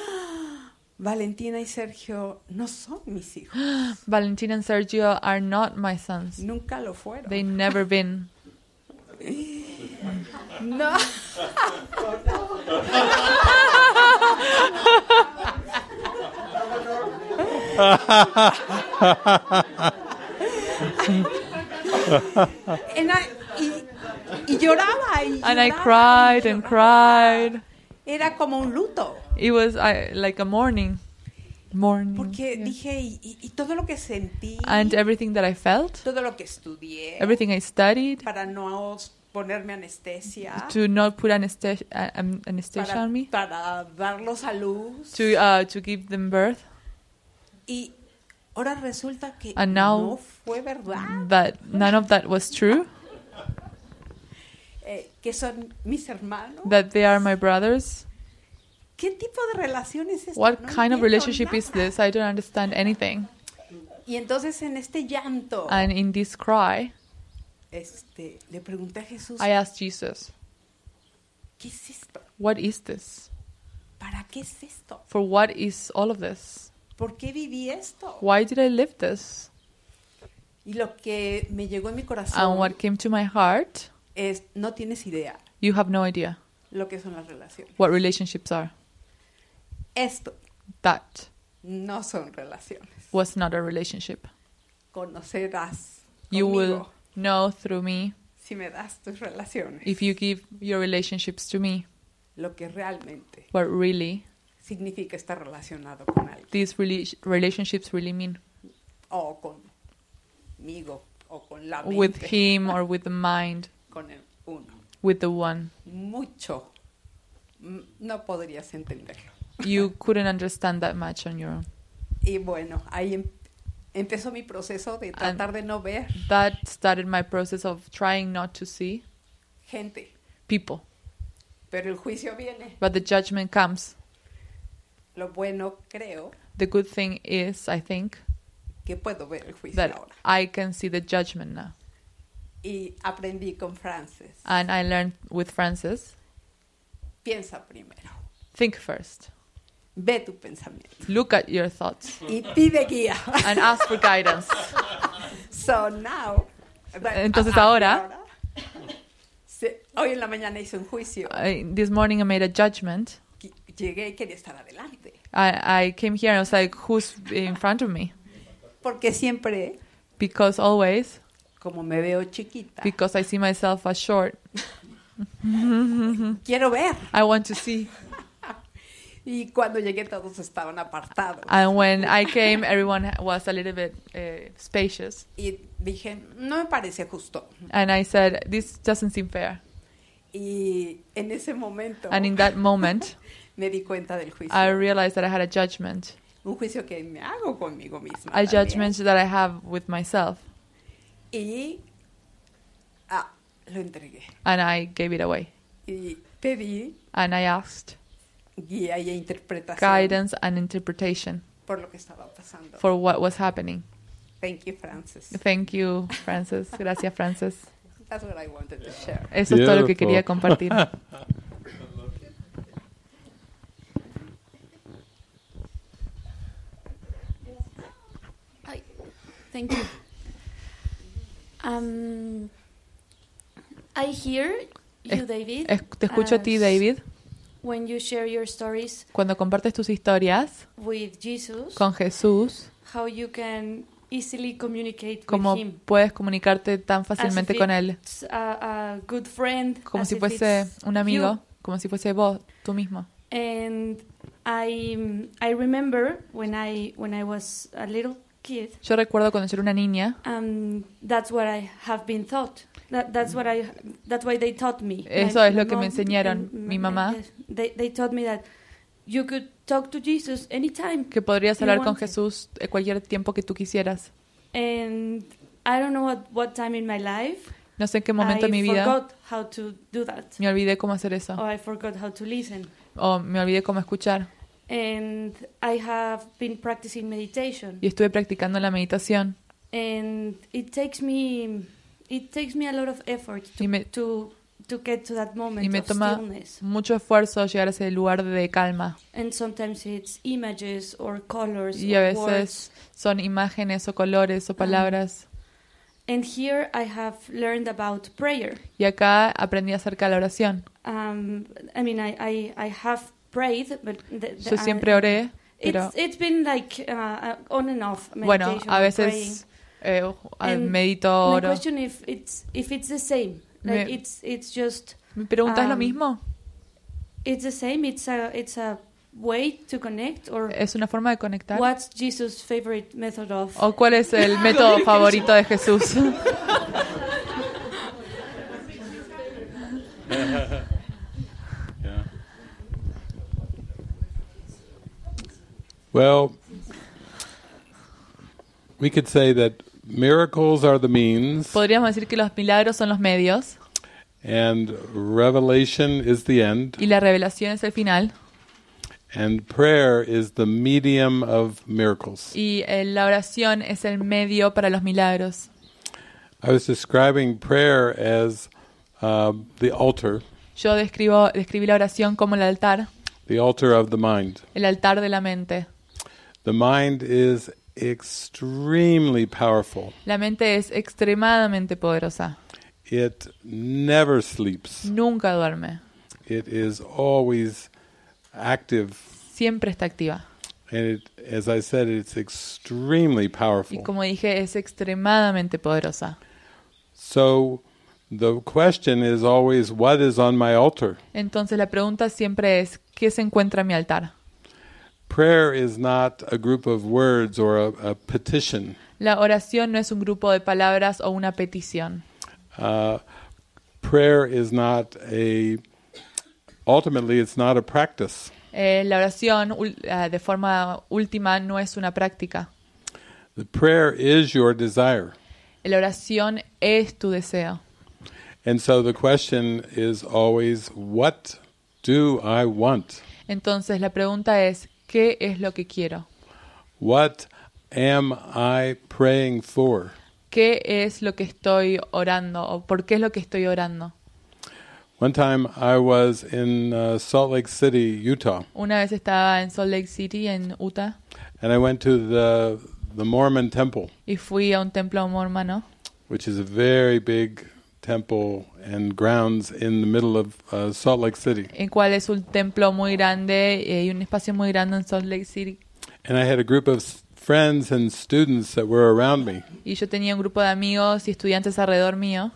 Valentina y Sergio no son mis hijos,
*gasps* Valentina and Sergio are not my sons.
nunca lo fueron.
They never been.
*laughs* No. And I- y, y lloraba y
And I
lloraba.
cried and cried.
Era como un luto,
It was I, like a mourning, mourning,
porque dije, y, y- y todo lo que sentí,
and everything that I felt,
todo lo que estudié,
everything I studied
para no ponerme anestesia,
to not put anesthesia, uh, um, anesthesia
para,
on me,
para darlos a luz,
to uh, to give them birth,
y ahora resulta que
And now-
no fue verdad,
but none of that was true.
eh, que son mis hermanos.
That they are my brothers.
¿Qué tipo de relación es esta?
What
No
kind of
entiendo
relationship
nada.
is this? I don't understand anything.
Y entonces en este llanto,
And in this cry,
este, le pregunté a Jesús,
I asked Jesus,
¿qué es esto?
"What is this?
¿Para qué es esto?
For what is all of this?
¿Por qué viví esto?
Why did I live this?"
Y lo que me llegó en mi
And
corazón
what came to my heart,
es, no tienes idea
you have no idea
lo que son las relaciones.
what relationships are.
Esto
That
no son relaciones.
was not a relationship.
Conocerás
You
conmigo
will know through me
si me das tus relaciones
if you give your relationships to me
lo que realmente
what really
significa estar relacionado con alguien
these rela- relationships really mean
o conmigo o con la mente,
with him or with the mind,
con el uno.
with the one.
Mucho mm, no podrías entenderlo.
You couldn't understand that much on your own.
Y bueno, ahí em- empezó mi proceso de tratar de no ver
That started my process of trying not to see
gente,
people.
pero el juicio viene.
But the judgment comes.
Lo bueno creo
The good thing is, I think,
que puedo ver el juicio
that
ahora.
I can see the judgment now.
Y aprendí con Frances.
And I learned with Francis
Piensa primero.
think first,
Ve tu pensamiento
look at your thoughts,
y pide guía.
and ask for guidance.
*laughs* So now, bueno,
Entonces
a- a-
ahora,
se- hoy en la mañana hice un juicio.
I, this morning I made a judgment.
Qui- Llegué y quería estar adelante.
I, I came here and I was like, who's in front of me?
Porque siempre,
Because always,
como me veo chiquita,
because I see myself as short,
*laughs* quiero ver.
I want to see.
Y cuando llegué todos estaban apartados.
And when I came, everyone was a little bit uh, spacious.
Y dije, no me parece justo.
And I said, this doesn't seem fair.
Y en ese momento
And in that
*laughs*
moment,
me di cuenta del juicio.
I realized that I had a judgment.
un juicio que me hago conmigo misma.
A
también.
judgment that I have with myself.
Y ah, lo entregué.
And I gave it away.
Y pedí
and I asked
guía y interpretación
guidance and interpretation
por lo que estaba pasando.
for what was happening.
Thank you, Francis.
Thank you, Francis. Gracias, Francis.
That's what I wanted to share.
Eso es todo lo que quería compartir.
Thank you. Um, I hear you,
Es-
David.
es- Eh, te escucho a ti,
as
David,
When you share your stories
cuando compartes tus historias
with Jesus,
con Jesús,
how you can easily communicate
cómo
with him.
puedes comunicarte tan
as
fácilmente
if
con Él,
it's A, a good friend,
como
as
si
if
fuese
it's
un
you.
amigo, como si fuese vos, tú mismo.
And I, I remember when I, when I was a little kid,
Yo recuerdo cuando yo era una niña,
um, that's what I have been taught. That, that's what I. That's why they taught me.
Eso es lo que me enseñaron, mi mamá.
yes, They, they taught me that you could talk to Jesus anytime.
que podrías
you
hablar con
want.
Jesús en cualquier tiempo que tú quisieras.
And I don't know what, what time in my life.
No sé en qué momento
I
de mi vida
forgot how to do that.
me olvidé cómo hacer
Or
Oh.
eso,
I forgot how to listen.
o me olvidé cómo escuchar.
And I have been practicing meditation.
Y estuve practicando la meditación
And it takes me. It takes me a lot of effort to to, to get to that moment
y me
of
toma
stillness.
mucho esfuerzo llegar a ese lugar de calma.
And sometimes it's images or colors
Y a
or words. Ah.
veces son imágenes o colores o palabras.
And here I have learned about prayer.
Y acá aprendí acerca de la oración.
Um, I mean, I, I, I have prayed, but the,
Yo siempre oré, pero-
It's, it's been like uh, uh, on and off.
Bueno,
meditation
a
and
veces eh,
praying.
al-
And
medito,
My
oro.
question if it's if it's the same.
Me-
Like it's it's just.
¿Me preguntas lo
um,
mismo?
It's the same. It's a it's a way to connect or.
¿Es una forma de conectar?
What's Jesus' favorite method of?
¿O cuál es
*laughs*
el método favorito de Jesús? *laughs*
Well, we could say that miracles are the means
Podríamos decir que los milagros son los medios
and revelation is the end
y la revelación es el final
and prayer is the medium of miracles.
y eh, la oración es el medio para los milagros.
I was describing prayer as uh, the altar,
Yo describo, describí la oración como el altar,
the altar of the mind.
el altar de la mente.
The mind is extremely powerful.
La mente es extremadamente poderosa.
It never sleeps.
Nunca duerme.
It is always active,
Siempre está activa.
and it, as I said, it's extremely
Y
powerful.
como dije, es extremadamente poderosa.
So, the question is always, what is on my altar?
Entonces la pregunta siempre es, ¿qué se encuentra en mi altar?
Prayer is not a group of words or a, a petition.
La oración no es un grupo de palabras o una petición.
Uh, prayer is not a. Ultimately, it's not a practice.
Eh, la oración ul- ah, de forma última no es una práctica.
The prayer is your desire,
La oración es tu deseo.
and so the question is always, what do I want?
Entonces la pregunta es, ¿qué es lo que quiero?
What am I praying for?
¿Qué es lo que estoy orando? ¿O por qué es lo que estoy orando?
One time I was in uh, Salt Lake City, Utah,
Una vez estaba en Salt Lake City, en Utah,
and I went to the the Mormon temple,
y fui a un templo mormano,
which is a very big temple and grounds in the middle of uh, Salt Lake City.
en cual es un templo muy grande eh, y un espacio muy grande en Salt Lake City.
And I had a group of s- friends and students that were around me.
Y yo tenía un grupo de amigos y estudiantes alrededor mío.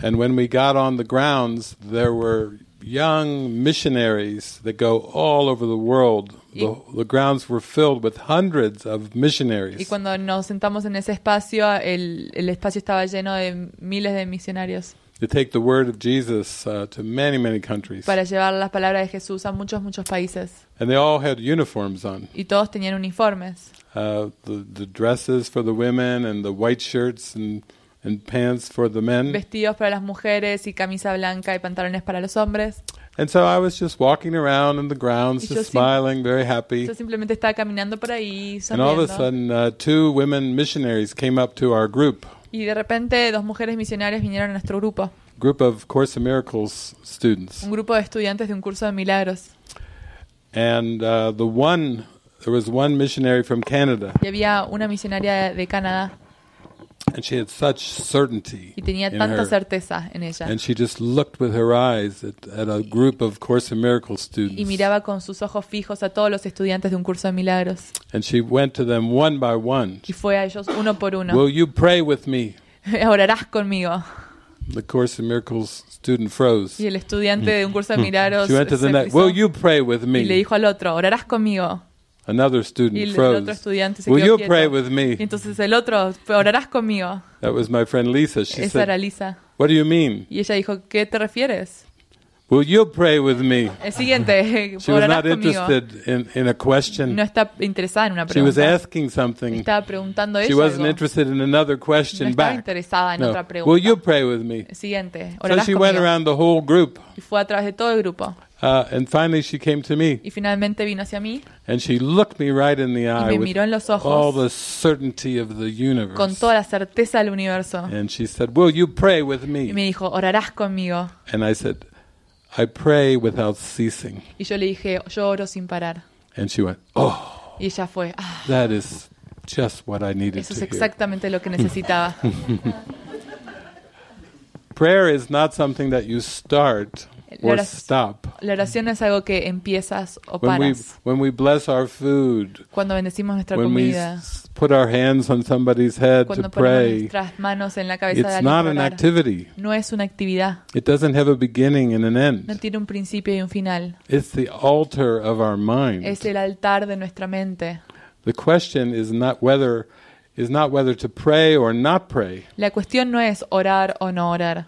And when we got on the grounds, there were young missionaries that go all over the world. The, the grounds were filled with hundreds of missionaries.
Y cuando nos sentamos en ese espacio, el, el espacio estaba lleno de miles de misionarios
to take the word of Jesus uh, to many, many countries.
para llevar las palabras de Jesús a muchos, muchos países.
and they all had uniforms on
Y todos tenían uniformes.
uh, the, the dresses for the women and the white shirts and, and pants for the men.
Vestidos para las mujeres y camisa blanca y pantalones para los hombres.
And so I was just walking around in the grounds,
Y yo
just
sim-
smiling, very happy.
Yo simplemente estaba caminando por ahí,
And all of a
sonriendo.
sudden, uh, two women missionaries came up to our group,
Y de repente dos mujeres misionarias vinieron a nuestro grupo,
group of Course in Miracles students.
un grupo de estudiantes de un curso de milagros.
And uh, the one, there was one missionary from Canada,
Y había una misionaria de Canadá
and she had such certainty.
y tenía
in
tanta
her.
certeza en ella.
And she just looked with her eyes at, at a group of Course in Miracles
Y
students.
miraba con sus ojos fijos a todos los estudiantes de un curso de milagros.
And she went to them one by one.
Y fue a ellos uno por uno.
Will you pray with me?
*laughs* Orarás conmigo.
The Course in Miracles student froze. Hmm.
Y el estudiante de un curso de milagros
She went to the
se
next.
frizó.
Will you pray with
y le
me?
dijo al otro, orarás conmigo.
Another
Y el
student
el otro
froze.
estudiante se
Will
quedó
you
quieto.
pray with
Y
me?
entonces el otro, orarás conmigo.
That was my friend Lisa. She
Esa era
said,
Lisa.
What do you mean?
Y ella dijo, ¿qué te refieres?
Will you pray with me?
El siguiente,
*laughs* She was
orarás
not
conmigo.
interested in, in a
No
question.
está interesada en una
She was
pregunta.
asking something.
Estaba preguntando
She
ella
wasn't
algo.
interested in another
No
question
estaba
back.
interesada en
No.
otra pregunta.
Will you pray with me?
El siguiente,
So
orarás
she went
conmigo.
around the whole group,
Y fue a través de todo el grupo.
uh, and finally she came to me,
Y finalmente vino hacia mí
and she looked me right in the eye
me
with
miró en los ojos.
all the certainty of the universe.
con toda la certeza del universo.
And she said, "Will you pray with
Y
me?"
me dijo, orarás conmigo.
And I said, "I pray without ceasing."
Y yo le dije, yo oro sin parar.
And she went, "Oh,
Y ella fue, ah,
that is just what I needed
eso
to
es
hear."
exactamente lo que necesitaba.
*laughs* Prayer is not something that you start
La
or
orac-
stop.
La oración no es algo que empiezas o
When we
paras.
when we bless our food,
Cuando bendecimos nuestra
when we
comida,
s- put our hands on somebody's head to
cuando ponemos
pray,
nuestras manos en la cabeza de
it's
alguien
not
para
an
orar,
activity.
no es una actividad.
It doesn't have a beginning and an end.
No tiene un principio y un final.
It's the altar of our mind.
Es el altar de nuestra mente.
The question is not whether is not whether to pray or not pray,
La cuestión no es orar o no orar,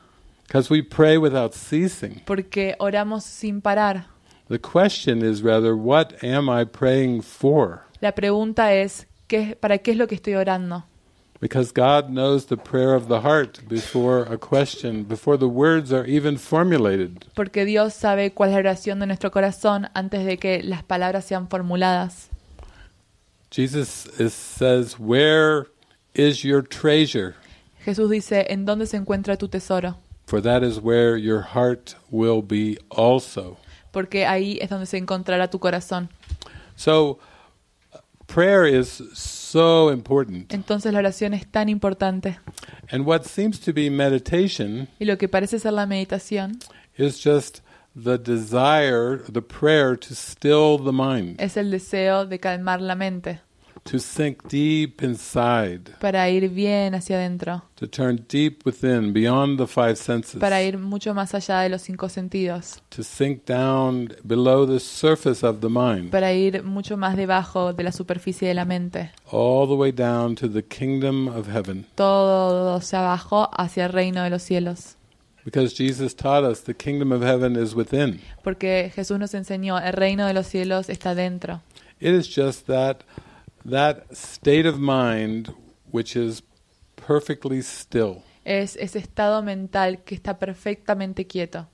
because we pray without ceasing.
porque oramos sin parar.
The question is rather, what am I praying for?
La pregunta es, ¿qué, ¿para qué es lo que estoy orando?
Because God knows the prayer of the heart before a question, before the words are even formulated.
Porque Dios sabe cuál es la oración de nuestro corazón antes de que las palabras sean formuladas.
Jesus is, says, "Where is your treasure?
Jesús dice, ¿en dónde se encuentra tu tesoro?
For that is where your heart will be also."
Porque ahí es donde se encontrará tu corazón.
So, prayer is so important.
Entonces la oración es tan importante.
And what seems to be meditation
Y lo que parece ser la meditación
is just the desire, the prayer to still the mind,
es el deseo de calmar la mente
to sink deep inside,
para ir bien hacia adentro,
to turn deep within, beyond the five senses,
para ir mucho más allá de los cinco sentidos,
to sink down below the surface of the mind,
para ir mucho más debajo de la superficie de la mente.
all the way down to the kingdom of heaven.
Todo hacia abajo, hacia el reino de los cielos.
Because Jesus taught us the kingdom of heaven is within.
Porque Jesús nos enseñó, el reino de los cielos está dentro.
It is just that that state of mind which is perfectly still.
Es ese estado mental que está perfectamente quieto.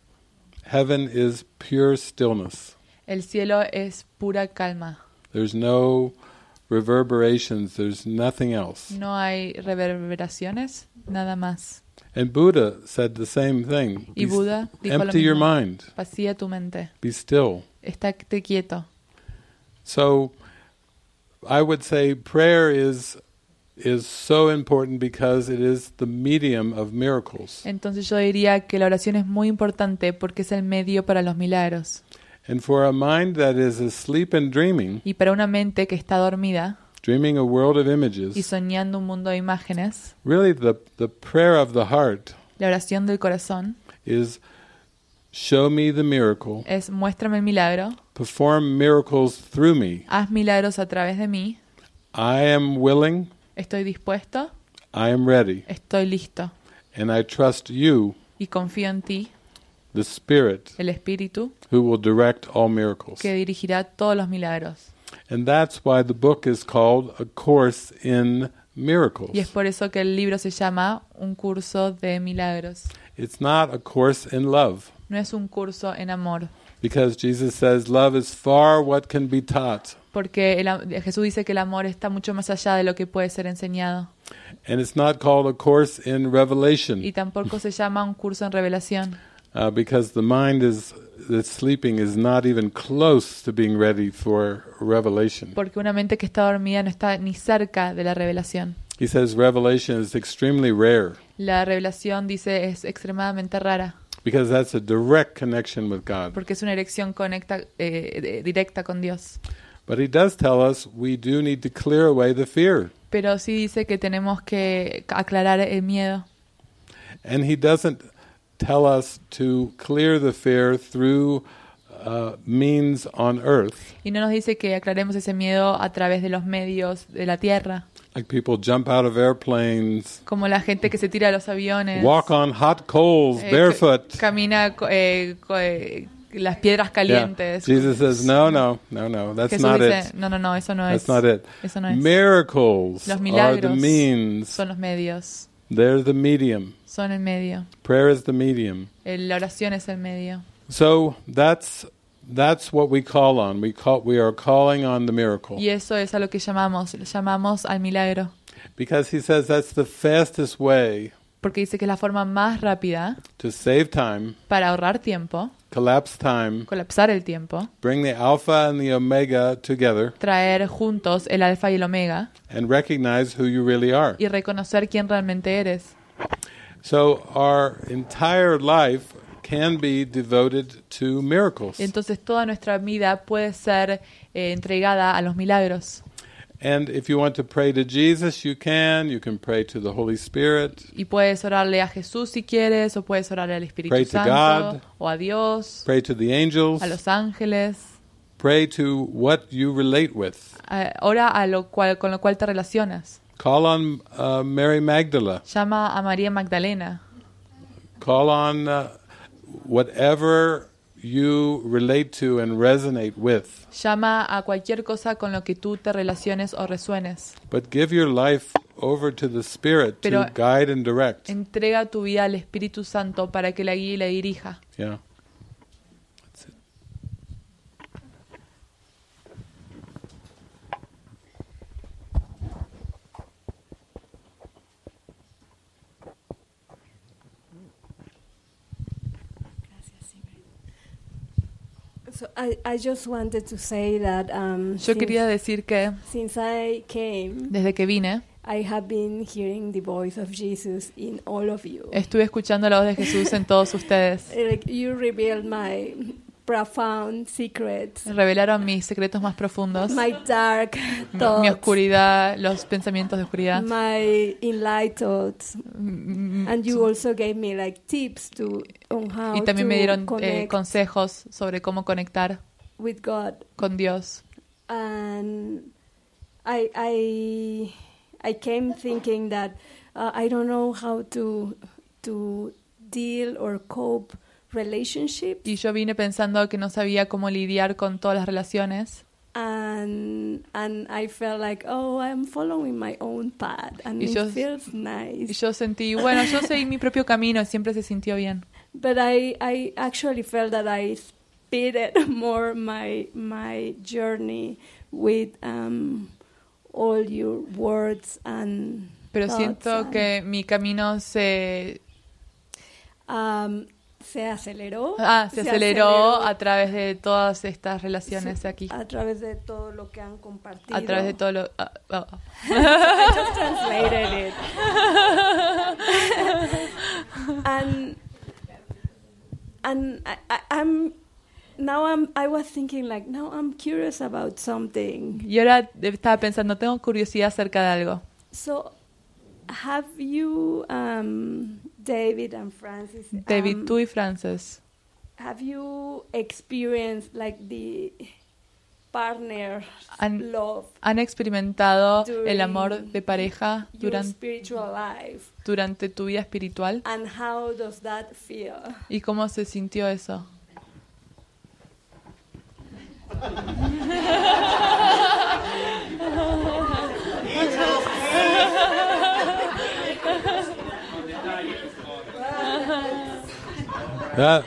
Heaven is pure stillness.
El cielo es pura calma.
There's no reverberations, there's nothing else.
No hay reverberaciones, nada más.
And Buddha said the same thing.
Y
Be-
Buda dijo lo
empty your
mismo.
mind.
Vacía tu mente.
Be still.
Estate quieto.
So I would say prayer is is so important because it is the medium of miracles.
Entonces yo diría que la oración es muy importante porque es el medio para los milagros.
And for a mind that is asleep and dreaming,
Y para una mente que está dormida
dreaming a world of
y
images,
soñando un mundo de imágenes,
really the, the prayer of the heart
la oración del corazón
is show me the miracle,
es muéstrame el milagro,
perform miracles through me.
haz milagros a través de mí,
I am willing,
estoy dispuesto,
I am ready,
estoy listo
and I trust you,
y confío en ti,
the Spirit,
el Espíritu,
who will direct all miracles.
que dirigirá todos los milagros.
And that's why the book is called A Course in miracles.
Y es por eso que el libro se llama Un curso de milagros.
It's not a course in love
No es un curso en amor,
because Jesus says love is far what can be taught,
porque el am- Jesús dice que el amor está mucho más allá de lo que puede ser enseñado.
and it's not called a course in revelation
Y tampoco se llama un curso en revelación,
uh, because the mind is that's sleeping is not even close to being ready for revelation.
porque una mente que está dormida no está ni cerca de la revelación.
He says revelation is extremely rare
La revelación, dice, es extremadamente rara,
because that's a direct connection with God.
porque es una erección conecta, eh, de- directa con Dios.
But he does tell us we do need to clear away the fear.
Pero sí dice que tenemos que aclarar el miedo.
And he doesn't tell us to clear the fear through uh, means on earth,
Y no nos dice que aclaremos ese miedo a través de los medios de la tierra,
like people jump out of airplanes,
como la gente que se tira a los aviones,
walk on hot coals
eh,
barefoot.
ca- camina co- eh, co- eh, las piedras
Yeah.
calientes.
Jesus says, no, no, no, no, that's
Jesús
not
dice,
it.
no, no, no, eso no
That's
es.
not it.
Eso no es.
Miracles are
Los
the
milagros
means.
son los medios,
They're the medium.
son el medio.
Prayer is the medium.
El- La oración es el medio.
So that's that's what we call on. We call we are calling on the miracle
Y eso es a lo que llamamos, le llamamos al milagro,
because he says that's the fastest way
porque dice que es la forma más rápida
to save time,
para ahorrar tiempo,
collapse time,
colapsar el tiempo,
bring the alpha and the omega together,
traer juntos el alfa y el omega
and recognize who you really are.
y reconocer quién realmente eres.
So our entire life can be devoted to miracles,
Entonces toda nuestra vida puede ser eh, entregada a los milagros.
and if you want to pray to Jesus, you can. You can pray to the Holy Spirit.
Y puedes orarle a Jesús si quieres, o puedes orarle al Espíritu
Pray to
Santo,
God.
o a Dios,
Pray to the angels.
a los ángeles.
Pray to what you relate with.
Eh, ora a lo cual, con lo cual te relacionas.
Call on uh, Mary Magdala.
Llama a María Magdalena.
Call on uh, whatever you relate to and resonate with.
Llama a cualquier cosa con lo que tú te relaciones o resuenes.
But give your life over to the Spirit
Pero-
to guide and direct.
Entrega tu vida al Espíritu Santo para que la guíe y la dirija.
Yeah.
So I, I just wanted to say that um,
Yo quería decir que
since I came,
desde que vine
I have been hearing the voice of Jesus in all of you.
estuve escuchando la voz de Jesús en todos ustedes.
Like you revealed my profound secrets,
Revelaron mis secretos más profundos,
my dark
*laughs* mi- mi
thoughts,
oscuridad, los pensamientos de oscuridad. Mm,
my enlightened thoughts, and you also gave me like tips to on how
Y también me
to
dieron eh,
connect
consejos sobre cómo conectar
with God.
con Dios.
and I I I came thinking that uh, I don't know how to to deal or cope relationship
Y yo vine pensando que no sabía cómo lidiar con todas las relaciones.
and and I felt like oh I'm following my own path and
Y
it
yo-
feels nice
Y yo sentí, bueno,
*laughs*
yo seguí mi propio camino, siempre se sintió bien.
but I I actually felt that I speeded *laughs* more my my journey with um all your words and
Pero
thoughts
siento
and-
que mi camino se,
Um, se aceleró.
ah, se aceleró a través de todas estas relaciones
Sí,
aquí.
A través de todo lo que han compartido.
A través
*laughs*
de todo lo... ah, ah, ah.
I just
*laughs*
translated it. and and I, I, I'm now I'm I was thinking like now I'm curious about something.
Y ahora estaba pensando, tengo curiosidad acerca de algo.
So have you um, David and Francis
David,
um,
tú y Frances,
Have you experienced like the partner
han,
love
han experimentado el
during
amor de pareja
your
durante,
spiritual life?
durante tu vida espiritual?
And how does that feel?
¿Y cómo se sintió eso?
That-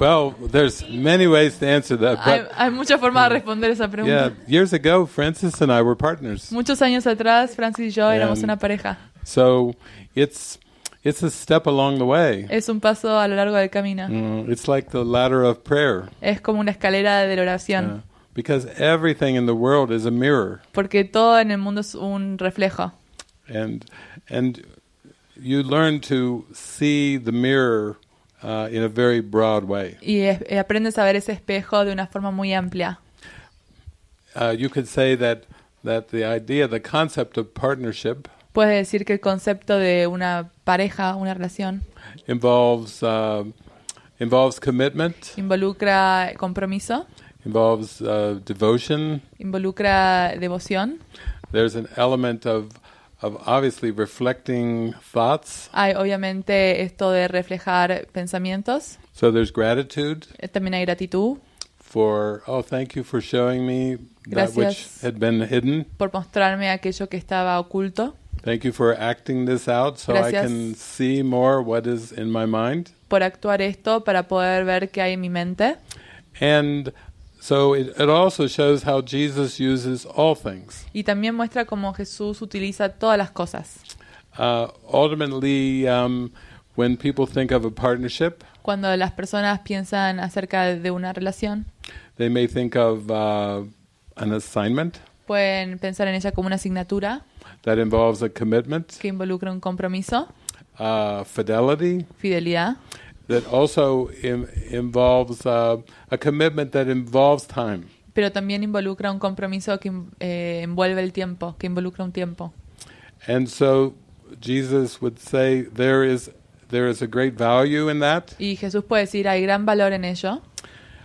well, there's many ways to answer that.
Hay,
Uh, But Mm.
hay muchas formas de responder esa
yeah,
pregunta.
years ago, Francis and I were partners.
Muchos años atrás, Francis y yo éramos
And-
una pareja.
So it's it's a step along the way.
Es un paso a lo largo del camino.
Mm, it's like the ladder of prayer
Es como una escalera de la oración,
because everything in the world is a mirror,
porque todo en el mundo es un reflejo.
and and you learn to see the mirror uh, in a very broad way.
Y es- eh, aprendes a ver ese espejo de una forma muy amplia.
Uh, you could say that that the idea, the concept of partnership,
Puedes decir que el concepto de una pareja, una relación,
involves uh, involves commitment,
involucra compromiso,
involves uh, devotion.
involucra devoción.
There's an element of of obviously reflecting thoughts.
Hay obviamente esto de reflejar pensamientos.
So there's gratitude
Eh, También hay gratitud
for oh, thank you for showing me that which
Gracias.
had been hidden.
por mostrarme aquello que estaba oculto,
Thank you for acting this out so I
Gracias.
can see more what is in my mind.
por actuar esto para poder ver qué hay en mi mente.
And so it, it also shows how Jesus uses all things.
Y también muestra cómo Jesús utiliza todas las cosas.
Uh, ultimately, um, when people think of a partnership,
Cuando las personas piensan acerca de una relación,
they may think of uh, an assignment
pueden pensar en ella como una asignatura
that involves a commitment,
que involucra un compromiso,
uh, fidelity,
fidelidad,
that also Im- involves uh, a commitment that involves time.
pero también involucra un compromiso que eh, envuelve el tiempo, que involucra un tiempo.
And so Jesus would say there is there is a great value in that.
Y Jesús puede decir, hay gran valor en ello.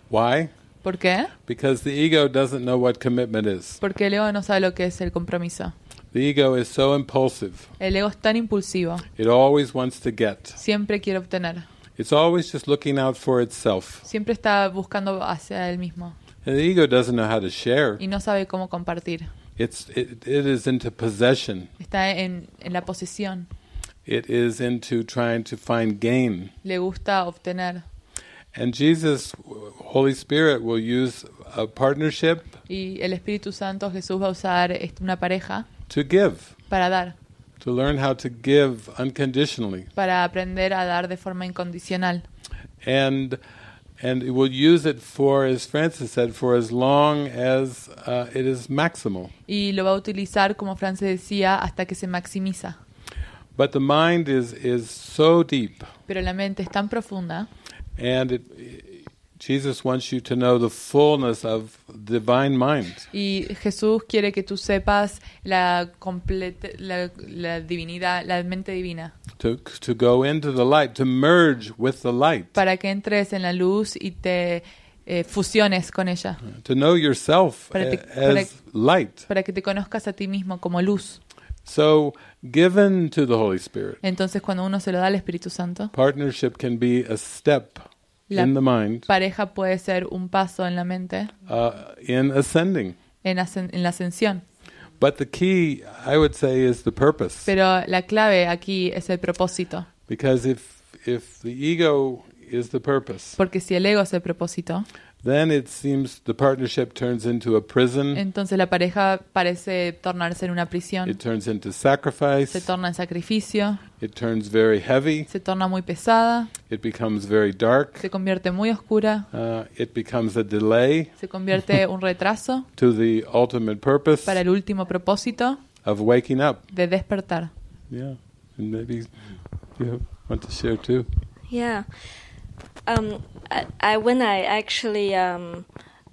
Why?
¿Por qué?
Because the ego doesn't know what commitment is.
Porque el ego no sabe lo que es el compromiso.
The ego is so impulsive.
El ego es tan impulsivo,
It always wants to get.
siempre quiere obtener,
It's always just looking out for itself.
siempre está buscando hacia él mismo
And the ego doesn't know how to share.
y no sabe cómo compartir.
It's it, it is into possession.
Está en, en la posesión,
It is into trying to find gain.
le gusta obtener.
And Jesus, Holy Spirit, will use a partnership
Y el Espíritu Santo Jesús va a usar est- una pareja
to give,
para dar,
to learn how to give unconditionally.
para aprender a dar de forma incondicional.
and and it will use it for, as Francis said, for as long as uh, it is maximal.
Y lo va a utilizar, como Francis decía, hasta que se maximiza.
But the mind is is so deep,
Pero la mente es tan profunda
and it, Jesus wants you to know the fullness of divine mind.
y Jesús quiere que tú sepas la, complete- la, la divinidad, la mente divina,
To to go into the light, to merge with the light,
para que entres en la luz y te eh, fusiones con ella,
to know yourself
Para te-
a-
para-
as light.
para que te conozcas a ti mismo como luz.
So, given to the Holy Spirit,
Entonces cuando uno se lo da al Espíritu Santo,
partnership can be a step
La-
in the mind
pareja puede ser un paso en la mente,
uh, in ascending.
en, ascen- en la ascensión.
But the key, I would say, is the purpose.
Pero la clave aquí es el propósito,
Because if if the ego is the purpose,
porque si el ego es el propósito,
then it seems the partnership turns into a prison.
entonces la pareja parece tornarse en una prisión,
It turns into
se
sacrifice.
torna en sacrificio,
It turns very heavy.
se torna muy pesada,
It becomes very dark.
se convierte muy oscura,
Uh, it becomes a delay
se convierte un retraso
to the ultimate purpose
para el último propósito
of waking up.
de despertar.
Yeah, and maybe you want to share too.
Yeah. Um, I, I when I actually um,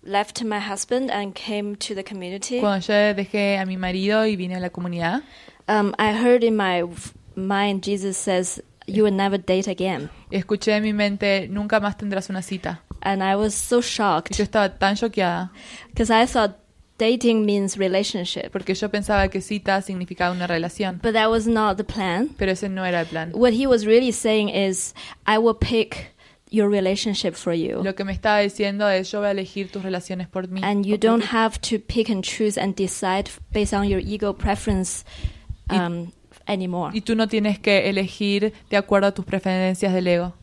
left my husband and came to the community,
Cuando yo dejé a mi marido y vine a la comunidad,
um, I heard in my f- mind Jesus says, "You will never date again."
escuché en mi mente, nunca más tendrás una cita.
And I was so shocked.
Yo estaba tan choqueada.
Because I thought dating means relationship.
Porque yo pensaba que cita significaba una relación.
But that was not the plan.
Pero ese no era el plan.
What he was really saying is, I will pick your relationship for you.
Lo que me estaba diciendo es yo voy a elegir tus relaciones por mí.
And you don't have to pick and choose and decide f- based on your ego preference um, anymore.
y tú no tienes que elegir de acuerdo a tus preferencias del ego.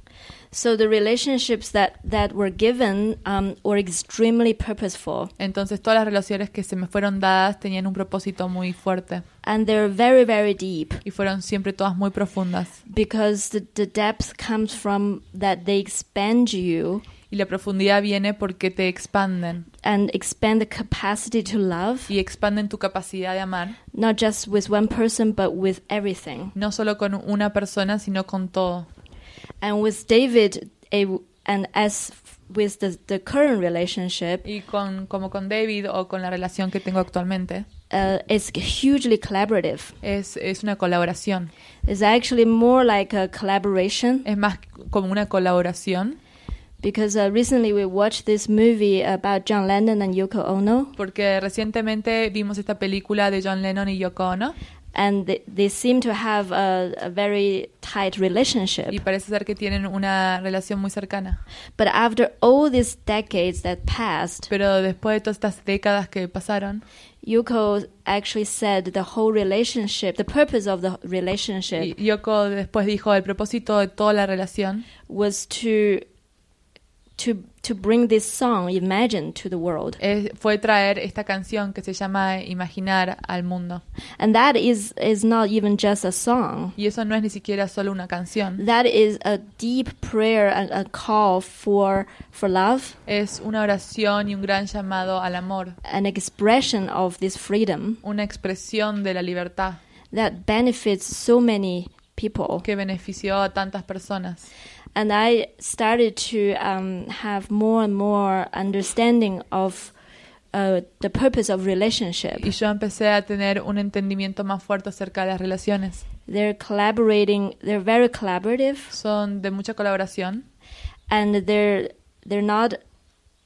So the relationships that, that were given um, were extremely purposeful.
Entonces todas las relaciones que se me fueron dadas tenían un propósito muy fuerte.
And they're very, very deep.
Y fueron siempre todas muy profundas.
Because the, the depth comes from that they expand you.
Y la profundidad viene porque te expanden.
And expand the capacity to love.
Y expanden tu capacidad de amar.
Not just with one person, but with everything.
No solo con una persona, sino con todo.
And with David, a, and as with the, the current relationship,
Y con, como con David o con la relación que tengo actualmente.
uh, it's hugely collaborative.
Es, es una colaboración.
It's actually more like a collaboration.
Es más como una colaboración.
Because uh, recently we watched this movie about John Lennon and Yoko Ono,
Porque recientemente vimos esta película de John Lennon y Yoko Ono.
and they, they seem to have a, a very tight relationship.
Y parece ser que tienen una relación muy cercana.
But after all these decades that passed,
Pero después de todas estas décadas que pasaron,
Yuko actually said the whole relationship, the purpose of the
y
relationship
Yoko después dijo el propósito de toda la relación
was to to to bring this song Imagine to the world.
es- fue traer esta canción que se llama Imaginar al mundo.
And that is is not even just a song.
Y eso no es ni siquiera solo una canción.
That is a deep prayer and a call for for love,
Es una oración y un gran llamado al amor,
an expression of this freedom
una expresión de la libertad
that benefits so many people.
que benefició a tantas personas.
And I started to um, have more and more understanding of uh, the purpose of relationship.
Y yo empecé a tener un entendimiento más fuerte acerca de las relaciones.
They're collaborating. They're very collaborative.
Son de mucha colaboración.
And they're they're not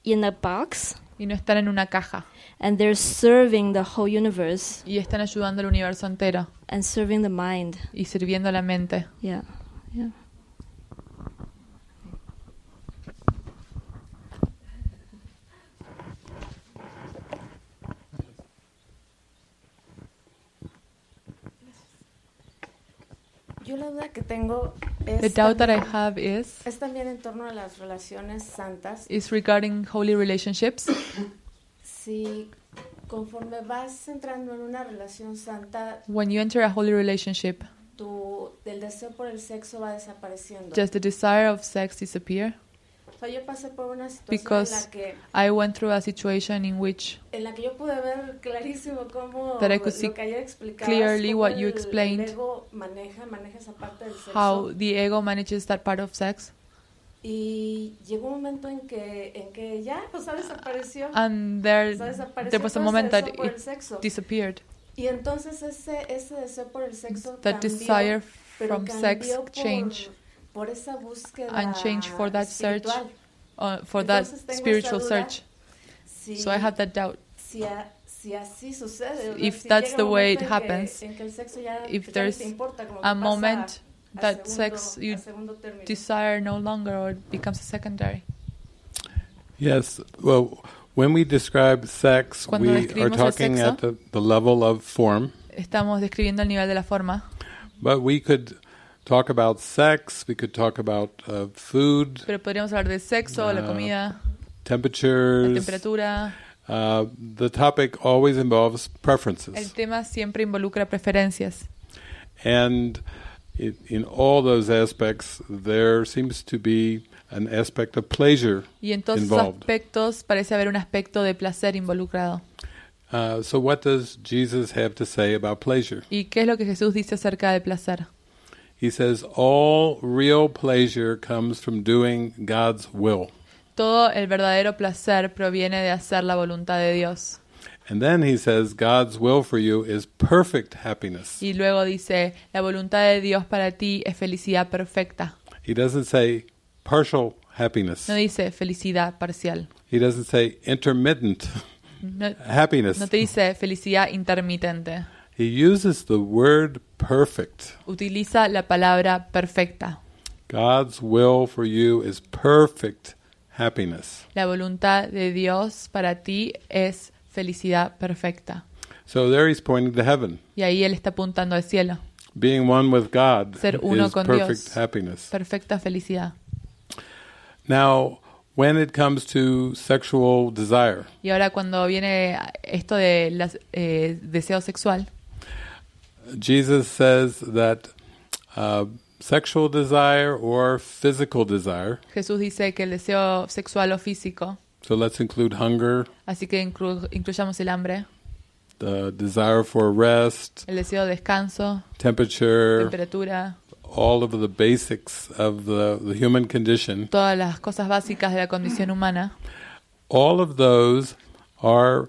in a box.
Y no están en una caja.
And they're serving the whole universe
Y están ayudando al universo entero
and serving the mind.
y sirviendo a la mente.
Yeah, yeah.
Yo la duda que tengo es...
The doubt that I
también-
have is,
Es también en torno a las relaciones santas.
is regarding holy relationships.
Si conforme vas entrando en una relación santa,
When you enter a holy relationship,
tu, el deseo por el sexo va desapareciendo.
does the desire of sex disappear?
O sea, yo pasé por una situación en
Because
la que...
I went through a situation in which
en la que yo pude ver clarísimo cómo
That I could see
lo que ayer explicabas,
clearly
cómo
what you
el-
explained.
el ego maneja, maneja esa parte del sexo.
how the ego manages that part of sex.
Y llegó un momento en que, en que ya, o sea, desapareció.
And there,
O sea, desapareció
there was a
todo ese
moment that
deseo por el
it
sexo.
disappeared.
Y entonces ese, ese deseo por el sexo
That
cambió,
desire
pero
from sex
cambió por-
change
por esa búsqueda
and change for that search,
espiritual.
uh, for that
Entonces, tengo esa
spiritual
duda
search.
si-
So I had that doubt.
Si, a- si así sucede, o sea,
If
si
that's
llega
the
un
way it
momento en que-
happens,
en que el sexo ya- ya
if
no
there's
te importa, como que
a
pasa
moment
a
that
segundo-
sex
a
you
segundo término.
desire no longer or it becomes secondary.
Yes. Well, when we describe sex,
Cuando
we
describimos
are
el
talking
sexo-
at the, the level of form,
Estamos describiendo el nivel de la forma,
but we could talk about sex. We could talk about uh, food,
pero podríamos hablar de sexo, la
Ah,
comida, la
temperatures.
temperatura.
Uh, the topic always involves
El
preferences,
tema siempre involucra preferencias.
and it, in all those aspects, there seems to be an aspect of pleasure
Y en todos esos
involved.
aspectos parece haber un aspecto de placer involucrado.
Uh, so, what does Jesus have to say about pleasure?
¿Y qué es lo que Jesús dice acerca del placer?
He says, All real pleasure comes from doing God's will.
Todo el verdadero placer proviene de hacer la voluntad de Dios.
And then he says, God's will for you is perfect happiness.
Y luego dice, la voluntad de Dios para ti es felicidad perfecta.
He doesn't say partial happiness,
No dice felicidad parcial.
he doesn't say intermittent
No,
happiness.
no te dice felicidad intermitente.
He uses the word perfect.
Utiliza la palabra perfecta.
God's will for you is perfect happiness.
La voluntad de Dios para ti es felicidad perfecta.
So, there he's pointing to heaven.
Y ahí él está apuntando al cielo.
Being one with God
Ser uno
is
con
perfect
Dios.
happiness.
Perfecta felicidad.
Now, when it comes to sexual desire,
Y ahora cuando viene esto de las, eh, deseo sexual,
Jesus says that uh, sexual desire or physical desire,
Jesús dice que el deseo sexual o físico,
so let's include hunger,
así que inclu- incluyamos el hambre,
the desire for rest,
el deseo de descanso,
temperature,
temperatura,
all of the basics of the, the human condition,
todas las cosas básicas de la condición humana,
all of those are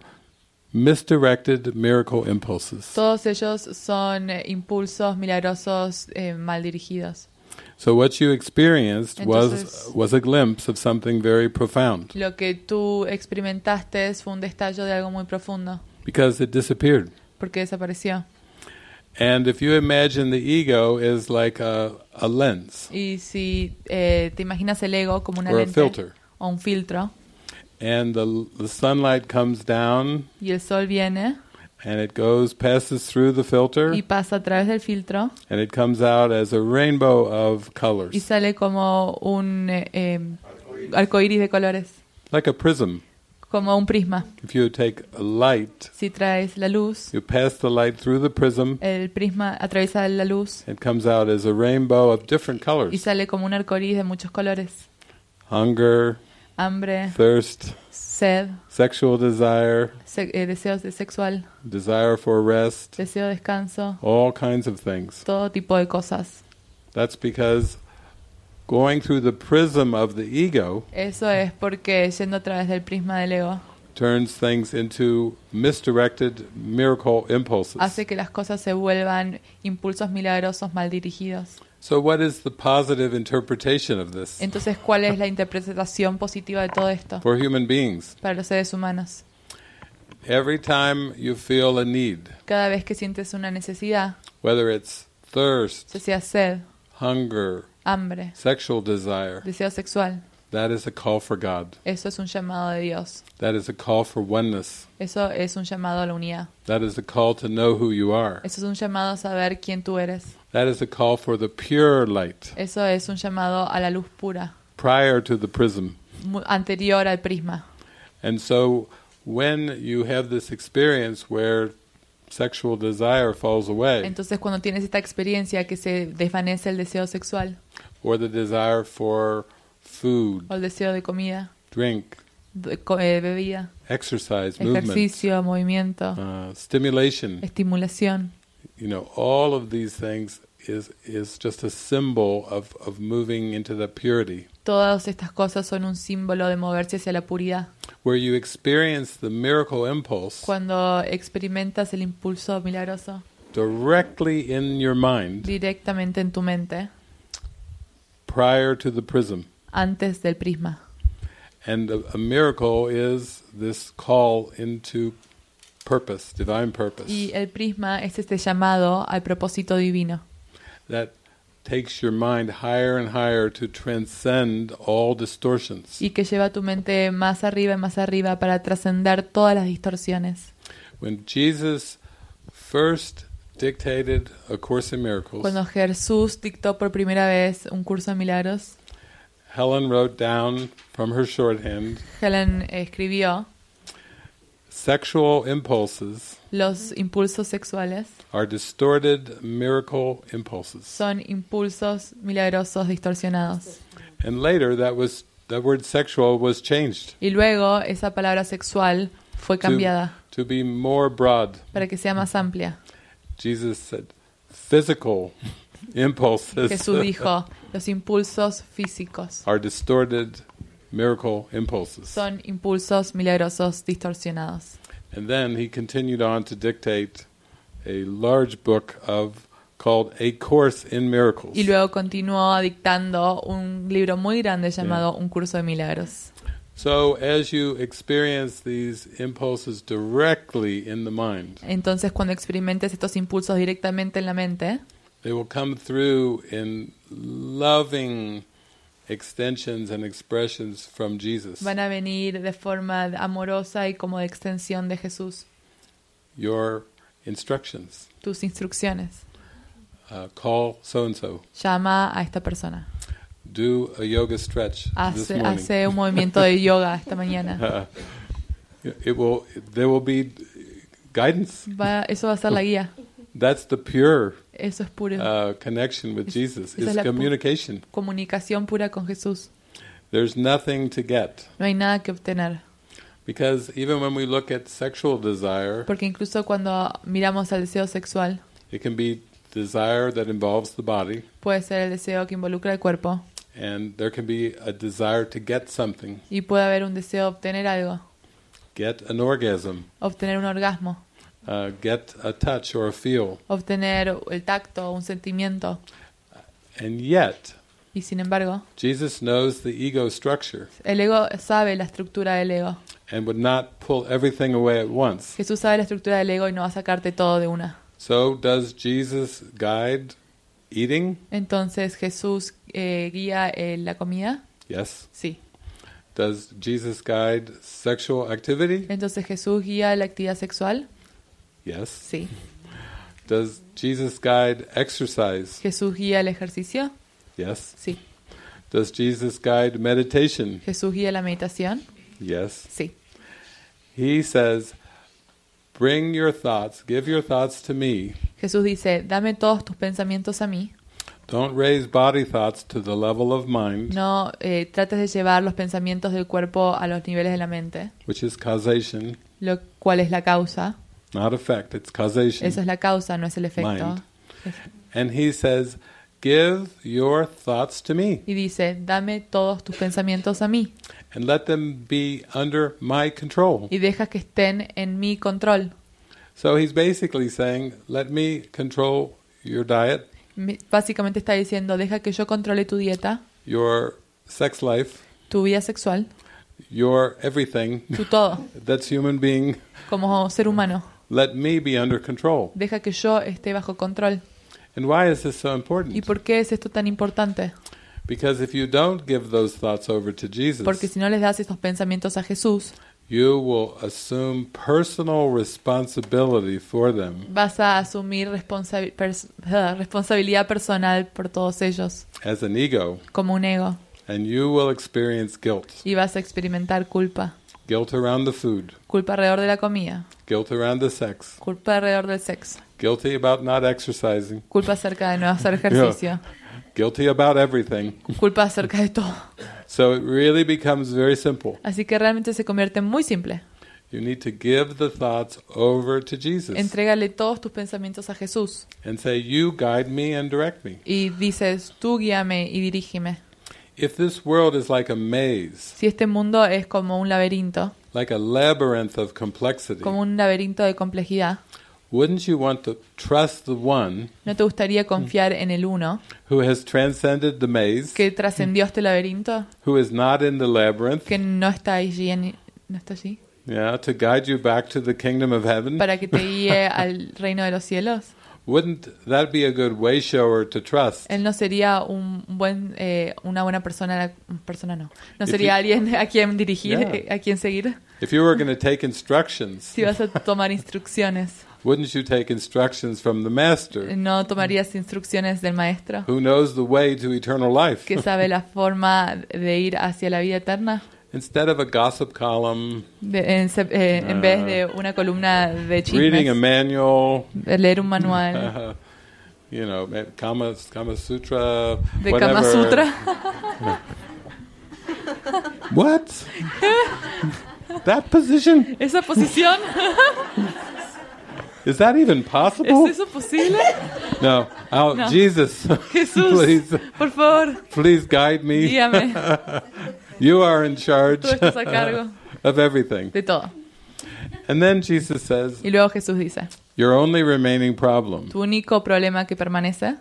misdirected miracle impulses.
todos ellos son eh, impulsos milagrosos eh, mal dirigidos.
So what you experienced was
Entonces-
was a glimpse of something very profound
Lo que tú experimentaste fue un destallo de algo muy profundo,
because it disappeared.
porque desapareció.
And if you imagine the ego is like a, a lens
Y si eh, te imaginas el ego como una
Or a
lente
filter.
o un filtro,
and the, the sunlight comes down
y el sol viene
and it goes passes through the filter
y pasa a través del filtro
and it comes out as a rainbow of
y
colors
sale como un eh, eh, arcoíris de colores,
like a prism
como un prisma.
if you take a light
Si traes la luz,
you pass the light through the prism
el prisma atraviesa la luz
it comes out as a rainbow of different
y
colors
sale como un arcoíris de muchos colores.
hunger
Hambre,
thirst
sed,
sexual desire
se- eh, deseos de sexual,
desire for rest
deseo de descanso,
all kinds of things
todo tipo de cosas.
That's because going through the prism of the ego
Eso es porque yendo a través del prisma del ego
turns things into misdirected miracle impulses.
hace que las cosas se vuelvan impulsos milagrosos mal dirigidos.
So, what is the positive interpretation of this
Entonces, ¿cuál es la interpretación positiva de todo esto
for human beings?
para los seres humanos?
Every time you feel a need,
Cada vez que sientes una necesidad,
whether it's thirst,
ya sea sed,
hunger,
hambre,
sexual desire,
deseo sexual,
that is a call for God.
eso es un llamado de Dios.
That is a call for oneness.
Eso es un llamado a la unidad.
That is a call to know who you are.
Eso es un llamado a saber quién tú eres.
That is a call for the pure light
Eso es un llamado a la luz pura,
prior to the prism.
mu- anterior al prisma.
And so when you have this experience where sexual desire falls away,
Entonces, cuando tienes esta experiencia que se desvanece el deseo sexual
or the desire for food,
o el deseo de comida,
drink,
de co- eh, bebida,
exercise, movement,
ejercicio, movimiento,
uh, stimulation,
estimulación,
you know, all of these things is is just a symbol of, of moving into the purity.
todas estas cosas son un símbolo de moverse hacia la puridad.
Where you experience the miracle impulse
Cuando experimentas el impulso milagroso
directly in your mind
directamente en tu mente,
prior to the prism.
antes del prisma.
And a, a miracle is this call into purpose, divine purpose,
Y el prisma es este llamado al propósito divino,
that takes your mind higher and higher to transcend all distortions.
y que lleva tu mente más arriba y más arriba para trascender todas las distorsiones.
When Jesus first dictated A Course in Miracles,
Cuando Jesús dictó por primera vez un curso de milagros,
Helen wrote down from her shorthand
Helen eh, escribió,
sexual impulses
los impulsos sexuales
are distorted miracle impulses.
son impulsos milagrosos distorsionados.
And later that was that word sexual was changed
Y luego esa palabra sexual fue
to,
cambiada
to be more broad.
para que sea más amplia.
Jesus said,
*laughs*
physical impulses *laughs*
Jesús dijo, los impulsos físicos
are distorted miracle impulses.
son impulsos milagrosos distorsionados.
And then he continued on to dictate a large book of called A Course in Miracles.
Y luego continuó dictando un libro muy grande llamado Un curso de milagros.
So as you experience these impulses directly in the mind,
Entonces cuando experimentes estos impulsos directamente en la mente,
they will come through in loving extensions and expressions from Jesus.
van a venir de forma amorosa y como de extensión de Jesús
Your instructions.
tus instrucciones.
Uh, call so and so.
Llama a esta persona.
do a yoga stretch this
Hace,
morning.
hace un movimiento de yoga esta mañana.
Uh, *laughs* it will. There will be guidance.
Va- eso va a ser la guía.
That's the pure
Eso es puro.
uh, connection with Jesus.
esa es
Is
la pu-
communication.
Comunicación pura con Jesús.
There's nothing to get
No hay nada que obtener.
because even when we look at sexual desire,
Porque incluso cuando miramos al deseo sexual,
it can be desire that involves the body,
puede ser el deseo que involucra el cuerpo.
and there can be a desire to get something,
Y puede haber un deseo de obtener algo,
get an orgasm,
obtener un orgasmo,
uh, get a touch or a feel,
obtener el tacto, un sentimiento.
and yet
Y sin embargo,
Jesus knows the ego structure
el ego sabe la estructura del ego.
and would not pull everything away at once.
Jesús sabe la estructura del ego y no va a sacarte todo de una.
So does Jesus guide eating?
Entonces, ¿Jesús eh, guía eh, la comida?
Yes.
Sí.
Does Jesus guide sexual activity?
Entonces, ¿Jesús guía la actividad sexual?
Yes.
Sí.
Does Jesus guide exercise?
¿Jesús guía el ejercicio?
Yes.
Sí.
Does Jesus guide meditation?
¿Jesús guía la meditación?
Yes.
Sí.
He says, "Bring your thoughts, give your thoughts to me.
Jesús dice, dame todos tus pensamientos a mí.
Don't raise body thoughts to the level of mind,
No eh, trates de llevar los pensamientos del cuerpo a los niveles de la mente,
which is causation,
lo cual es la causa.
not effect. It's causation."
Eso es la causa, no es el efecto.
Mind. And he says, "Give your thoughts to me."
Y dice, dame todos tus pensamientos a mí
and let them be under my control.
y deja que estén en mi control.
So he's basically saying, let me control your diet,
Me- Básicamente está diciendo, deja que yo controle tu dieta,
your sex life,
tu vida sexual,
your everything *laughs*
tu todo,
that's human being.
como ser humano.
Let me be under control.
Deja que yo esté bajo control.
And why is this so important?
¿Y por qué es esto tan importante?
Because if you don't give those thoughts over to Jesus,
Porque si no les das estos pensamientos a Jesús,
you will assume personal responsibility for them
vas a asumir responsa- pers- *laughs* ah, responsabilidad personal por todos ellos,
as an ego,
como un ego,
and you will experience guilt.
y vas a experimentar culpa.
Guilt around the food,
Culpa alrededor de la comida,
guilt around the sex,
culpa alrededor del sexo,
guilty about not exercising,
culpa acerca de no hacer ejercicio,
guilty about everything.
culpa acerca de todo.
So it really becomes very simple.
Así que realmente se convierte en muy simple.
You need to give the thoughts over to Jesus
Entrégale todos tus pensamientos a Jesús
and say, You guide me and direct me.
y dices, tú guíame y dirígeme.
If this world is like a maze,
Si este mundo es como un laberinto,
like a labyrinth of complexity,
como un laberinto de complejidad,
wouldn't you want to trust the one
¿no te gustaría confiar en el uno
who has transcended the maze,
que trascendió este laberinto?
who is not in the labyrinth,
que no está allí en- no está allí
yeah, to guide you back to the kingdom of heaven?
para que te guíe al reino de los cielos
Wouldn't that be a good way shower to trust?
él no sería un buen eh, una buena persona persona no no
If
sería
you-
alguien a quien dirigir
Yeah.
eh, a quien seguir
If you were going to take instructions,
si vas a tomar instrucciones
wouldn't you take instructions from the master?
no tomarías instrucciones del maestro
who knows the way to eternal life.
que sabe la forma de ir hacia la vida eterna
*laughs* Instead of a gossip column,
De- en, se- eh, en
Ah.
vez de una columna de
reading a
chismes
manual,
de leer un manual
*laughs* you know, ma- Kama, Kama Sutra,
de
whatever.
Kama Sutra
*laughs* what? that position?
*laughs*
*laughs*
esa posición
Is that even
¿Es
possible?
eso posible?
No. Oh,
No.
Jesus. *laughs*
Jesús,
please,
por favor,
please guide me.
Guíame.
*laughs* you are in charge
Tú estás a cargo.
*laughs* of everything.
de todo.
And then Jesus says,
Y luego Jesús dice,
Your only remaining problem
tu único problema que permanece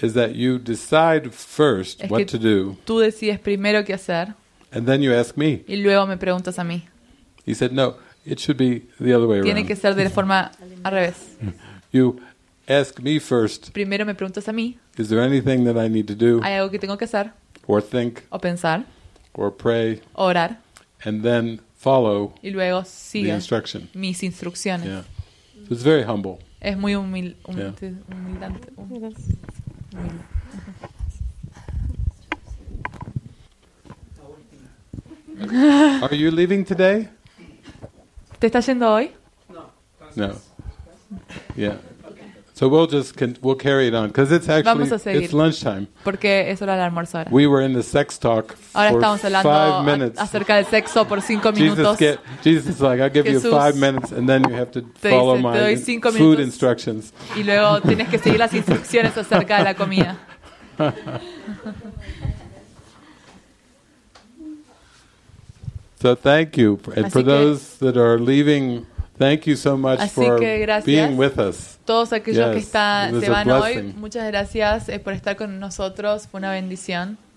is that you decide first
es que
what to do,
tú decides primero qué hacer
and then you ask me.
y luego me preguntas a mí.
He said, No, it should be the other way
Tiene
around.
que ser de la forma al revés.
*laughs* You ask me first,
Primero me preguntas a mí,
is there anything that I need to do,
hay algo que tengo que hacer
or think,
o pensar,
or pray,
o orar,
and then follow
y luego
the
sigue
instruction?
mis instrucciones.
Yeah. So it's very
*laughs*
humble.
Es muy humil, humil- humildante. hum- humil-
Are you leaving today?
¿Te estás yendo hoy?
No. Yeah. So we'll just con- we'll carry it on because it's actually
Vamos a seguir.
it's lunchtime.
Porque es hora del almuerzo ahora.
We were in the sex talk
Ahora
for
estamos hablando
five
a-
minutes.
acerca del sexo por cinco
Jesus,
minutos.
get, Jesus is like, I'll give you
Jesús
five minutes, and then you have to
te
follow
dice, "Te
my
doy
in-
cinco
food
minutos."
instructions.
Y luego tienes que seguir las instrucciones acerca de la comida.
*laughs* so thank you, and
Así
for
que-
those that are leaving, thank you so much
Así
for
que gracias.
being with us.
Todos aquellos que
Yes,
está-
it was
se
a
van hoy,
blessing.
muchas gracias eh, por estar con nosotros. Fue una bendición.